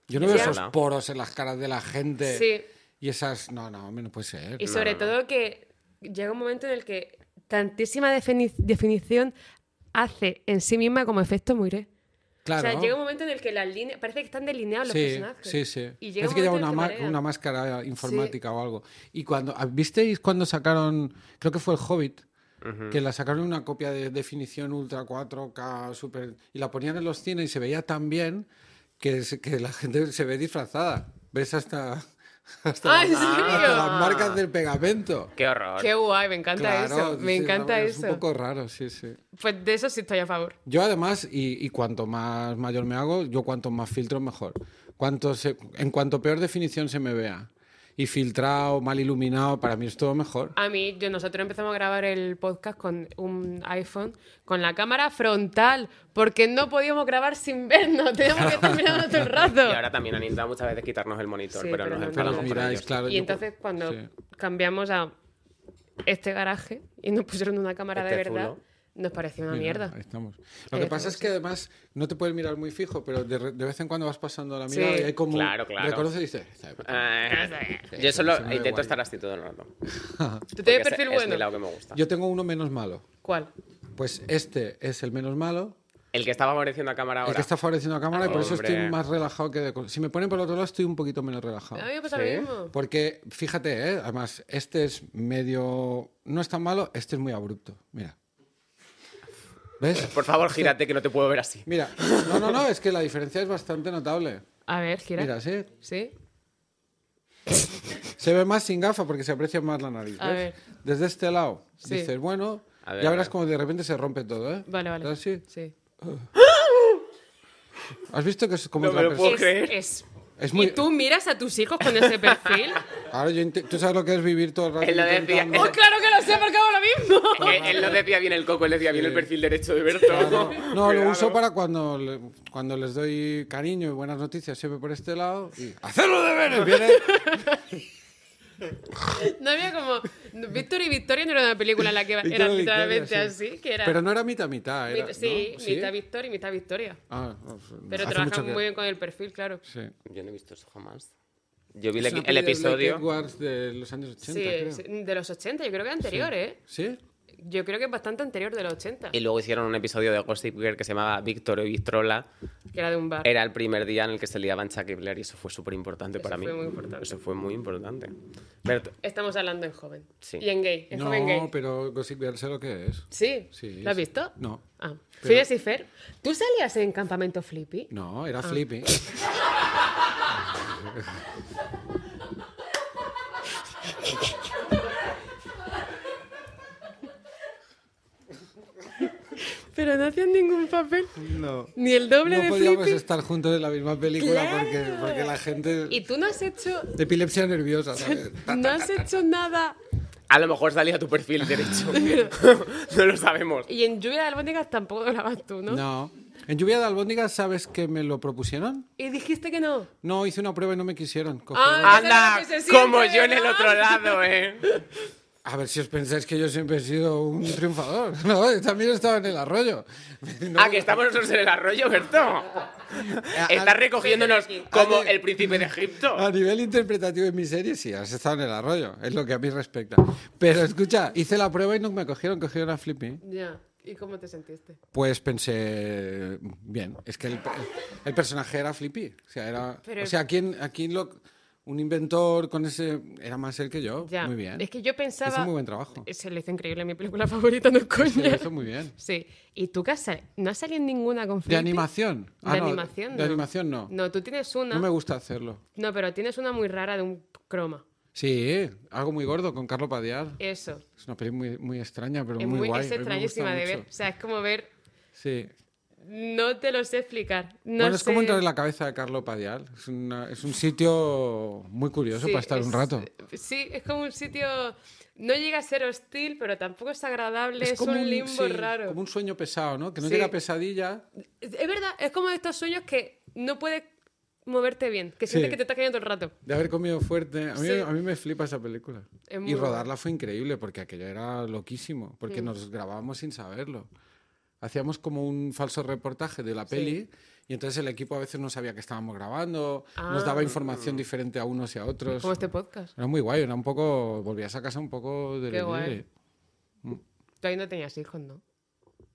Speaker 3: Yo no veo
Speaker 1: Ya.
Speaker 3: esos poros en las caras de la gente.
Speaker 1: Sí.
Speaker 3: Y esas. No, no, hombre, no puede ser.
Speaker 1: Y sobre todo que llega un momento en el que tantísima defini- definición hace en sí misma como efecto muiré.
Speaker 3: Claro.
Speaker 1: O sea, llega un momento en el que las líneas... Parece que están delineados los
Speaker 3: Sí,
Speaker 1: personajes.
Speaker 3: sí, sí.
Speaker 1: Y llega
Speaker 3: Parece que lleva
Speaker 1: un momento en
Speaker 3: una,
Speaker 1: el
Speaker 3: ma-
Speaker 1: marea.
Speaker 3: una máscara informática o algo. Y cuando. ah, ¿Visteis cuando sacaron. Creo que fue el Hobbit. Que la sacaron en una copia de definición ultra 4K, super. Y la ponían en los cines y se veía tan bien que, se- que la gente se ve disfrazada. ¿Ves hasta. Hasta,
Speaker 1: Ah, ¿en serio?
Speaker 3: hasta las marcas del pegamento.
Speaker 2: Qué horror.
Speaker 1: Qué guay, me encanta eso. Me
Speaker 3: sí,
Speaker 1: encanta
Speaker 3: es
Speaker 1: eso.
Speaker 3: un poco raro, sí, sí.
Speaker 1: Pues de eso sí estoy a favor.
Speaker 3: Yo además, y, y cuanto más mayor me hago, yo cuanto más filtro mejor. Cuanto se- en cuanto peor definición se me vea, y filtrado, mal iluminado, para mí es todo mejor.
Speaker 1: A mí, yo, nosotros empezamos a grabar el podcast con un iPhone, con la cámara frontal, porque no podíamos grabar sin vernos, teníamos que estar mirando todo el rato.
Speaker 2: Y ahora también han intentado muchas veces quitarnos el monitor,
Speaker 1: Sí,
Speaker 2: pero,
Speaker 1: pero
Speaker 2: nos
Speaker 1: no,
Speaker 3: Pero
Speaker 1: Hablamos
Speaker 2: enfadamos
Speaker 3: los
Speaker 1: no.
Speaker 2: con
Speaker 3: miráis,
Speaker 2: ellos.
Speaker 3: claro.
Speaker 1: Y
Speaker 3: yo-
Speaker 1: entonces cuando
Speaker 3: sí.
Speaker 1: cambiamos a este garaje y nos pusieron una cámara de
Speaker 2: Este
Speaker 1: verdad,
Speaker 2: zulo.
Speaker 1: Nos pareció una
Speaker 3: Mira,
Speaker 1: mierda. Eh,
Speaker 3: ahí estamos. Lo
Speaker 1: Ahí
Speaker 3: que pasa
Speaker 1: estamos,
Speaker 3: es que además no te puedes mirar muy fijo, pero de, re- de vez en cuando vas pasando la mirada
Speaker 1: Sí.
Speaker 3: y hay como.
Speaker 2: Claro, claro.
Speaker 3: Reconoce y dices. "Esta de puta madre".
Speaker 2: Eh,
Speaker 1: Sí,
Speaker 2: yo solo
Speaker 3: se me ve
Speaker 2: intento
Speaker 3: guay.
Speaker 2: estar así todo el rato.
Speaker 1: ¿Tú
Speaker 2: porque
Speaker 1: tienes
Speaker 2: ese
Speaker 1: perfil
Speaker 2: Es mi
Speaker 1: bueno?
Speaker 2: lado que me gusta.
Speaker 3: Yo tengo uno menos malo.
Speaker 1: ¿Cuál?
Speaker 3: Pues este es el menos malo.
Speaker 2: El que estaba apareciendo a cámara ahora.
Speaker 3: El que está favoreciendo a cámara y por eso
Speaker 2: Hombre.
Speaker 3: estoy más relajado que de... Si me ponen por el otro lado estoy un poquito menos relajado.
Speaker 1: A mí me pasa lo
Speaker 2: Sí.
Speaker 1: mismo.
Speaker 3: Porque fíjate, ¿eh? además, este es medio... No es tan malo, este es muy abrupto. Mira. ¿Ves?
Speaker 2: Por favor, gírate que no te puedo ver así.
Speaker 3: Mira, no, no, no, es que la diferencia es bastante notable.
Speaker 1: A ver, gira.
Speaker 3: Mira, sí.
Speaker 1: ¿Sí?
Speaker 3: Se ve más sin gafa porque se aprecia más la nariz.
Speaker 1: A
Speaker 3: ¿ves?
Speaker 1: ver.
Speaker 3: Desde este lado
Speaker 1: Sí.
Speaker 3: dices, bueno,
Speaker 2: A ver,
Speaker 3: ya
Speaker 2: a
Speaker 3: verás
Speaker 2: ver.
Speaker 3: como de repente se rompe todo, ¿eh?
Speaker 1: Vale, vale.
Speaker 3: Así.
Speaker 1: Sí.
Speaker 3: ¿Has visto que es como
Speaker 2: No
Speaker 3: otra
Speaker 2: me lo
Speaker 3: persona?
Speaker 2: ¿Puedo
Speaker 1: es,
Speaker 2: creer?
Speaker 1: es-
Speaker 3: Es muy-
Speaker 1: ¿Y tú miras a tus hijos con ese perfil?
Speaker 3: Ahora yo inte- tú sabes lo que es vivir todo el rato.
Speaker 2: Él lo decía.
Speaker 3: intentando-
Speaker 1: ¡Oh, claro que lo sé, porque hago lo mismo!
Speaker 2: Eh, él no decía bien el coco, él decía bien el perfil derecho de Berto.
Speaker 3: Claro. No,
Speaker 2: Cuidado.
Speaker 3: lo uso para cuando, le- cuando les doy cariño y buenas noticias siempre por este lado. Y ¡Hacer los deberes! Viene...
Speaker 1: No había como... Víctor y Victoria no era una película en la que
Speaker 3: Victoria,
Speaker 1: era
Speaker 3: Victoria,
Speaker 1: literalmente
Speaker 3: sí.
Speaker 1: así, que era...
Speaker 3: Pero no era mitad-mitad,
Speaker 1: mi-
Speaker 3: era... ¿no?
Speaker 1: sí, mitad Víctor y mitad Victoria.
Speaker 3: Ah, no, pues,
Speaker 1: Pero
Speaker 3: hace
Speaker 1: trabajan
Speaker 3: mucho que-
Speaker 1: muy bien con el perfil, claro.
Speaker 3: Sí.
Speaker 2: Yo no he visto eso jamás. Yo vi
Speaker 3: Es
Speaker 2: el,
Speaker 3: una
Speaker 2: el
Speaker 3: peli de Blake
Speaker 2: episodio.
Speaker 3: Edwards de los años 80,
Speaker 1: sí,
Speaker 3: creo.
Speaker 1: sí, de los 80, yo creo que anterior, ¿eh?
Speaker 3: ¿Sí?
Speaker 1: Yo creo que es bastante anterior de los 80,
Speaker 2: Y luego hicieron un episodio de Gossip Girl que se llamaba Víctor y Victrola.
Speaker 1: que era de un bar.
Speaker 2: Era el primer día en el que se liaban Chucky Blair y eso fue súper importante
Speaker 1: Eso
Speaker 2: para mí.
Speaker 1: fue muy importante.
Speaker 2: Eso fue muy importante. Berto,
Speaker 1: Estamos hablando en joven.
Speaker 2: Sí.
Speaker 1: Y en gay, en joven gay.
Speaker 3: No, pero Gossip Girl sé lo que es.
Speaker 1: Sí.
Speaker 3: Sí,
Speaker 1: ¿Lo has
Speaker 3: sí.
Speaker 1: visto?
Speaker 3: No.
Speaker 1: Ah.
Speaker 3: Pero-
Speaker 1: Phineas y Fer, ¿tú salías en Campamento Flippy?
Speaker 3: No,
Speaker 1: Ah.
Speaker 3: era Flippy.
Speaker 1: Pero no hacían ningún papel.
Speaker 3: No.
Speaker 1: Ni el doble
Speaker 3: No
Speaker 1: de
Speaker 3: podíamos
Speaker 1: Flippy.
Speaker 3: estar juntos en la misma película porque, porque la gente...
Speaker 1: Y tú no has hecho...
Speaker 3: De epilepsia nerviosa, ¿sabes?
Speaker 1: No has hecho nada.
Speaker 2: a lo mejor salía tu perfil derecho. no lo sabemos.
Speaker 1: Y en Lluvia de Albóndigas tampoco grabas tú, ¿no?
Speaker 3: No. En Lluvia de Albóndigas, ¿sabes que me lo propusieron?
Speaker 1: Y dijiste que no.
Speaker 3: No, hice una prueba y no me quisieron. coger.
Speaker 1: Ah. Eso
Speaker 2: Anda,
Speaker 1: es lo que se
Speaker 2: como
Speaker 1: siente,
Speaker 2: yo en el
Speaker 1: ¿verdad?
Speaker 2: otro lado, ¿eh?
Speaker 3: A ver si os pensáis que yo siempre he sido un triunfador. No, yo también estaba en el arroyo. No, Eh,
Speaker 2: ah, que estamos nosotros en el arroyo, Berto. Estás
Speaker 3: a-
Speaker 2: recogiéndonos
Speaker 1: Vete de aquí.
Speaker 2: como
Speaker 3: Ale.
Speaker 2: el príncipe de Egipto.
Speaker 3: A nivel interpretativo en mi serie, sí, has estado en el arroyo. Es lo que a mí respecta. Pero escucha, hice la prueba y no me cogieron, cogieron a Flippy.
Speaker 1: Ya. ¿Y cómo te sentiste?
Speaker 3: Pues pensé, bien, es que el, pe- el personaje era Flippy. O sea, era,
Speaker 1: Pero-
Speaker 3: o sea ¿quién, ¿a quién lo...? Un inventor con ese... Era más él que yo.
Speaker 1: Ya.
Speaker 3: Muy bien.
Speaker 1: Es que yo pensaba...
Speaker 3: Hizo muy buen trabajo.
Speaker 1: Se le hizo increíble mi película favorita, no es
Speaker 3: Sí, lo
Speaker 1: coña.
Speaker 3: hizo muy bien.
Speaker 1: Sí. ¿Y tú qué has salido? ¿No has salido en ninguna con
Speaker 3: ¿De
Speaker 1: Flippy?
Speaker 3: animación?
Speaker 1: De
Speaker 3: Ah, no,
Speaker 1: animación,
Speaker 3: De
Speaker 1: no.
Speaker 3: animación no.
Speaker 1: No, tú tienes una.
Speaker 3: No me gusta hacerlo.
Speaker 1: No, pero tienes una muy rara de un croma.
Speaker 3: Sí, algo muy gordo con Carlo Padial.
Speaker 1: Eso.
Speaker 3: Es una peli muy, muy extraña, pero
Speaker 1: es
Speaker 3: muy,
Speaker 1: muy,
Speaker 3: guay.
Speaker 1: es
Speaker 3: A mí me
Speaker 1: extrañísima
Speaker 3: gusta
Speaker 1: de ver.
Speaker 3: mucho.
Speaker 1: O sea, es como ver.
Speaker 3: Sí.
Speaker 1: No te lo sé explicar. No
Speaker 3: bueno, es como
Speaker 1: sé-
Speaker 3: entrar en la cabeza de Carlo Padial. Es, una- es un sitio muy curioso
Speaker 1: Sí,
Speaker 3: para estar un
Speaker 1: es-
Speaker 3: rato.
Speaker 1: Sí, es como un sitio. No llega a ser hostil, pero tampoco es agradable. Es, un limbo
Speaker 3: sí,
Speaker 1: raro.
Speaker 3: Como un sueño pesado, ¿no? Que no
Speaker 1: Sí.
Speaker 3: llega pesadilla.
Speaker 1: Es es verdad, es como de estos sueños que no puedes moverte bien, que sientes
Speaker 3: Sí.
Speaker 1: que te estás cayendo todo el rato.
Speaker 3: De haber comido fuerte. A mí,
Speaker 1: Sí.
Speaker 3: a mí me flipa esa película.
Speaker 1: Es muy Mm.
Speaker 3: Y rodarla fue increíble porque aquello era loquísimo, porque nos grabábamos sin saberlo. Hacíamos como un falso reportaje de la peli y entonces el equipo a veces no sabía que estábamos grabando, nos
Speaker 1: Ah.
Speaker 3: daba información diferente a unos y a otros.
Speaker 1: Como este podcast.
Speaker 3: Era muy guay, era un poco... Volvías a casa un poco de...
Speaker 1: Qué
Speaker 3: libre.
Speaker 1: guay. Tú ahí no tenías hijos, ¿no?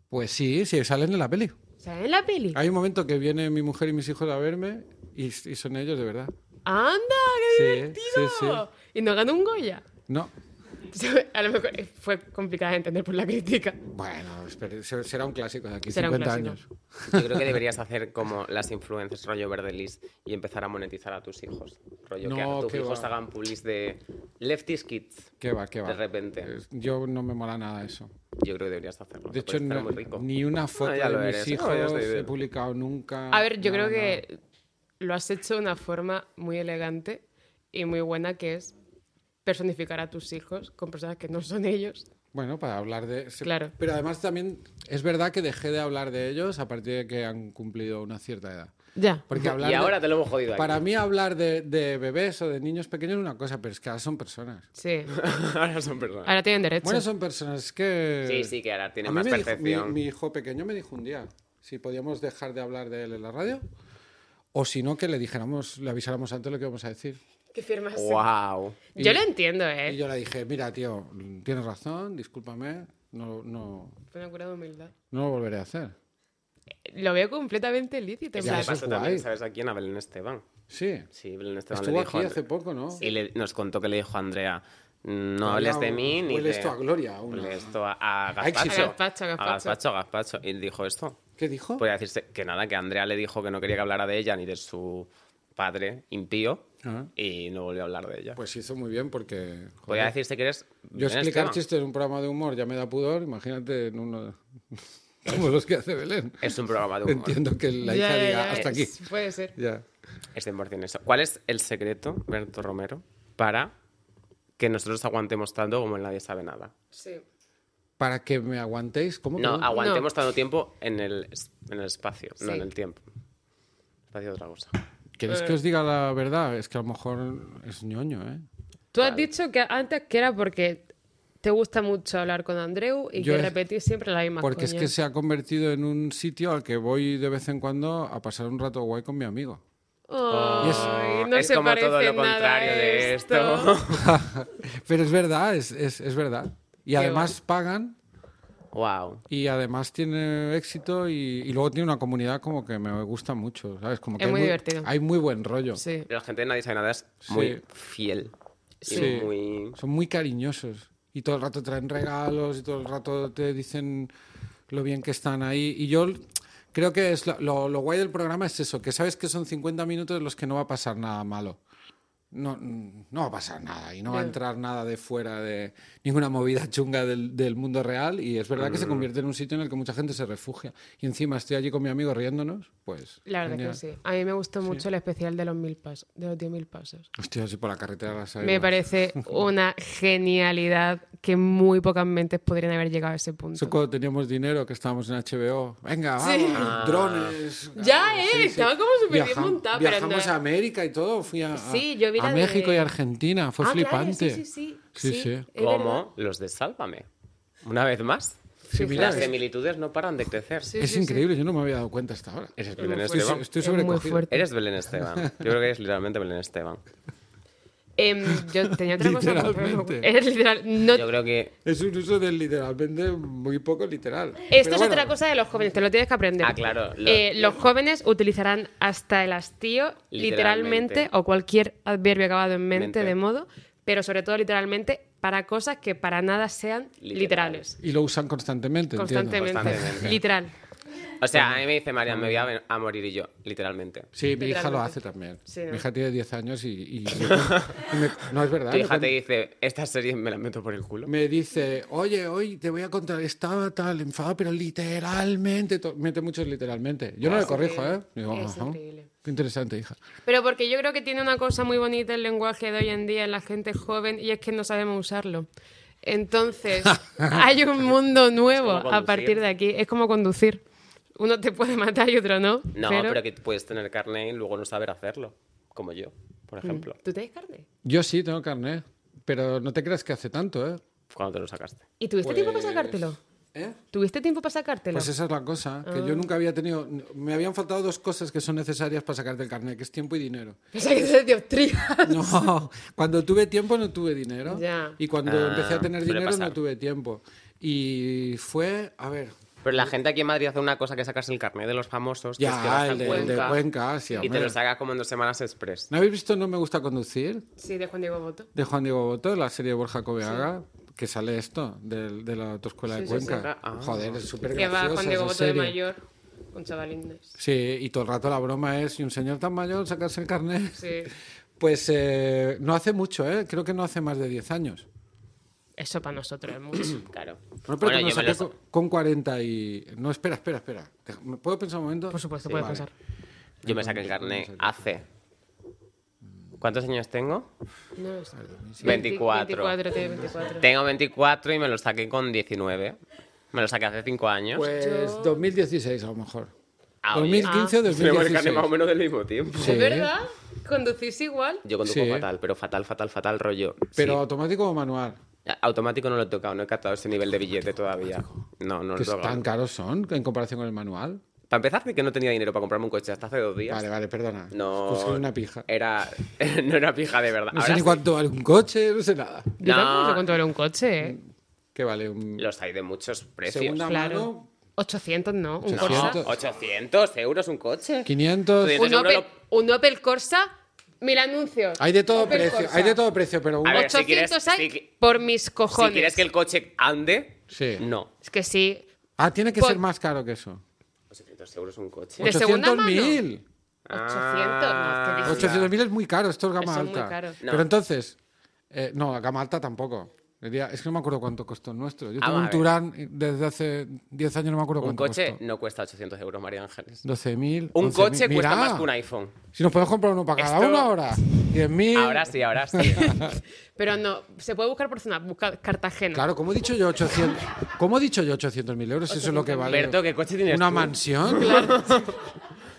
Speaker 3: Pues sí, sí, salen en la peli.
Speaker 1: O sea, en la peli.
Speaker 3: Hay un momento que viene mi mujer y mis hijos a verme y, y son ellos de verdad.
Speaker 1: ¡Anda!
Speaker 3: Sí,
Speaker 1: ¡Qué divertido!
Speaker 3: sí,
Speaker 1: Y nos ganó un Goya.
Speaker 3: No,
Speaker 1: A lo mejor eh, fue complicada de entender por la crítica.
Speaker 3: bueno, espere, se- será un clásico de aquí,
Speaker 1: Será un
Speaker 3: 50 años.
Speaker 1: clásico.
Speaker 2: Yo creo que deberías hacer como las influencers rollo Verdelis y empezar a monetizar a tus hijos. Rollo que
Speaker 3: No,
Speaker 2: a tus
Speaker 3: qué
Speaker 2: hijos
Speaker 3: va.
Speaker 2: hagan pulis de Lefties Kids.
Speaker 3: ¿Qué va, qué va?
Speaker 2: De repente.
Speaker 3: Es- Yo no me mola nada eso.
Speaker 2: Yo creo que deberías hacerlo.
Speaker 3: Eh. De
Speaker 2: que puede
Speaker 3: hecho,
Speaker 2: estar
Speaker 3: no-
Speaker 2: muy rico.
Speaker 3: ni una foto
Speaker 2: Ah, ya lo
Speaker 3: de mis
Speaker 2: eres. No,
Speaker 3: hijos
Speaker 2: ya estoy
Speaker 3: he
Speaker 2: bien.
Speaker 3: publicado nunca.
Speaker 1: A ver, yo
Speaker 3: nada,
Speaker 1: creo que lo has hecho de una forma muy elegante y muy buena, que es personificar a tus hijos con personas que no son ellos.
Speaker 3: nada. Bueno, para hablar de... se-
Speaker 1: Claro.
Speaker 3: Pero además también es verdad que dejé de hablar de ellos a partir de que han cumplido una cierta edad.
Speaker 1: Ya.
Speaker 3: Porque hablar
Speaker 2: Y
Speaker 3: de-
Speaker 2: ahora te lo hemos jodido. aquí.
Speaker 3: Para mí hablar de, de bebés o de niños pequeños es una cosa, pero es que ahora son personas.
Speaker 1: Sí.
Speaker 2: ahora son personas.
Speaker 1: Ahora tienen derecho.
Speaker 3: Bueno, son personas es que...
Speaker 2: Sí, sí, que ahora tiene
Speaker 3: Eh, A mí
Speaker 2: más
Speaker 3: me dijo- mi-
Speaker 2: percepción.
Speaker 3: mi, hijo pequeño me dijo un día si podíamos dejar de hablar de él en la radio o si no que le dijéramos, le avisáramos antes lo que íbamos a decir.
Speaker 1: ¿Qué firmas?
Speaker 2: Wow.
Speaker 1: Yo lo entiendo,
Speaker 3: Y
Speaker 1: ¿eh?
Speaker 3: yo le dije, mira tío, tienes razón, discúlpame, no, no,
Speaker 1: Fue una cura de humildad. Eh,
Speaker 3: no lo volveré a hacer.
Speaker 1: Lo veo completamente lícito. en
Speaker 3: Ya,
Speaker 1: plan,
Speaker 2: Eso le
Speaker 3: eso es
Speaker 2: pasó también,
Speaker 3: guay.
Speaker 2: ¿sabes a quién? A Belén Esteban.
Speaker 3: Sí,
Speaker 2: Sí, Belén Esteban
Speaker 3: estuvo
Speaker 2: le dijo.
Speaker 3: aquí
Speaker 2: a-
Speaker 3: hace poco, ¿no?
Speaker 2: Y le- nos contó que le dijo a Andrea, no hables de mí ni
Speaker 3: Huele
Speaker 2: de... pues
Speaker 3: esto a gloria. a una-
Speaker 2: Huele esto a, a
Speaker 3: éxito.
Speaker 2: gazpacho.
Speaker 1: gazpacho,
Speaker 3: A
Speaker 1: a
Speaker 2: A
Speaker 1: gazpacho.
Speaker 2: gazpacho, a gazpacho. Y dijo esto.
Speaker 3: ¿Qué dijo?
Speaker 2: Podría decirse que nada, que Andrea le dijo que no quería que hablara de ella ni de su padre impío
Speaker 3: Ah.
Speaker 2: y no volvió a hablar de ella.
Speaker 3: Pues hizo muy bien porque... joder,
Speaker 2: Podría decirse que eres...
Speaker 3: yo
Speaker 2: Belén
Speaker 3: explicar
Speaker 2: Esteban.
Speaker 3: chistes en un programa de humor ya me da pudor, imagínate en uno... de- como los que hace Belén.
Speaker 2: Es un programa de humor.
Speaker 3: Entiendo que la hija
Speaker 1: ya, ya,
Speaker 3: diga
Speaker 1: ya,
Speaker 3: hasta aquí.
Speaker 1: es- Puede ser.
Speaker 3: Ya.
Speaker 2: Es 100% eso. ¿Cuál es el secreto, Berto Romero, para que nosotros aguantemos tanto como el nadie sabe nada?
Speaker 1: Sí.
Speaker 3: Para que me aguantéis, ¿cómo?
Speaker 2: No,
Speaker 3: perdón?
Speaker 2: aguantemos tanto tiempo en el, es- en el espacio, no
Speaker 1: Sí.
Speaker 2: en el tiempo. Espacio es otra cosa.
Speaker 3: ¿Queréis
Speaker 2: eh.
Speaker 3: que os diga la verdad? Es que a lo mejor es ñoño, ¿eh?
Speaker 1: Tú has dicho que antes que era porque te gusta mucho hablar con Andreu y
Speaker 3: Yo
Speaker 1: que
Speaker 3: es-
Speaker 1: repetís siempre la misma
Speaker 3: Porque es
Speaker 1: coña.
Speaker 3: que se ha convertido en un sitio al que voy de vez en cuando a pasar un rato guay con mi amigo.
Speaker 1: Ay,
Speaker 2: Oh,
Speaker 1: no
Speaker 2: es
Speaker 1: se
Speaker 2: como
Speaker 1: parece
Speaker 2: todo lo
Speaker 1: nada
Speaker 2: contrario
Speaker 1: a
Speaker 2: de
Speaker 1: esto.
Speaker 2: esto.
Speaker 3: Pero es verdad, es, es, es verdad. Y además pagan
Speaker 2: wow.
Speaker 3: y además tiene éxito y, y luego tiene una comunidad como que me gusta mucho, ¿sabes? Como que
Speaker 1: Es
Speaker 3: hay
Speaker 1: muy divertido.
Speaker 3: Hay muy buen rollo.
Speaker 1: Sí.
Speaker 2: La gente de nadie sabe nada es
Speaker 3: Sí.
Speaker 2: muy fiel. y
Speaker 3: Sí.
Speaker 2: muy...
Speaker 3: Son muy cariñosos y todo el rato traen regalos y todo el rato te dicen lo bien que están ahí. Y yo l- creo que es lo, lo- lo guay del programa es eso, que sabes que son 50 minutos en los que no va a pasar nada malo. No, no va a pasar nada y no va a
Speaker 1: Ya.
Speaker 3: entrar nada de fuera de ninguna movida chunga del, del mundo real y es verdad que se convierte en un sitio en el que mucha gente se refugia y encima estoy allí con mi amigo riéndonos, pues...
Speaker 1: La verdad
Speaker 3: genial.
Speaker 1: que sí. A mí me gustó mucho el especial de los mil pasos, de los 10.000 pasos.
Speaker 3: Hostia, así por la carretera las
Speaker 1: Me
Speaker 3: águilas.
Speaker 1: parece una genialidad que muy pocas mentes podrían haber llegado a ese punto.
Speaker 3: Eso cuando teníamos dinero, que estábamos en HBO. Venga, vamos, drones.
Speaker 1: Ah. Ya,
Speaker 3: Ah,
Speaker 1: eh, estaba como súper bien montado, pero
Speaker 3: Viajamos
Speaker 1: no-
Speaker 3: a América y todo. Fui a, a-
Speaker 1: Sí, yo vi
Speaker 3: a
Speaker 1: la de-
Speaker 3: México y Argentina. Fue
Speaker 1: Ah, claro,
Speaker 3: flipante.
Speaker 1: sí, sí, sí.
Speaker 3: Sí,
Speaker 1: Sí,
Speaker 3: sí.
Speaker 1: es
Speaker 2: Como
Speaker 1: verdad.
Speaker 2: los de Sálvame. Una vez más.
Speaker 3: Sí, mira,
Speaker 2: Las
Speaker 3: es,
Speaker 2: similitudes no paran de crecer.
Speaker 1: Sí,
Speaker 3: es
Speaker 1: sí, sí.
Speaker 3: increíble, yo no me había dado cuenta hasta ahora.
Speaker 2: Eres Belén
Speaker 1: fuerte.
Speaker 3: Estoy,
Speaker 2: Esteban.
Speaker 3: estoy
Speaker 1: Es muy
Speaker 3: sobrecogido.
Speaker 1: fuerte.
Speaker 2: Eres Belén Esteban. Yo creo que eres literalmente Belén Esteban.
Speaker 1: Em, yo tenía otra cosa. pero no-
Speaker 3: Literalmente.
Speaker 1: Es literal. no-
Speaker 2: Yo creo que
Speaker 3: Es un uso del literalmente muy poco literal.
Speaker 1: Esto es otra cosa de los jóvenes, te lo tienes que aprender.
Speaker 2: Ah, claro, lo-
Speaker 1: Eh, los jóvenes utilizarán hasta el hastío,
Speaker 2: Literalmente.
Speaker 1: literalmente, o cualquier adverbio acabado en mente,
Speaker 2: Mente.
Speaker 1: de modo, pero sobre todo literalmente para cosas que para nada sean
Speaker 2: Literales.
Speaker 1: literales.
Speaker 3: Y lo usan constantemente, entiendo.
Speaker 1: Constantemente.
Speaker 2: Constantemente.
Speaker 1: Literal.
Speaker 2: O sea, a mí me dice María, me voy a, ven- a morir y yo, literalmente.
Speaker 3: Sí, mi hija lo
Speaker 1: Literalmente.
Speaker 3: hace también.
Speaker 1: Sí, ¿no?
Speaker 3: Mi hija tiene 10 años y... y- y me- no, es verdad.
Speaker 2: Tu
Speaker 3: me
Speaker 1: pues
Speaker 2: hija
Speaker 3: cuenta-
Speaker 2: te dice, esta serie me la meto por el culo.
Speaker 3: me dice, oye, hoy te voy a contar, estaba tal enfadado, pero literalmente, to- mete muchos literalmente. Yo no le corrijo, ¿eh? Digo,
Speaker 1: Es
Speaker 3: "Ajá,
Speaker 1: increíble.
Speaker 3: Qué interesante, hija.
Speaker 1: Pero porque yo creo que tiene una cosa muy bonita el lenguaje de hoy en día en la gente joven y es que no sabemos usarlo. Entonces, hay un mundo nuevo
Speaker 2: Es como
Speaker 1: a partir
Speaker 2: conducir.
Speaker 1: de aquí. Es como conducir. Uno te puede matar y otro no.
Speaker 2: No, pero... que puedes tener carne y luego no saber hacerlo. Como yo, por ejemplo.
Speaker 1: ¿Tú tienes carne?
Speaker 3: Yo sí tengo carnet, pero no te creas que hace tanto, ¿eh?
Speaker 2: Cuando te lo sacaste.
Speaker 1: ¿Y tuviste tiempo
Speaker 2: Pues
Speaker 1: para sacártelo?
Speaker 3: ¿Eh?
Speaker 1: ¿Tuviste tiempo para sacártelo?
Speaker 3: Pues esa es la cosa, que
Speaker 1: Ah.
Speaker 3: yo nunca había tenido... Me habían faltado dos cosas que son necesarias para sacarte el carnet, que es tiempo y dinero.
Speaker 1: Pensaba que eres de Austria.
Speaker 3: No, cuando tuve tiempo no tuve dinero.
Speaker 1: Ya.
Speaker 3: Y cuando
Speaker 2: Ah,
Speaker 3: empecé a tener
Speaker 2: suele
Speaker 3: dinero
Speaker 2: pasar.
Speaker 3: no tuve tiempo. Y fue, a ver,
Speaker 2: Pero la gente aquí en Madrid hace una cosa que sacas el carnet de los famosos. que
Speaker 3: Ya,
Speaker 2: es que vas a
Speaker 3: el de- el de Cuenca, sí,
Speaker 2: Y
Speaker 3: hombre.
Speaker 2: te lo saca como en dos semanas express.
Speaker 3: ¿no habéis visto No me gusta conducir?
Speaker 1: Sí, de Juan Diego Boto.
Speaker 3: de Juan Diego Boto, la serie de Borja Coveaga, que sale esto, del- de, la autoescuela de
Speaker 1: Sí, sí,
Speaker 3: Cuenca.
Speaker 2: sí. Ah.
Speaker 3: Joder, es súper
Speaker 1: Que va
Speaker 3: graciosa
Speaker 1: Juan Diego
Speaker 3: esa
Speaker 1: Boto de
Speaker 3: serie.
Speaker 1: mayor con chavalines.
Speaker 3: Sí, y todo el rato la broma es, ¿y un señor tan mayor sacarse el carnet?
Speaker 1: Sí.
Speaker 3: Pues eh, no hace mucho, ¿eh? Creo que no hace más de 10 años.
Speaker 1: Eso para nosotros es mucho.
Speaker 2: Claro.
Speaker 3: No, pero que
Speaker 2: yo
Speaker 3: me lo
Speaker 2: me lo
Speaker 3: saqué con, con 40 y... No, espera, espera, espera. Deja- ¿Me puedo pensar un momento?
Speaker 1: Por supuesto,
Speaker 3: Sí,
Speaker 1: puedes
Speaker 3: vale.
Speaker 1: pasar.
Speaker 2: Yo me saqué el carnet hace ¿Cuántos años tengo?
Speaker 1: No lo sé.
Speaker 2: 24.
Speaker 1: 24, tiene 24.
Speaker 2: Tengo 24 y me lo saqué con 19. Me lo saqué hace 5 años.
Speaker 3: Pues
Speaker 1: Yo-
Speaker 3: 2016 a lo mejor.
Speaker 2: Ah, oye.
Speaker 3: 2015 o
Speaker 2: Me marcaré más o
Speaker 3: 2016.
Speaker 2: menos del mismo tiempo.
Speaker 3: Sí.
Speaker 1: ¿Es verdad? ¿Conducís igual?
Speaker 2: Yo conduzco
Speaker 3: Sí.
Speaker 2: fatal, pero fatal, fatal, fatal rollo.
Speaker 3: Pero
Speaker 2: Sí.
Speaker 3: automático o manual.
Speaker 2: Automático no lo he tocado, no he catado ese nivel de billete todavía. No, Pues no lo
Speaker 3: Que
Speaker 2: he tocado.
Speaker 3: tan caros son en comparación con el manual.
Speaker 2: Para empezar, de que no tenía dinero para comprarme un coche hasta hace dos días.
Speaker 3: Vale, vale, perdona.
Speaker 2: No.
Speaker 3: Es que soy una pija.
Speaker 2: Era... no era pija de verdad.
Speaker 3: No sé
Speaker 2: Ahora
Speaker 3: ni
Speaker 2: sí.
Speaker 3: cuánto vale un coche, no sé nada.
Speaker 1: Yo tampoco
Speaker 2: No.
Speaker 1: sé cuánto vale un coche, ¿eh?
Speaker 3: ¿Qué vale un
Speaker 2: Los hay de muchos precios.
Speaker 3: segunda
Speaker 1: Claro.
Speaker 3: mano?
Speaker 1: 800, ¿no? Un
Speaker 3: No.
Speaker 1: Corsa.
Speaker 2: No, 800 euros un coche.
Speaker 3: 500.
Speaker 2: Estoy
Speaker 1: Un
Speaker 2: Seguro
Speaker 1: Opel, un Opel Corsa, mil anuncios.
Speaker 3: Hay de todo
Speaker 1: Opel
Speaker 3: precio,
Speaker 1: Corsa.
Speaker 3: hay de todo precio, pero un
Speaker 2: A ver,
Speaker 1: 800
Speaker 2: si quieres-
Speaker 1: hay
Speaker 2: si qui-
Speaker 1: por mis cojones.
Speaker 2: Si quieres que el coche ande,
Speaker 3: Sí.
Speaker 2: no.
Speaker 1: Es que sí.
Speaker 3: Ah, tiene que
Speaker 1: Pon-
Speaker 3: ser más caro que eso.
Speaker 2: 800 euros un coche.
Speaker 1: ¿De segunda mano?
Speaker 3: 800.000.
Speaker 1: 800,
Speaker 3: Ah.
Speaker 1: no, es que dices-
Speaker 3: 800.000 es muy caro, esto es gama
Speaker 1: Eso es muy
Speaker 3: alta.
Speaker 1: caro.
Speaker 2: No.
Speaker 3: Pero entonces, eh, no, la gama alta tampoco. Diría- Es que no me acuerdo cuánto costó el nuestro. Yo
Speaker 2: Ah,
Speaker 3: tengo
Speaker 2: va,
Speaker 3: un
Speaker 2: a ver.
Speaker 3: Turán eh, desde hace 10 años, no me acuerdo
Speaker 2: Un
Speaker 3: cuánto
Speaker 2: coche
Speaker 3: costó.
Speaker 2: no cuesta 800 euros, María Ángeles.
Speaker 3: 12.000.
Speaker 2: Un
Speaker 3: 11.000.
Speaker 2: coche cuesta
Speaker 3: Mira,
Speaker 2: más que un iPhone.
Speaker 3: Si nos podemos comprar uno para cada
Speaker 2: Esto-
Speaker 3: uno ahora. 10.000.
Speaker 2: Ahora sí, ahora sí.
Speaker 1: Pero no, se puede buscar por zona. Busca Cartagena.
Speaker 3: Claro, ¿cómo he dicho yo 800? ¿Cómo he dicho yo 800.000 euros? Eso es lo que vale.
Speaker 2: Alberto, ¿qué coche tienes
Speaker 3: ¿Una
Speaker 2: tú?
Speaker 3: mansión?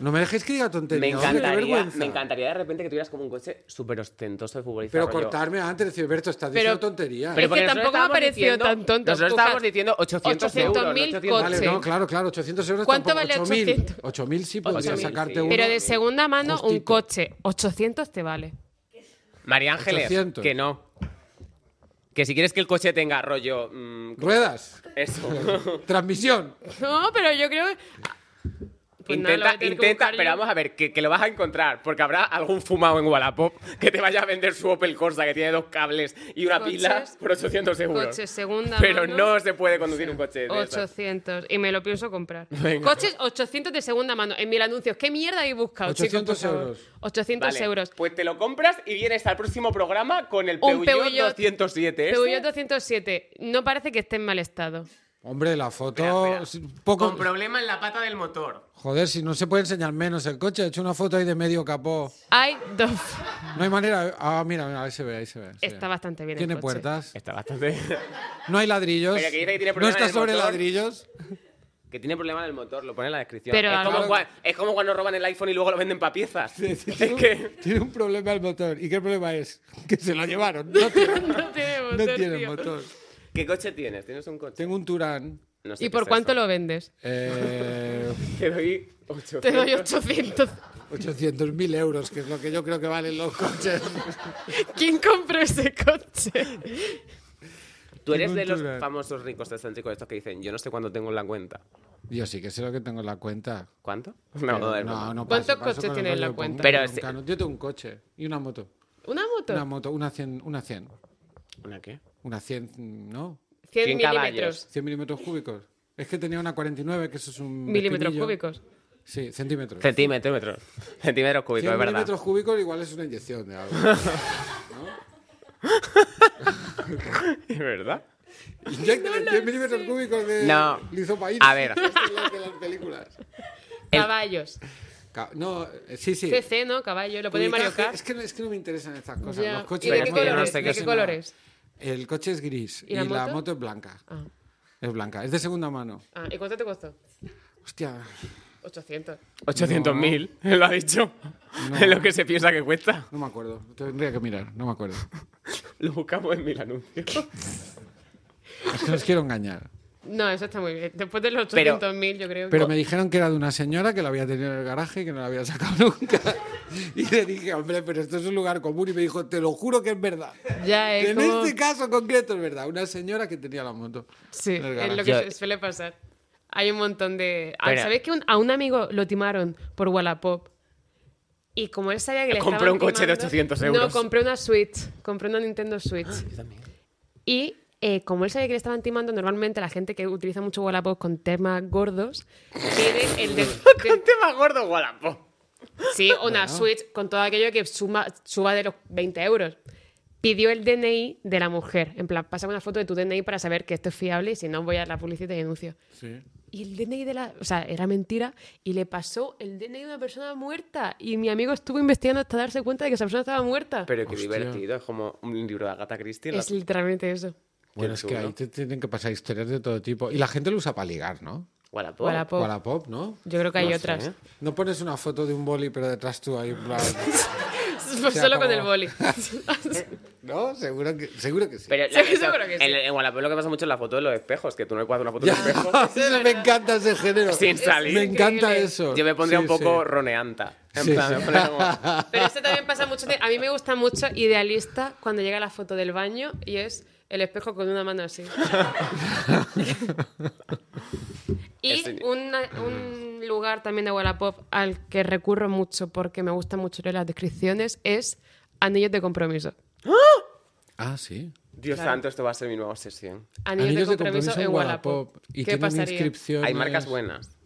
Speaker 3: No me dejéis que diga tonterías.
Speaker 2: Me
Speaker 3: hombre, qué
Speaker 2: encantaría,
Speaker 3: vergüenza.
Speaker 2: me encantaría de repente que tuvieras como un coche súper ostentoso de futbolista.
Speaker 3: Pero
Speaker 2: rollo.
Speaker 3: cortarme antes, decir, Alberto, estás
Speaker 1: Pero-
Speaker 3: diciendo tonterías.
Speaker 1: Pero- Es que
Speaker 2: porque nosotros
Speaker 1: tampoco me ha
Speaker 2: estábamos
Speaker 1: parecido
Speaker 2: diciendo-
Speaker 1: tan tonto.
Speaker 2: Nosotros
Speaker 1: Busca-
Speaker 2: estábamos diciendo 800 euros.
Speaker 1: 800.000
Speaker 2: no
Speaker 3: Vale,
Speaker 1: coche.
Speaker 3: no, claro, claro, 800 euros
Speaker 1: ¿Cuánto
Speaker 3: tampoco,
Speaker 1: vale
Speaker 3: 8.000.
Speaker 1: 800?
Speaker 3: 8.000 sí podrías
Speaker 2: 8.000,
Speaker 3: sacarte
Speaker 2: sí.
Speaker 3: uno.
Speaker 1: Pero de segunda mano, un
Speaker 3: Justito.
Speaker 1: coche. 800 te vale.
Speaker 2: María Ángeles,
Speaker 3: 800.
Speaker 2: que no. Que si quieres que el coche tenga rollo... mm,
Speaker 3: Ruedas,
Speaker 2: eso.
Speaker 3: transmisión.
Speaker 1: No, pero yo creo que. Ah, Pues nada, lo voy
Speaker 2: intenta,
Speaker 1: a tener que
Speaker 2: intenta,
Speaker 1: buscar yo.
Speaker 2: pero vamos a ver, que, que lo vas a encontrar, porque habrá algún fumado en Wallapop que te vaya a vender su Opel Corsa que tiene dos cables y una
Speaker 1: Coches-
Speaker 2: pila por 800 euros.
Speaker 1: coches segunda
Speaker 2: pero
Speaker 1: mano.
Speaker 2: no se puede conducir un coche de esos.
Speaker 1: 800. Y me lo pienso comprar.
Speaker 2: Venga.
Speaker 1: Coches 800 de segunda mano. En mil anuncios. ¿Qué mierda habéis buscado, chicos? por
Speaker 3: 800
Speaker 1: favor?
Speaker 3: euros.
Speaker 1: 800
Speaker 2: Vale,
Speaker 1: euros.
Speaker 2: Pues te lo compras y vienes al próximo programa con el
Speaker 1: Un
Speaker 2: Peugeot,
Speaker 1: Peugeot-
Speaker 2: 207. ese.
Speaker 1: Peugeot 207. No parece que esté en mal estado.
Speaker 3: Hombre, la foto.
Speaker 2: Espera, espera.
Speaker 3: si- Poco...
Speaker 2: Con problema en la pata del motor.
Speaker 3: Joder, si no se puede enseñar menos el coche, he hecho una foto ahí de medio capó.
Speaker 1: Hay dos.
Speaker 3: No hay manera. Ah, mira, mira, ahí se ve, ahí se ve. sí.
Speaker 1: Está bastante bien el
Speaker 3: Tiene
Speaker 1: coche.
Speaker 3: puertas.
Speaker 2: Está bastante...
Speaker 3: No hay ladrillos.
Speaker 2: Pero que dice que tiene
Speaker 3: no
Speaker 2: problema en
Speaker 3: está
Speaker 2: el
Speaker 3: sobre
Speaker 2: motor.
Speaker 3: ladrillos.
Speaker 2: que tiene problema en el motor, lo pone en la descripción.
Speaker 1: Pero
Speaker 2: es, como
Speaker 1: algo-
Speaker 2: cua- es como cuando roban el iPhone y luego lo venden para piezas. es que...
Speaker 3: Tiene un problema el motor. ¿Y qué problema es? Que se lo llevaron. No tiene,
Speaker 1: No tiene
Speaker 3: no
Speaker 1: motor,
Speaker 3: tiene
Speaker 1: tío.
Speaker 3: motor.
Speaker 2: ¿Qué coche tienes? ¿Tienes un coche?
Speaker 3: Tengo un Turán.
Speaker 2: No sé
Speaker 1: ¿Y
Speaker 2: qué
Speaker 1: por
Speaker 2: es
Speaker 1: cuánto
Speaker 2: eso.
Speaker 1: lo vendes?
Speaker 3: Eh,
Speaker 2: Te doy 800.
Speaker 1: Te doy 800.
Speaker 3: 800.000 euros, que es lo que yo creo que valen los coches.
Speaker 1: ¿Quién compró ese coche?
Speaker 2: Tú eres de los
Speaker 3: Cultura.
Speaker 2: famosos ricos excéntricos estos que dicen, yo no sé cuándo tengo en la cuenta.
Speaker 3: Yo sí que sé lo que tengo en la cuenta.
Speaker 2: ¿Cuánto? No, no,
Speaker 3: Pero
Speaker 2: es
Speaker 3: Eh, no,
Speaker 2: broma.
Speaker 3: no
Speaker 1: ¿Cuántos
Speaker 3: paso, paso
Speaker 1: coches
Speaker 3: con el
Speaker 1: tiene en la
Speaker 3: rollo,
Speaker 1: cuenta?
Speaker 3: pongo
Speaker 2: Pero
Speaker 3: un
Speaker 2: este-
Speaker 3: cano. Yo tengo un coche y una moto.
Speaker 1: ¿Una moto?
Speaker 3: Una moto, una 100, una 100.
Speaker 2: ¿Una qué?
Speaker 3: Una 100, ¿no?
Speaker 1: 100,
Speaker 2: 100 caballos.
Speaker 1: milímetros.
Speaker 3: 100 milímetros cúbicos. Es que tenía una 49, que eso es un...
Speaker 1: Milímetros
Speaker 3: vestimillo.
Speaker 1: cúbicos.
Speaker 3: Sí, centímetros.
Speaker 2: Centímetros. metros. Centímetros cúbicos, Pues
Speaker 3: 100
Speaker 2: es verdad.
Speaker 3: milímetros cúbicos igual es una inyección de algo.
Speaker 2: ¿Es verdad?
Speaker 3: Inyectan 100 milímetros cúbicos de
Speaker 2: No.
Speaker 3: lisopaína.
Speaker 2: A ver.
Speaker 3: Esto es lo de las películas.
Speaker 2: El-
Speaker 1: Caballos.
Speaker 3: Ca- No, eh, sí, sí.
Speaker 1: CC, ¿no? Caballo. Lo pueden
Speaker 3: Cubicaje-
Speaker 1: Mario Kart.
Speaker 3: Es que, no- es que no me interesan estas cosas.
Speaker 1: Ya.
Speaker 3: Los coches
Speaker 1: ¿Y de
Speaker 2: Pero
Speaker 1: qué
Speaker 2: es que yo no
Speaker 1: colores?
Speaker 2: sé
Speaker 1: ¿De
Speaker 2: qué
Speaker 1: qué
Speaker 2: es
Speaker 1: colores?
Speaker 3: El coche es gris
Speaker 1: ¿Y
Speaker 3: y,
Speaker 1: la
Speaker 3: la,
Speaker 1: moto?
Speaker 3: moto? es blanca.
Speaker 1: Ah.
Speaker 3: Es blanca, es de segunda mano.
Speaker 1: Ah, ¿Y cuánto te costó?
Speaker 3: Hostia,
Speaker 1: 800.
Speaker 2: 800.000, lo ha dicho. Es lo que se piensa que cuesta.
Speaker 3: no me acuerdo. Tendría que mirar, no me acuerdo.
Speaker 2: Lo buscamos en mil anuncios.
Speaker 3: Es que os quiero engañar.
Speaker 1: No, eso está muy bien. Después de los
Speaker 2: Pero-
Speaker 1: 800.000, yo creo.
Speaker 3: Pero
Speaker 1: que...
Speaker 3: me dijeron que era de una señora que la había tenido en el garaje y que no la había sacado nunca. Y le dije, hombre, pero esto es un lugar común. Y me dijo, te lo juro que es verdad.
Speaker 1: Ya
Speaker 3: Que
Speaker 1: es
Speaker 3: en
Speaker 1: como...
Speaker 3: este caso concreto es verdad. Una señora que tenía la moto.
Speaker 1: Sí,
Speaker 3: en
Speaker 1: es lo
Speaker 3: el garaje.
Speaker 1: que
Speaker 2: Yo-
Speaker 1: se- suele pasar. Hay un montón de... Ah,
Speaker 2: Pero-
Speaker 1: ¿Sabéis que un- a un amigo lo timaron por Wallapop? Y como él sabía que le
Speaker 2: Compró
Speaker 1: estaban
Speaker 2: un coche de
Speaker 1: timando-
Speaker 2: 800 euros. Ah,
Speaker 1: No, compré una Switch. Compré una Nintendo Switch. Y eh, como él sabía que le estaban timando, normalmente la gente que utiliza mucho Wallapop con temas gordos tiene el de... de-
Speaker 2: Tema gordo, Wallapop.
Speaker 1: Sí, una Switch con todo aquello que suma, suba de los 20 euros. pidió el DNI de la mujer. En plan, pásame una foto de tu DNI para saber que esto es fiable y si no voy a la publicidad y denuncio.
Speaker 4: Sí.
Speaker 1: Y el DNI de la... O sea, era mentira. Y le pasó el DNI de una persona muerta. Y mi amigo estuvo investigando hasta darse cuenta de que esa persona estaba muerta.
Speaker 2: Pero qué
Speaker 3: Hostia.
Speaker 2: divertido, es como un libro de Agatha Christie. la-
Speaker 1: es literalmente eso.
Speaker 3: Bueno, es que
Speaker 2: chulo.
Speaker 3: ahí te tienen que pasar historias de todo tipo. Y la gente lo usa para ligar, ¿no?
Speaker 2: Wallapop.
Speaker 1: Wallapop.
Speaker 3: Para pop, ¿no?
Speaker 1: Yo creo que hay
Speaker 2: No sé,
Speaker 1: otras.
Speaker 2: ¿eh?
Speaker 3: No pones una foto de un boli, pero detrás tú hay un plan-
Speaker 1: Pues
Speaker 3: sea,
Speaker 1: solo con
Speaker 3: como-
Speaker 1: el boli.
Speaker 3: ¿No? Seguro que, seguro que sí.
Speaker 2: Pero
Speaker 1: Sí, seguro que sí.
Speaker 2: En, en Wallapop lo que pasa mucho es la foto de los espejos, que tú no le puedes hacer una foto de
Speaker 3: Ya.
Speaker 2: un espejo
Speaker 3: Eso me encanta ese género.
Speaker 2: sin salir.
Speaker 3: Me encanta
Speaker 1: increíble.
Speaker 3: eso.
Speaker 2: Yo me pondría
Speaker 3: Sí,
Speaker 2: un poco
Speaker 3: sí.
Speaker 2: roneanta. En
Speaker 3: Sí,
Speaker 2: plan,
Speaker 3: sí.
Speaker 2: me pondría como-
Speaker 1: Pero eso también pasa mucho. de- A mí me gusta mucho idealista cuando llega la foto del baño y es el espejo con una mano así. y
Speaker 2: Ese-
Speaker 1: una- un lugar también de Wallapop al que recurro mucho porque me gusta mucho leer las descripciones es anillos de compromiso.
Speaker 3: Ah, sí.
Speaker 2: Dios santo, esto va a ser mi nueva obsesión.
Speaker 1: Anillos, de, compromiso en Wallapop.
Speaker 3: Y
Speaker 1: ¿Qué
Speaker 3: tienen
Speaker 1: pasaría?
Speaker 3: inscripciones.
Speaker 2: Hay marcas buenas.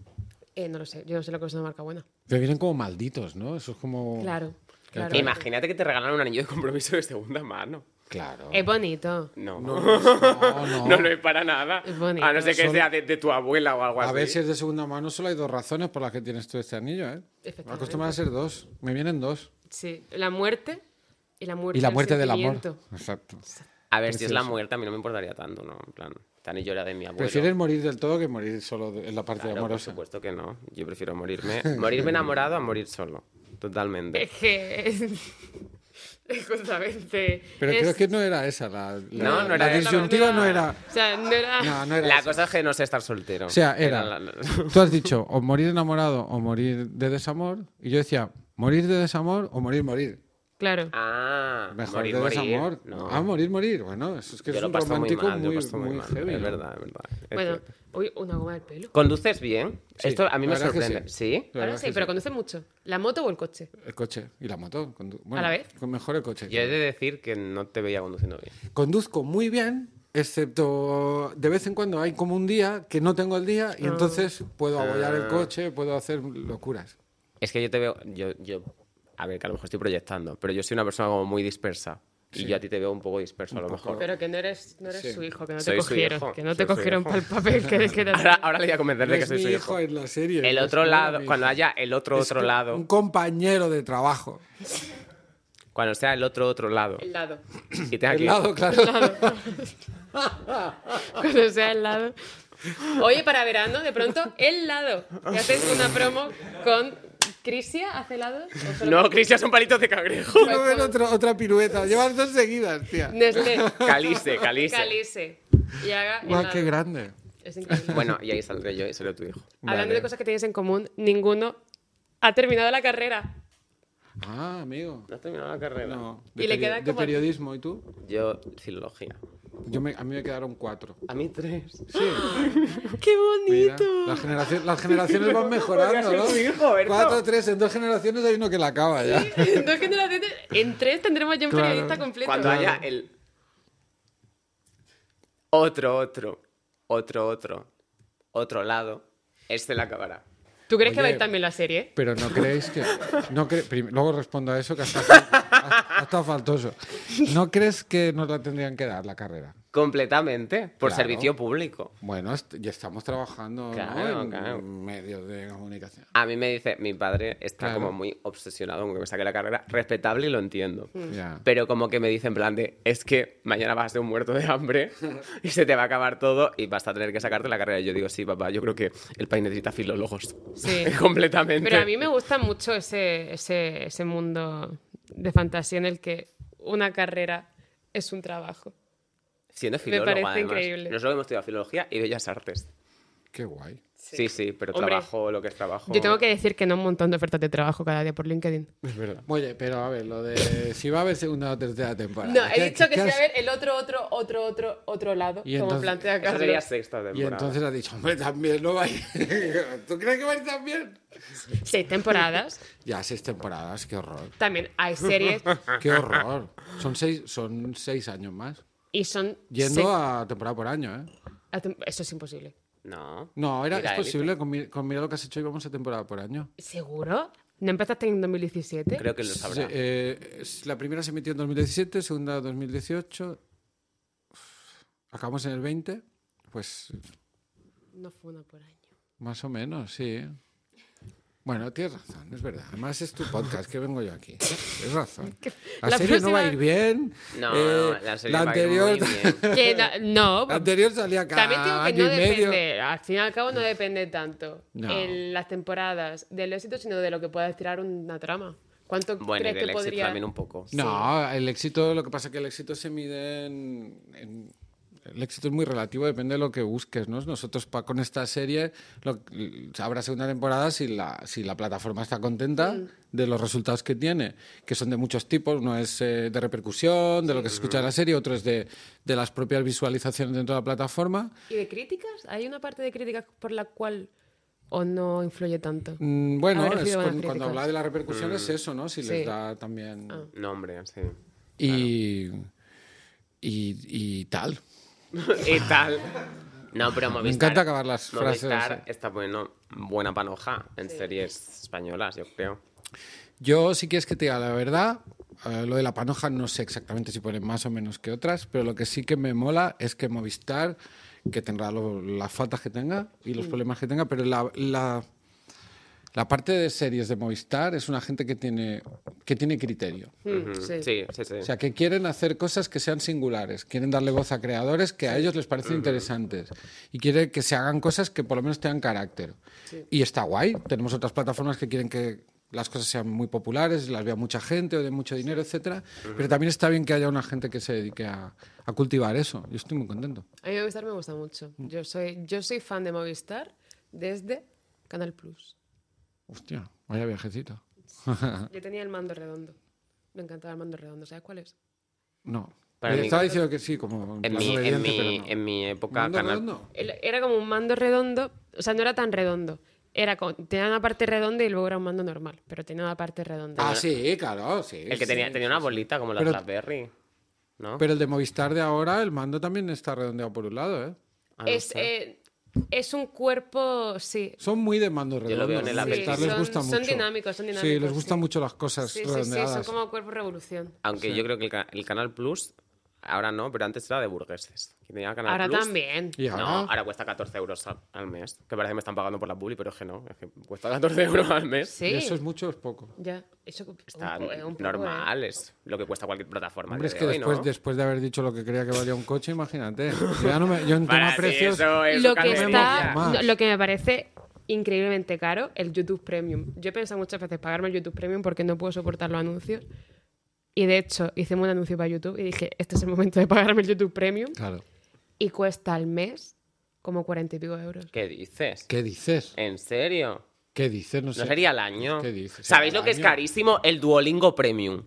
Speaker 1: Eh, no lo sé, yo no sé lo que es una marca buena.
Speaker 3: Pero vienen como malditos, ¿no? Eso es como.
Speaker 1: Claro, claro.
Speaker 2: Imagínate que te regalan un anillo de compromiso de segunda mano.
Speaker 3: Claro.
Speaker 1: Es bonito.
Speaker 2: No,
Speaker 3: No,
Speaker 2: no,
Speaker 3: no, no.
Speaker 2: no, es para nada.
Speaker 1: Es bonito.
Speaker 2: A no ser que
Speaker 3: Son-
Speaker 2: sea de, de tu abuela o algo así.
Speaker 3: A ver si es de segunda mano. Solo hay dos razones por las que tienes tú este anillo, ¿eh?
Speaker 1: Efectivamente.
Speaker 3: Acostumbra a ser dos. Me vienen dos.
Speaker 1: Sí, la muerte y la muerte
Speaker 3: Y la
Speaker 1: del
Speaker 3: muerte del amor.
Speaker 1: sentimiento.
Speaker 3: Exacto.
Speaker 2: A ver, si es la
Speaker 3: Precioso.
Speaker 2: muerte, a mí no me importaría tanto, ¿no? En plan, tan y llora de mi abuelo.
Speaker 3: Prefieres morir del todo que morir solo de- en la parte
Speaker 2: Claro, por
Speaker 3: amorosa.
Speaker 2: supuesto que no. Yo prefiero morirme, morirme enamorado a morir solo. Totalmente.
Speaker 1: Es que es justamente.
Speaker 3: Pero
Speaker 1: es-
Speaker 3: creo que no era esa la, la-
Speaker 2: No, no era
Speaker 3: la
Speaker 2: esa.
Speaker 3: disyuntiva no era.
Speaker 1: O sea, no era.
Speaker 3: No, no era
Speaker 2: La
Speaker 3: esa.
Speaker 2: cosa es que no sé estar soltero.
Speaker 3: O sea, era.
Speaker 2: la-
Speaker 3: Tú has dicho o morir enamorado o morir de desamor. Y yo decía, morir de desamor o morir, morir.
Speaker 1: Claro.
Speaker 2: Ah,
Speaker 3: Mejor
Speaker 2: morir,
Speaker 3: de
Speaker 2: morir.
Speaker 3: desamor.
Speaker 2: No.
Speaker 3: Ah, morir, morir. Bueno, eso es que
Speaker 2: yo
Speaker 3: es
Speaker 2: lo
Speaker 3: un
Speaker 2: paso muy
Speaker 3: romántico
Speaker 2: mal, yo
Speaker 3: muy,
Speaker 2: lo paso muy,
Speaker 3: muy
Speaker 2: mal.
Speaker 3: heavy.
Speaker 2: es
Speaker 3: ¿no?
Speaker 2: verdad, es verdad. Es
Speaker 1: bueno,
Speaker 2: cierto.
Speaker 1: uy, una goma del pelo.
Speaker 2: ¿Conduces bien?
Speaker 3: Sí,
Speaker 2: Esto a mí
Speaker 3: la
Speaker 2: me
Speaker 3: verdad es que
Speaker 2: sorprende.
Speaker 3: sí.
Speaker 2: ¿Sí?
Speaker 3: La
Speaker 1: Ahora
Speaker 3: verdad
Speaker 1: sí,
Speaker 3: es que
Speaker 1: pero
Speaker 3: sí.
Speaker 1: conduce mucho. ¿La moto o el coche?
Speaker 3: El coche y la moto. condu- bueno,
Speaker 1: ¿A la vez?
Speaker 3: con- Mejor el coche.
Speaker 2: Yo he de decir que no te veía conduciendo bien.
Speaker 3: Conduzco muy bien, excepto de vez en cuando hay como un día que no tengo el día
Speaker 1: Ah.
Speaker 3: y entonces puedo abollar
Speaker 2: Ah.
Speaker 3: el coche, puedo hacer locuras.
Speaker 2: Es que yo te veo, yo, yo, a ver, que a lo mejor estoy proyectando, pero yo soy una persona como muy dispersa. Y yo a ti te veo un poco disperso, a lo mejor.
Speaker 1: Pero que no eres, no eres
Speaker 3: Sí.
Speaker 1: su hijo, que no te
Speaker 2: Soy su
Speaker 1: cogieron.
Speaker 2: hijo,
Speaker 1: Que no
Speaker 2: soy
Speaker 1: te
Speaker 2: su
Speaker 1: cogieron
Speaker 2: hijo.
Speaker 1: para el papel que, que te
Speaker 2: Ahora, ahora le voy a convencer de
Speaker 3: No
Speaker 2: que
Speaker 3: es
Speaker 2: soy
Speaker 3: mi
Speaker 2: su
Speaker 3: hijo,
Speaker 2: hijo.
Speaker 3: en la serie.
Speaker 2: El
Speaker 3: es
Speaker 2: otro
Speaker 3: que era
Speaker 2: lado,
Speaker 3: mi
Speaker 2: cuando
Speaker 3: hijo.
Speaker 2: haya el otro
Speaker 3: Es
Speaker 2: otro
Speaker 3: que
Speaker 2: lado,
Speaker 3: Un compañero de trabajo.
Speaker 2: cuando sea el otro otro lado,
Speaker 1: El lado.
Speaker 2: y tenga
Speaker 3: El
Speaker 2: que-
Speaker 3: lado, claro.
Speaker 1: Cuando sea el lado. Oye, para verano, de pronto, el lado. ¿Y haces una promo con. ¿Crisia hace helados? ¿O solo
Speaker 2: No, Cristian, son palitos de cangrejo.
Speaker 3: Quiero ver otro- otra pirueta. Llevas dos seguidas, tía.
Speaker 1: Nestlé.
Speaker 2: Calice, calice.
Speaker 1: Calice. Y haga
Speaker 3: Guau,
Speaker 1: helado.
Speaker 3: qué grande.
Speaker 1: Es increíble.
Speaker 2: Bueno, y ahí saldré yo y seré tu hijo.
Speaker 1: Hablando de cosas que tenéis en común, ninguno ha terminado la carrera.
Speaker 3: Ah, amigo.
Speaker 2: No has terminado la carrera.
Speaker 3: No,
Speaker 1: Y le queda
Speaker 3: de
Speaker 1: como-
Speaker 3: periodismo, ¿y tú?
Speaker 2: Yo, filología.
Speaker 3: Yo me- a mí me quedaron cuatro.
Speaker 2: A mí tres.
Speaker 1: ¡Qué
Speaker 3: Mira,
Speaker 1: bonito!
Speaker 3: la generación- las generaciones van mejorando,
Speaker 2: podría
Speaker 3: ¿no?
Speaker 2: ser tu hijo, Berto.
Speaker 3: Cuatro, tres, en dos generaciones hay uno que la acaba ya.
Speaker 1: En dos generaciones, en tres tendremos ya un
Speaker 3: Claro.
Speaker 1: periodista completo.
Speaker 2: Cuando haya el. Otro, otro. Otro, otro. Otro lado. Este la acabará.
Speaker 1: ¿Tú crees que va a
Speaker 3: Oye.
Speaker 1: ir también la serie?
Speaker 3: Pero no creéis que... No cre- prim- luego respondo a eso que hasta, hasta faltoso. ¿No crees que nos la tendrían que dar la carrera?
Speaker 2: Completamente. Por
Speaker 3: Claro.
Speaker 2: servicio público.
Speaker 3: Bueno, est- ya estamos trabajando ¿no?
Speaker 2: Claro,
Speaker 3: en
Speaker 2: claro.
Speaker 3: medios de comunicación.
Speaker 2: A mí me dice, mi padre está
Speaker 3: Claro.
Speaker 2: como muy obsesionado con que me saque la carrera. Respetable y lo entiendo.
Speaker 1: Mm.
Speaker 3: Ya.
Speaker 2: Pero como que me dice en plan de, es que mañana vas a ser un muerto de hambre y se te va a acabar todo y vas a tener que sacarte la carrera. Y yo digo, sí, papá, yo creo que el país necesita filólogos.
Speaker 1: Sí.
Speaker 2: Completamente.
Speaker 1: Pero a mí me gusta mucho ese, ese, ese mundo de fantasía en el que una carrera es un trabajo.
Speaker 2: Siendo filólogo,
Speaker 1: parece
Speaker 2: además.
Speaker 1: increíble.
Speaker 2: Nosotros hemos estudiado filología y bellas artes.
Speaker 3: Qué guay.
Speaker 2: Sí, sí, pero
Speaker 1: Hombre,
Speaker 2: trabajo, lo que es trabajo.
Speaker 1: Yo tengo que decir que no un montón de ofertas de trabajo cada día por LinkedIn.
Speaker 2: Es verdad.
Speaker 3: Oye, pero a ver, lo de si va a haber segunda o tercera temporada.
Speaker 1: No,
Speaker 3: ¿Qué-
Speaker 1: he dicho
Speaker 3: qué-
Speaker 1: que
Speaker 3: qué
Speaker 1: sí, a
Speaker 3: has-
Speaker 1: ver, el otro, otro, otro, otro, otro lado,
Speaker 3: Y
Speaker 1: como
Speaker 3: entonces-
Speaker 1: plantea
Speaker 2: Esa
Speaker 1: Carlos.
Speaker 2: sería sexta temporada.
Speaker 3: Y entonces has dicho, hombre, también no va a ir. ¿Tú crees que va a ir también?
Speaker 1: Seis temporadas.
Speaker 3: Ya, seis temporadas, qué horror.
Speaker 1: También hay series
Speaker 3: Qué horror. Son seis, son seis años más.
Speaker 1: y son...
Speaker 3: Yendo
Speaker 1: seis-
Speaker 3: a temporada por año, ¿eh?
Speaker 1: a tem- Eso es imposible.
Speaker 2: No.
Speaker 3: No, era,
Speaker 2: Mira, ¿eh?
Speaker 3: es posible, con, mi- con mira lo que has hecho, íbamos a temporada por año.
Speaker 1: ¿Seguro? ¿No empezaste en 2017?
Speaker 2: Creo que lo sabrá.
Speaker 3: Se- eh, es- la primera se emitió en 2017, segunda 2018. Acabamos en el 20, pues
Speaker 1: No fue una por año.
Speaker 3: más o menos, sí. Bueno, tienes razón, es verdad. Además es tu podcast, que vengo yo aquí. Tienes razón. La,
Speaker 1: La
Speaker 3: serie no va a ir
Speaker 1: próxima-
Speaker 3: bien.
Speaker 2: No,
Speaker 3: eh,
Speaker 2: la serie
Speaker 3: la
Speaker 2: va a ir
Speaker 3: anterior,
Speaker 2: muy bien.
Speaker 1: Que na- no, pues,
Speaker 3: la anterior salía cada
Speaker 1: También digo que
Speaker 3: año
Speaker 1: no
Speaker 3: y medio.
Speaker 1: depende, al fin y al cabo no depende tanto
Speaker 3: No.
Speaker 1: en las temporadas del éxito, sino de lo que pueda tirar una trama. ¿Cuánto
Speaker 2: Bueno, y
Speaker 1: crees
Speaker 2: del
Speaker 1: que
Speaker 2: éxito
Speaker 1: podría?
Speaker 2: también un poco.
Speaker 3: No, el éxito, lo que pasa es que el éxito se mide en, en- El éxito es muy relativo, depende de lo que busques, ¿no? Nosotros pa- con esta serie lo- habrá segunda temporada si la, si la plataforma está contenta de los resultados que tiene, que son de muchos tipos. Uno es eh, de repercusión, de lo que se escucha en la serie, otro es de, de las propias visualizaciones dentro de la plataforma.
Speaker 1: ¿Y de críticas? ¿Hay una parte de críticas por la cual o no influye tanto?
Speaker 3: Mm, Bueno,
Speaker 1: Haber
Speaker 3: es
Speaker 1: recibido
Speaker 3: con-
Speaker 1: buenas
Speaker 3: cuando
Speaker 1: críticas.
Speaker 3: habla de la repercusión es eso, ¿no? Si les
Speaker 1: Sí.
Speaker 3: da también...
Speaker 2: No, hombre, sí.
Speaker 3: Y, y, y tal.
Speaker 2: y tal. No, pero Movistar.
Speaker 3: encanta acabar las frases
Speaker 2: Movistar
Speaker 3: así.
Speaker 2: está poniendo buena panoja en series españolas, yo creo.
Speaker 3: Yo, si quieres que te diga la verdad, eh, lo de la panoja no sé exactamente si ponen más o menos que otras, pero lo que sí que me mola es que Movistar, que tendrá lo- las faltas que tenga y los problemas que tenga, pero la, la, la parte de series de Movistar es una gente que tiene, que tiene criterio.
Speaker 1: Mm,
Speaker 2: Mm,
Speaker 1: sí.
Speaker 2: sí, sí. sí.
Speaker 3: O sea, que quieren hacer cosas que sean singulares, quieren darle voz a creadores que a ellos les
Speaker 2: Mm.
Speaker 3: parecen interesantes y quieren que se hagan cosas que por lo menos tengan carácter. Y está guay, tenemos otras plataformas que quieren que las cosas sean muy populares, las vea mucha gente o de mucho dinero, etcétera, pero también está bien que haya una gente que se dedique a, a cultivar eso. Yo estoy muy contento.
Speaker 1: A mí Movistar me gusta mucho. Yo soy, yo soy fan de Movistar desde Canal Plus.
Speaker 3: Hostia, vaya viajecito.
Speaker 1: Yo tenía el mando redondo. Me encantaba el mando redondo. ¿Sabes cuál es?
Speaker 3: No.
Speaker 2: Para mí-
Speaker 3: Estaba diciendo que sí, como en
Speaker 2: En
Speaker 3: plan
Speaker 2: mi, en,
Speaker 3: obediente,
Speaker 2: mi,
Speaker 3: pero no.
Speaker 2: en mi época,
Speaker 3: ¿Mundo
Speaker 2: Canal
Speaker 3: redondo?
Speaker 1: El- Era como un mando redondo, o sea, no era tan redondo. Era como- tenía una parte redonda y luego era un mando normal, pero tenía una parte redonda.
Speaker 3: Ah, sí, claro, sí.
Speaker 2: El que
Speaker 3: sí.
Speaker 2: tenía, tenía una bolita como la
Speaker 3: Pero-
Speaker 2: Blackberry. ¿No?
Speaker 3: Pero el de Movistar de ahora, el mando también está redondeado por un lado, ¿eh?
Speaker 2: Ah, no
Speaker 1: es,
Speaker 2: sé.
Speaker 1: eh, es un cuerpo, sí.
Speaker 3: Son muy de mando redondo.
Speaker 2: lo veo en el
Speaker 3: a
Speaker 2: Apple
Speaker 3: Movistar
Speaker 2: TV.
Speaker 3: les
Speaker 1: Son-
Speaker 3: gusta
Speaker 1: son
Speaker 3: mucho.
Speaker 1: dinámicos, son
Speaker 3: Sí, les
Speaker 1: dinámicos,
Speaker 3: gustan
Speaker 1: sí.
Speaker 3: mucho las cosas
Speaker 1: Sí, sí, sí, son
Speaker 3: redondeadas.
Speaker 1: como cuerpo revolución.
Speaker 2: Aunque yo creo que el, ca- el Canal Plus, ahora no, pero antes era de burgueses. Que tenía Canal
Speaker 1: Ahora
Speaker 2: Plus.
Speaker 1: también.
Speaker 3: Y
Speaker 2: No,
Speaker 3: ahora-
Speaker 2: ahora cuesta 14 euros al, al mes. Que parece que me están pagando por la bully, pero es que no. Es que cuesta 14 euros al mes.
Speaker 1: Sí.
Speaker 3: Y eso es mucho o es poco.
Speaker 1: Ya, eso un
Speaker 2: Está
Speaker 1: po- eh, un poco, eh.
Speaker 2: normal, es lo que cuesta cualquier plataforma.
Speaker 3: Hombre,
Speaker 2: a
Speaker 3: es
Speaker 2: día
Speaker 3: que
Speaker 2: de hoy,
Speaker 3: después,
Speaker 2: ¿no?
Speaker 3: después de haber dicho lo que creía que valía un coche, imagínate. Yo ya no me- yo en
Speaker 2: Para,
Speaker 3: tema
Speaker 2: sí,
Speaker 3: precios...
Speaker 2: eso es
Speaker 1: Lo
Speaker 2: una
Speaker 1: que
Speaker 2: memoria.
Speaker 1: está,
Speaker 3: Más.
Speaker 1: no, lo que me parece increíblemente caro, el YouTube Premium. Yo he pensado muchas veces pagarme el YouTube Premium porque no puedo soportar los anuncios. Y de hecho, hicimos un anuncio para YouTube y dije, este es el momento de pagarme el YouTube Premium.
Speaker 3: Claro.
Speaker 1: y cuesta al mes como cuarenta y pico euros.
Speaker 2: ¿Qué dices?
Speaker 3: ¿Qué dices?
Speaker 2: ¿En serio?
Speaker 3: ¿Qué dices? No sé.
Speaker 2: ¿No sería al año?
Speaker 3: ¿Qué dices?
Speaker 2: ¿Sabéis
Speaker 3: ¿Al
Speaker 2: lo que es
Speaker 3: año?
Speaker 2: carísimo? El Duolingo Premium.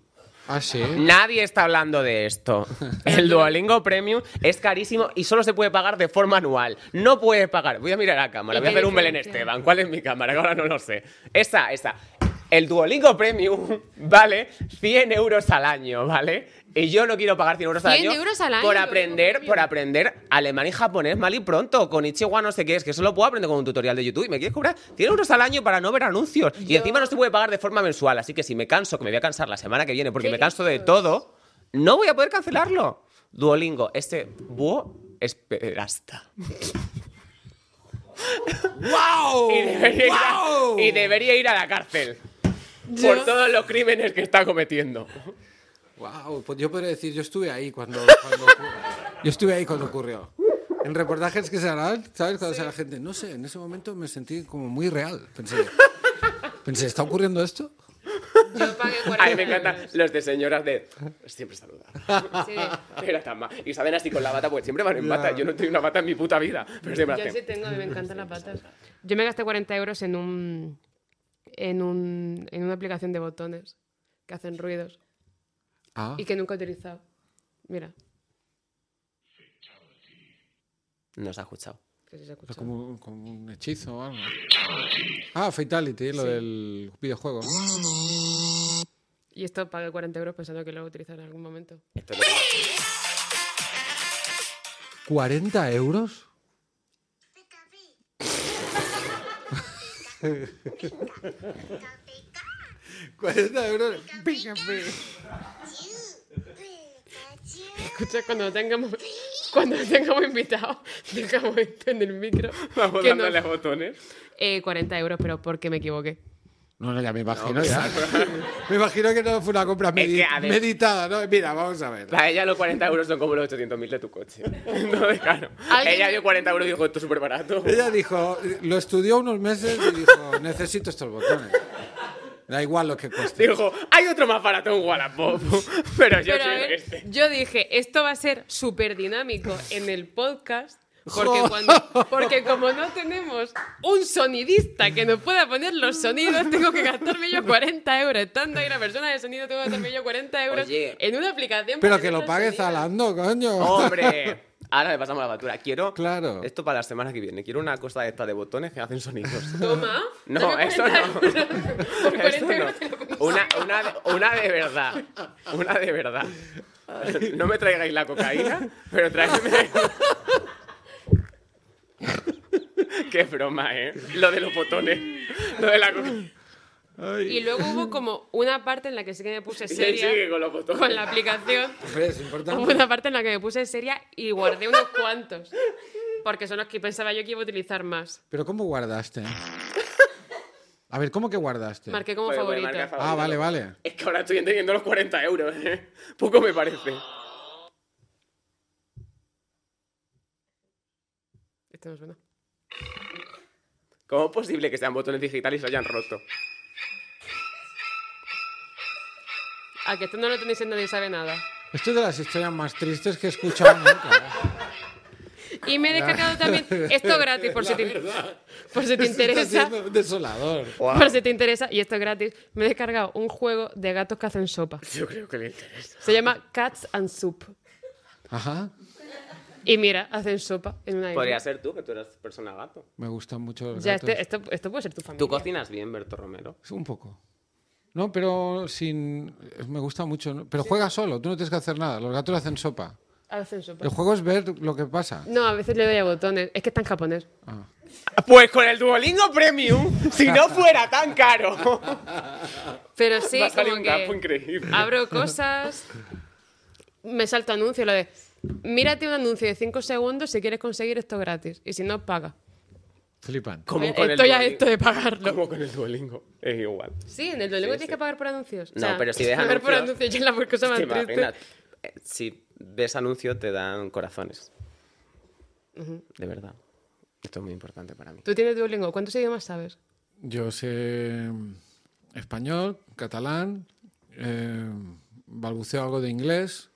Speaker 3: Ah, sí.
Speaker 2: Nadie está hablando de esto. El Duolingo Premium es carísimo y solo se puede pagar de forma anual. No puedes pagar. Voy a mirar a cámara,
Speaker 1: ¿Y
Speaker 2: voy a
Speaker 1: qué
Speaker 2: hacer un Belén
Speaker 1: diferencia?
Speaker 2: Esteban. ¿Cuál es mi cámara? Que ahora no lo sé. Esa, esa. El Duolingo Premium vale 100 euros al año, ¿vale? Y yo no quiero pagar 100 euros al
Speaker 1: 100
Speaker 2: año,
Speaker 1: euros al año,
Speaker 2: por
Speaker 1: Duolingo
Speaker 2: aprender,
Speaker 1: Premium.
Speaker 2: por aprender alemán y japonés mal y pronto, con Ichiwa no sé qué, es que solo puedo aprender con un tutorial de YouTube y me quieres cobrar 100 euros al año para no ver anuncios. Y
Speaker 1: Yo-
Speaker 2: encima no se puede pagar de forma mensual, así que si me canso, que me voy a cansar la semana que viene, porque
Speaker 1: ¿Qué
Speaker 2: me canso de
Speaker 1: dices?
Speaker 2: todo, no voy a poder cancelarlo. Duolingo, este búho es pederasta.
Speaker 3: ¡Wow!
Speaker 2: Y debería, ir a-
Speaker 3: ¡Wow!
Speaker 2: y debería ir a la cárcel
Speaker 1: Yo-
Speaker 2: por todos los crímenes que está cometiendo.
Speaker 3: Wow, pues yo podría decir, yo estuve ahí cuando, cuando ocurrió. yo estuve ahí cuando ocurrió. En reportajes que se harán, ¿sabes? Cuando sea la gente, no sé, en ese momento me sentí como muy real. Pensé, pensé ¿está ocurriendo esto?
Speaker 1: Yo pagué 40
Speaker 2: Ay, me encantan los de señoras de siempre saludar.
Speaker 1: euros. Sí.
Speaker 2: Era tan mal. Y saben así con la bata, porque siempre van en bata. Yo no tengo una bata en mi puta vida. Pero siempre
Speaker 1: Yo sí
Speaker 2: hacen.
Speaker 1: tengo, me encantan las patas. Yo me gasté 40 euros en un en un en una aplicación de botones que hacen ruidos
Speaker 3: Ah,
Speaker 1: y que nunca he utilizado. Mira,
Speaker 2: No se ha escuchado.
Speaker 1: que sí se escucha.
Speaker 3: es como, como un hechizo o algo. Ah, Fatality, lo del videojuego.
Speaker 1: Y esto pagué 40 euros pensando que lo voy a utilizar en algún momento.
Speaker 2: Esto es lo que-
Speaker 3: ¿40 euros? 40 euros. Pikachu.
Speaker 1: Escucha, cuando lo tengamos, cuando lo tengamos invitado, dejamos esto en el micro.
Speaker 2: Vamos
Speaker 1: que
Speaker 2: dándole
Speaker 1: nos-
Speaker 2: botones.
Speaker 1: Eh, 40 euros, pero porque me equivoqué.
Speaker 3: No, no, ya me imagino, ya. Me imagino que no fue una compra
Speaker 2: que,
Speaker 3: medi-
Speaker 2: a ver-
Speaker 3: meditada, ¿no? Mira, vamos a ver.
Speaker 2: Para ella los 40 euros son como los 800.000 de tu coche. No, de caro.
Speaker 1: Alguien-
Speaker 2: Ella dio 40 euros y dijo, esto es súper barato.
Speaker 3: Ella dijo, lo estudió unos meses y dijo, necesito estos botones. Da igual lo que cueste.
Speaker 2: Dijo, hay otro más barato en Wallapop.
Speaker 1: Pero
Speaker 2: Pero yo
Speaker 1: a
Speaker 2: quiero
Speaker 1: ver,
Speaker 2: este.
Speaker 1: yo dije, esto va a ser súper dinámico en el podcast. Porque, cuando, porque como no tenemos un sonidista que nos pueda poner los sonidos, tengo que gastarme yo 40 euros. Estando ahí la persona de sonido, tengo que gastarme yo 40 euros
Speaker 2: Oye.
Speaker 1: en una aplicación.
Speaker 3: Pero
Speaker 1: para
Speaker 3: que
Speaker 1: tener
Speaker 3: lo
Speaker 1: los
Speaker 3: pague
Speaker 1: sonidos.
Speaker 3: Zalando, coño.
Speaker 2: ¡Hombre! Ahora le pasamos la factura. Quiero.
Speaker 3: Claro.
Speaker 2: Esto para la semana que viene. Quiero una cosa de esta de botones que hacen sonidos.
Speaker 1: Toma.
Speaker 2: No,
Speaker 1: dame
Speaker 2: eso
Speaker 1: 40
Speaker 2: no.
Speaker 1: euros. Por 40
Speaker 2: Esto no.
Speaker 1: euros te lo compro.
Speaker 2: Una, una, de- una de verdad. Una de verdad. No me traigáis la cocaína, pero tráigame. Qué broma, ¿eh? Lo de los botones. Lo de la cocaína.
Speaker 1: Y luego hubo como una parte en la que sí que me puse
Speaker 2: Y ahí
Speaker 1: seria
Speaker 2: sigue con los botones.
Speaker 1: con la aplicación.
Speaker 3: Hombre, es
Speaker 1: Hubo
Speaker 3: importante.
Speaker 1: una parte en la que me puse seria y guardé unos cuantos. Porque son los que pensaba yo que iba a utilizar más.
Speaker 3: Pero ¿cómo guardaste? A ver, ¿cómo que guardaste?
Speaker 1: Marqué como
Speaker 2: Pues, pues,
Speaker 1: favorito.
Speaker 2: marca favorito.
Speaker 3: Ah, vale, vale.
Speaker 2: Es que ahora estoy entendiendo los 40 euros, ¿eh? Poco me parece.
Speaker 1: Este no suena.
Speaker 2: ¿Cómo es posible que sean botones digitales y se hayan roto?
Speaker 1: A Ah, que esto no lo tenéis en nadie sabe nada.
Speaker 3: Esto es de las historias más tristes que he escuchado nunca. ¿eh?
Speaker 1: Y me he descargado también esto gratis por si te, por si te interesa.
Speaker 3: Está siendo desolador.
Speaker 1: Por si te interesa, y esto es gratis, me he descargado un juego de gatos que hacen sopa.
Speaker 2: Yo creo que le interesa.
Speaker 1: Se llama Cats and Soup.
Speaker 3: Ajá.
Speaker 1: Y mira, hacen sopa en una isla.
Speaker 2: Podría ser tú, que tú eras persona gato.
Speaker 3: Me gustan mucho los
Speaker 1: Ya,
Speaker 3: gatos.
Speaker 1: este- esto, esto puede ser tu familia.
Speaker 2: Tú cocinas bien, Berto Romero.
Speaker 3: Un poco. No, pero sin... Me gusta mucho. ¿no? Pero juega solo, tú no tienes que hacer nada. Los gatos hacen sopa.
Speaker 1: Hacen sopa.
Speaker 3: El juego es ver lo que pasa.
Speaker 1: No, a veces le doy a botones. Es que está en japonés.
Speaker 2: Pues con el Duolingo Premium, si no fuera tan caro.
Speaker 1: Pero sí,
Speaker 2: Va a salir
Speaker 1: como
Speaker 2: un
Speaker 1: que
Speaker 2: gapo increíble.
Speaker 1: abro cosas, me salto anuncio, lo de mírate un anuncio de 5 segundos si quieres conseguir esto gratis. Y si no, paga.
Speaker 3: Flipan.
Speaker 2: Como con el
Speaker 1: Estoy a
Speaker 2: Duolingo.
Speaker 1: esto de pagarlo.
Speaker 2: Como con el Duolingo. Es igual.
Speaker 1: Sí, en el Duolingo
Speaker 2: Sí,
Speaker 1: tienes
Speaker 2: sí.
Speaker 1: que pagar por anuncios.
Speaker 2: No, pero si ves
Speaker 1: Pagar por
Speaker 2: anuncios-
Speaker 1: anuncios ya es la cosa más
Speaker 2: ¿Te
Speaker 1: triste.
Speaker 2: imaginas? Eh, Si ves anuncios, te dan corazones. De verdad. Esto es muy importante para mí.
Speaker 1: Tú tienes Duolingo. ¿Cuántos idiomas sabes?
Speaker 3: Yo sé español, catalán, eh, balbuceo algo de inglés,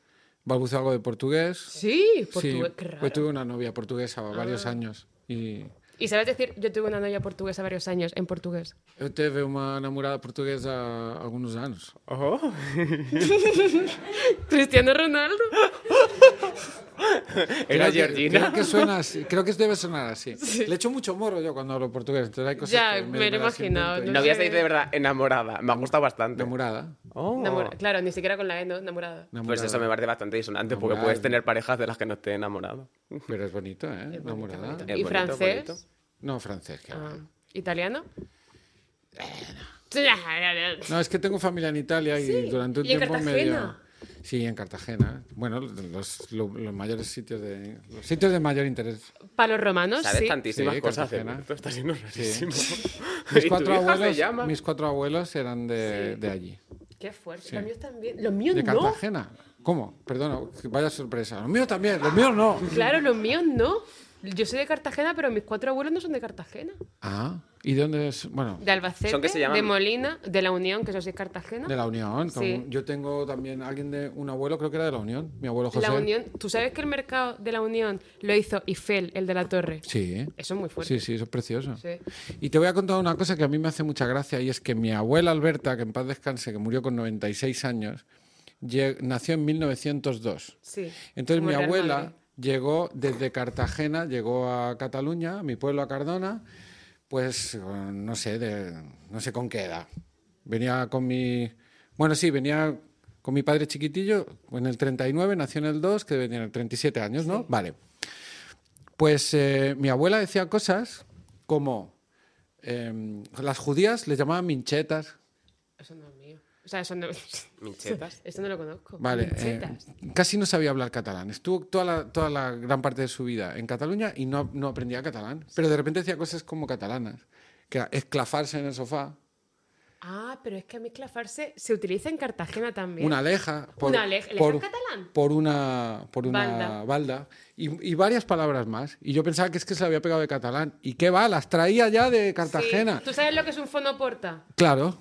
Speaker 3: balbuceo algo de portugués.
Speaker 1: Sí,
Speaker 3: Sí,
Speaker 1: portugués. qué
Speaker 3: pues
Speaker 1: raro. Ah.
Speaker 3: tuve una novia portuguesa varios años y
Speaker 1: Y sabes decir, yo tuve una novia portuguesa varios años en portugués.
Speaker 3: yo tuve una enamorada portuguesa algunos años.
Speaker 1: Cristiano Ronaldo.
Speaker 2: Era
Speaker 3: Creo que- Creo
Speaker 2: Georgina.
Speaker 3: que, suena así, creo que debe sonar así. Le echo mucho morro yo cuando hablo portugués, entonces hay cosas
Speaker 1: Ya,
Speaker 3: que
Speaker 1: me lo he
Speaker 3: las
Speaker 1: imaginado,
Speaker 3: invento.
Speaker 1: no
Speaker 2: Novia
Speaker 1: sé.
Speaker 2: se dice de verdad enamorada. Me ha gustado bastante.
Speaker 3: Enamorada.
Speaker 2: Oh.
Speaker 1: Enamora- Claro, ni siquiera con la E, ¿no? Enamorada.
Speaker 2: Pues
Speaker 3: enamorada.
Speaker 2: eso me parece bastante disonante porque
Speaker 3: Enamorada.
Speaker 2: puedes tener parejas de las que no estés enamorado.
Speaker 3: Pero es bonito, ¿eh? enamorada.
Speaker 2: Es
Speaker 1: ¿Y
Speaker 2: bonito,
Speaker 1: francés?
Speaker 2: bonito.
Speaker 3: No, francés. que va.
Speaker 1: Ah, ¿Italiano?
Speaker 3: No, es que tengo familia en Italia y durante un
Speaker 1: y en
Speaker 3: tiempo medio.
Speaker 1: Cartagena.
Speaker 3: Sí, en Cartagena. Bueno, los, lo- los mayores sitios de los sitios de mayor interés.
Speaker 1: Para los romanos,
Speaker 2: Sabes
Speaker 1: sí.
Speaker 2: tantísimas
Speaker 3: Sí,
Speaker 2: cosas de
Speaker 3: Cartagena.
Speaker 2: Esto está siendo rarísimo.
Speaker 3: Mis
Speaker 2: ¿Y tu
Speaker 3: cuatro
Speaker 2: hija se
Speaker 3: abuelos,
Speaker 2: llama?
Speaker 3: mis cuatro abuelos eran de, de allí,
Speaker 1: Qué fuerte. Los míos también. Los míos
Speaker 3: de
Speaker 1: no.
Speaker 3: Cartagena. ¿Cómo? Perdona, vaya sorpresa. Los míos también, los míos no.
Speaker 1: Claro, los míos no. Yo soy de Cartagena, pero mis cuatro abuelos no son de Cartagena.
Speaker 3: Ah, ¿y de dónde es? Bueno,
Speaker 1: De Albacete,
Speaker 2: Son que se llaman-
Speaker 1: de Molina, de La Unión, que eso sí es Cartagena.
Speaker 3: de la Unión. como-
Speaker 1: Sí.
Speaker 3: Yo tengo también alguien de un abuelo, creo que era de la Unión, mi abuelo José.
Speaker 1: La Unión. ¿Tú sabes que el mercado de La Unión lo hizo Ifel, el de la torre?
Speaker 3: Sí.
Speaker 1: Eso es muy fuerte.
Speaker 3: Sí, sí, eso es precioso.
Speaker 1: Sí.
Speaker 3: Y te voy a contar una cosa que a mí me hace mucha gracia y es que mi abuela Alberta, que en paz descanse, que murió con 96 años, lle- nació en 1902.
Speaker 1: Sí.
Speaker 3: Entonces
Speaker 1: Como
Speaker 3: mi
Speaker 1: Real
Speaker 3: abuela
Speaker 1: Madrid.
Speaker 3: llegó desde Cartagena, llegó a Cataluña, a mi pueblo, a Cardona, pues eh, no sé, de, no sé con qué edad. Venía con mi... Bueno, sí, venía con mi padre chiquitillo, en el 39, nació en el 2, que debe tener 37 años, ¿no? Vale. Pues eh, mi abuela decía em, cosas como... eh, las judías les llamaban minchetas,
Speaker 1: Eso no es mío. O sea, eso no.
Speaker 2: Michetas.
Speaker 1: Esto no lo conozco.
Speaker 3: Vale, eh,
Speaker 1: Michetas.
Speaker 3: casi no sabía hablar catalán. Estuvo toda la, toda la gran parte de su vida en Cataluña y no, no aprendía catalán. Pero de repente hacía cosas como catalanas, que era esclafarse en el sofá,
Speaker 1: Ah, pero es que a mí esclafarse se utiliza en Cartagena también.
Speaker 3: una aleja.
Speaker 1: Una ale- ¿aleja en catalán?
Speaker 3: Por una, por una
Speaker 1: Balda.
Speaker 3: balda, y, y varias palabras más. Y yo pensaba que es que se la había pegado de catalán. ¿Y qué va? Las traía ya de
Speaker 1: Sí.
Speaker 3: Cartagena.
Speaker 1: ¿Tú sabes lo que es un fonoporta?
Speaker 3: Claro.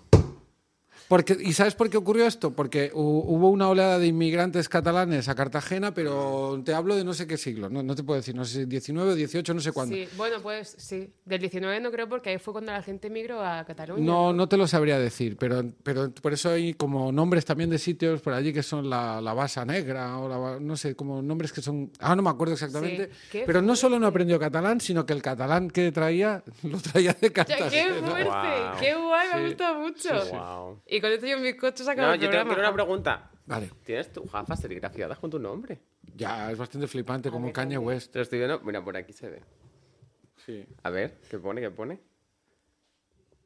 Speaker 3: Porque, ¿Y sabes por qué ocurrió esto? Porque hu- hubo una oleada de inmigrantes catalanes a Cartagena, pero te hablo de no sé qué siglo, no, no te puedo decir, no sé si 19 o 18, no sé cuándo.
Speaker 1: Sí, bueno, pues sí. Del 19 no creo porque ahí fue cuando la gente emigró a Cataluña.
Speaker 3: No, no te lo sabría decir, pero, pero por eso hay como nombres también de sitios por allí que son la, la Basa Negra o la, Ba- no sé, como nombres que son... Ah, no me acuerdo exactamente.
Speaker 1: Sí, qué
Speaker 3: Pero no solo no aprendió catalán, sino que el catalán que traía lo traía de
Speaker 1: Ya,
Speaker 3: Cartagena.
Speaker 1: ¡Qué fuerte!
Speaker 2: Guau.
Speaker 1: ¡Qué guay! Me ha
Speaker 3: Sí,
Speaker 1: gustado mucho.
Speaker 2: Wow.
Speaker 1: Y con esto yo en mis coches saco
Speaker 2: No,
Speaker 1: el
Speaker 2: yo tengo,
Speaker 1: programa.
Speaker 2: tengo una pregunta.
Speaker 3: Vale,
Speaker 2: ¿Tienes tu gafas serigrafiadas con tu nombre?
Speaker 3: ya es bastante flipante, como
Speaker 1: ver,
Speaker 3: Kanye
Speaker 1: a ver.
Speaker 3: West.
Speaker 2: Te lo estoy viendo. Mira, por aquí se ve.
Speaker 3: Sí.
Speaker 2: A ver, ¿qué pone? ¿Qué pone?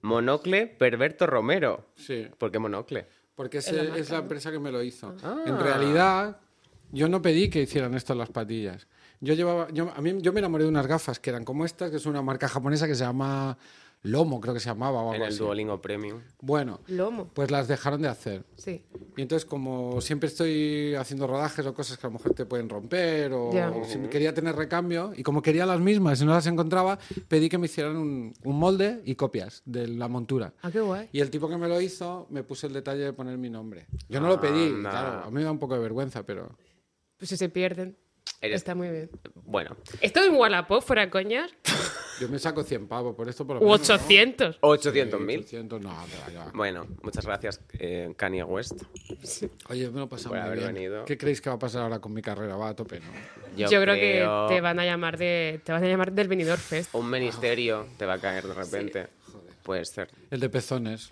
Speaker 2: Monocle Perberto Romero.
Speaker 3: Sí.
Speaker 2: ¿Por qué monocle?
Speaker 3: Porque ese-
Speaker 1: la marca,
Speaker 3: es la empresa que me lo hizo.
Speaker 2: Ah.
Speaker 3: En realidad, yo no pedí que hicieran esto en las patillas. Yo llevaba, yo, a mí, yo me enamoré de unas gafas que eran como estas, que es una marca japonesa que se llama Lomo, creo que se llamaba o
Speaker 2: En
Speaker 3: algo
Speaker 2: el
Speaker 3: así.
Speaker 2: Duolingo Premium.
Speaker 3: Bueno,
Speaker 1: Lomo.
Speaker 3: pues las dejaron de hacer.
Speaker 1: Sí.
Speaker 3: Y entonces, como siempre estoy haciendo rodajes o cosas que a lo mejor te pueden romper, o
Speaker 1: Ya.
Speaker 3: si quería tener recambio, y como quería las mismas y no las encontraba, pedí que me hicieran un, un molde y copias de la montura.
Speaker 1: Ah, qué guay.
Speaker 3: Y el tipo que me lo hizo me puso el detalle de poner mi nombre. Yo no lo pedí,
Speaker 2: Anda.
Speaker 3: claro. A mí me da un poco de vergüenza, pero.
Speaker 1: Pues si se pierden.
Speaker 2: Eres-
Speaker 1: Está muy bien.
Speaker 2: Bueno,
Speaker 1: Esto es un Wallapop, fuera coñas.
Speaker 2: Pues
Speaker 3: Yo me saco 100 pavos por esto, por lo
Speaker 1: U
Speaker 3: menos.
Speaker 1: 800.
Speaker 2: 800.000.
Speaker 3: 800, no, pero ya.
Speaker 2: Bueno, muchas gracias, eh, Kanye West.
Speaker 3: Oye, me lo he pasado
Speaker 2: Por
Speaker 3: muy
Speaker 2: haber
Speaker 3: bien.
Speaker 2: venido.
Speaker 3: ¿Qué creéis que va a pasar ahora con mi carrera? Va a tope, ¿no?
Speaker 1: Yo, creo, que te van a llamar de te van a llamar del Benidorm Fest.
Speaker 2: Un ministerio te va a caer de repente. Puede ser.
Speaker 3: El de pezones.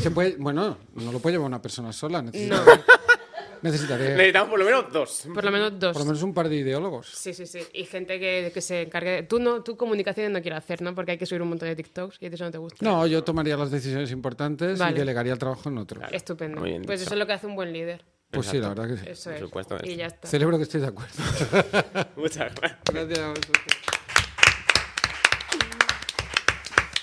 Speaker 3: Se puede- bueno, no lo puede llevar una persona sola.
Speaker 1: No,
Speaker 3: Necesitaré, necesitaré
Speaker 2: Necesitamos por lo menos dos.
Speaker 1: por lo menos dos.
Speaker 3: por lo menos un par de ideólogos.
Speaker 1: Sí, sí, sí. Y gente que, que se encargue. de- Tú no, tú comunicaciones no quiero hacer, ¿no? Porque hay que subir un montón de TikToks y eso no te gusta.
Speaker 3: No, yo tomaría las decisiones importantes
Speaker 1: Vale.
Speaker 3: y delegaría el trabajo en otros.
Speaker 1: Estupendo.
Speaker 2: Muy bien
Speaker 1: Pues
Speaker 2: dicho.
Speaker 1: eso es lo que hace un buen líder.
Speaker 3: Pues sí, la verdad que sí.
Speaker 1: Eso
Speaker 2: Por
Speaker 1: es.
Speaker 2: supuesto,
Speaker 1: y
Speaker 2: eso.
Speaker 1: ya está.
Speaker 3: Celebro que estoy de acuerdo.
Speaker 2: Muchas gracias.
Speaker 3: Gracias a vosotros.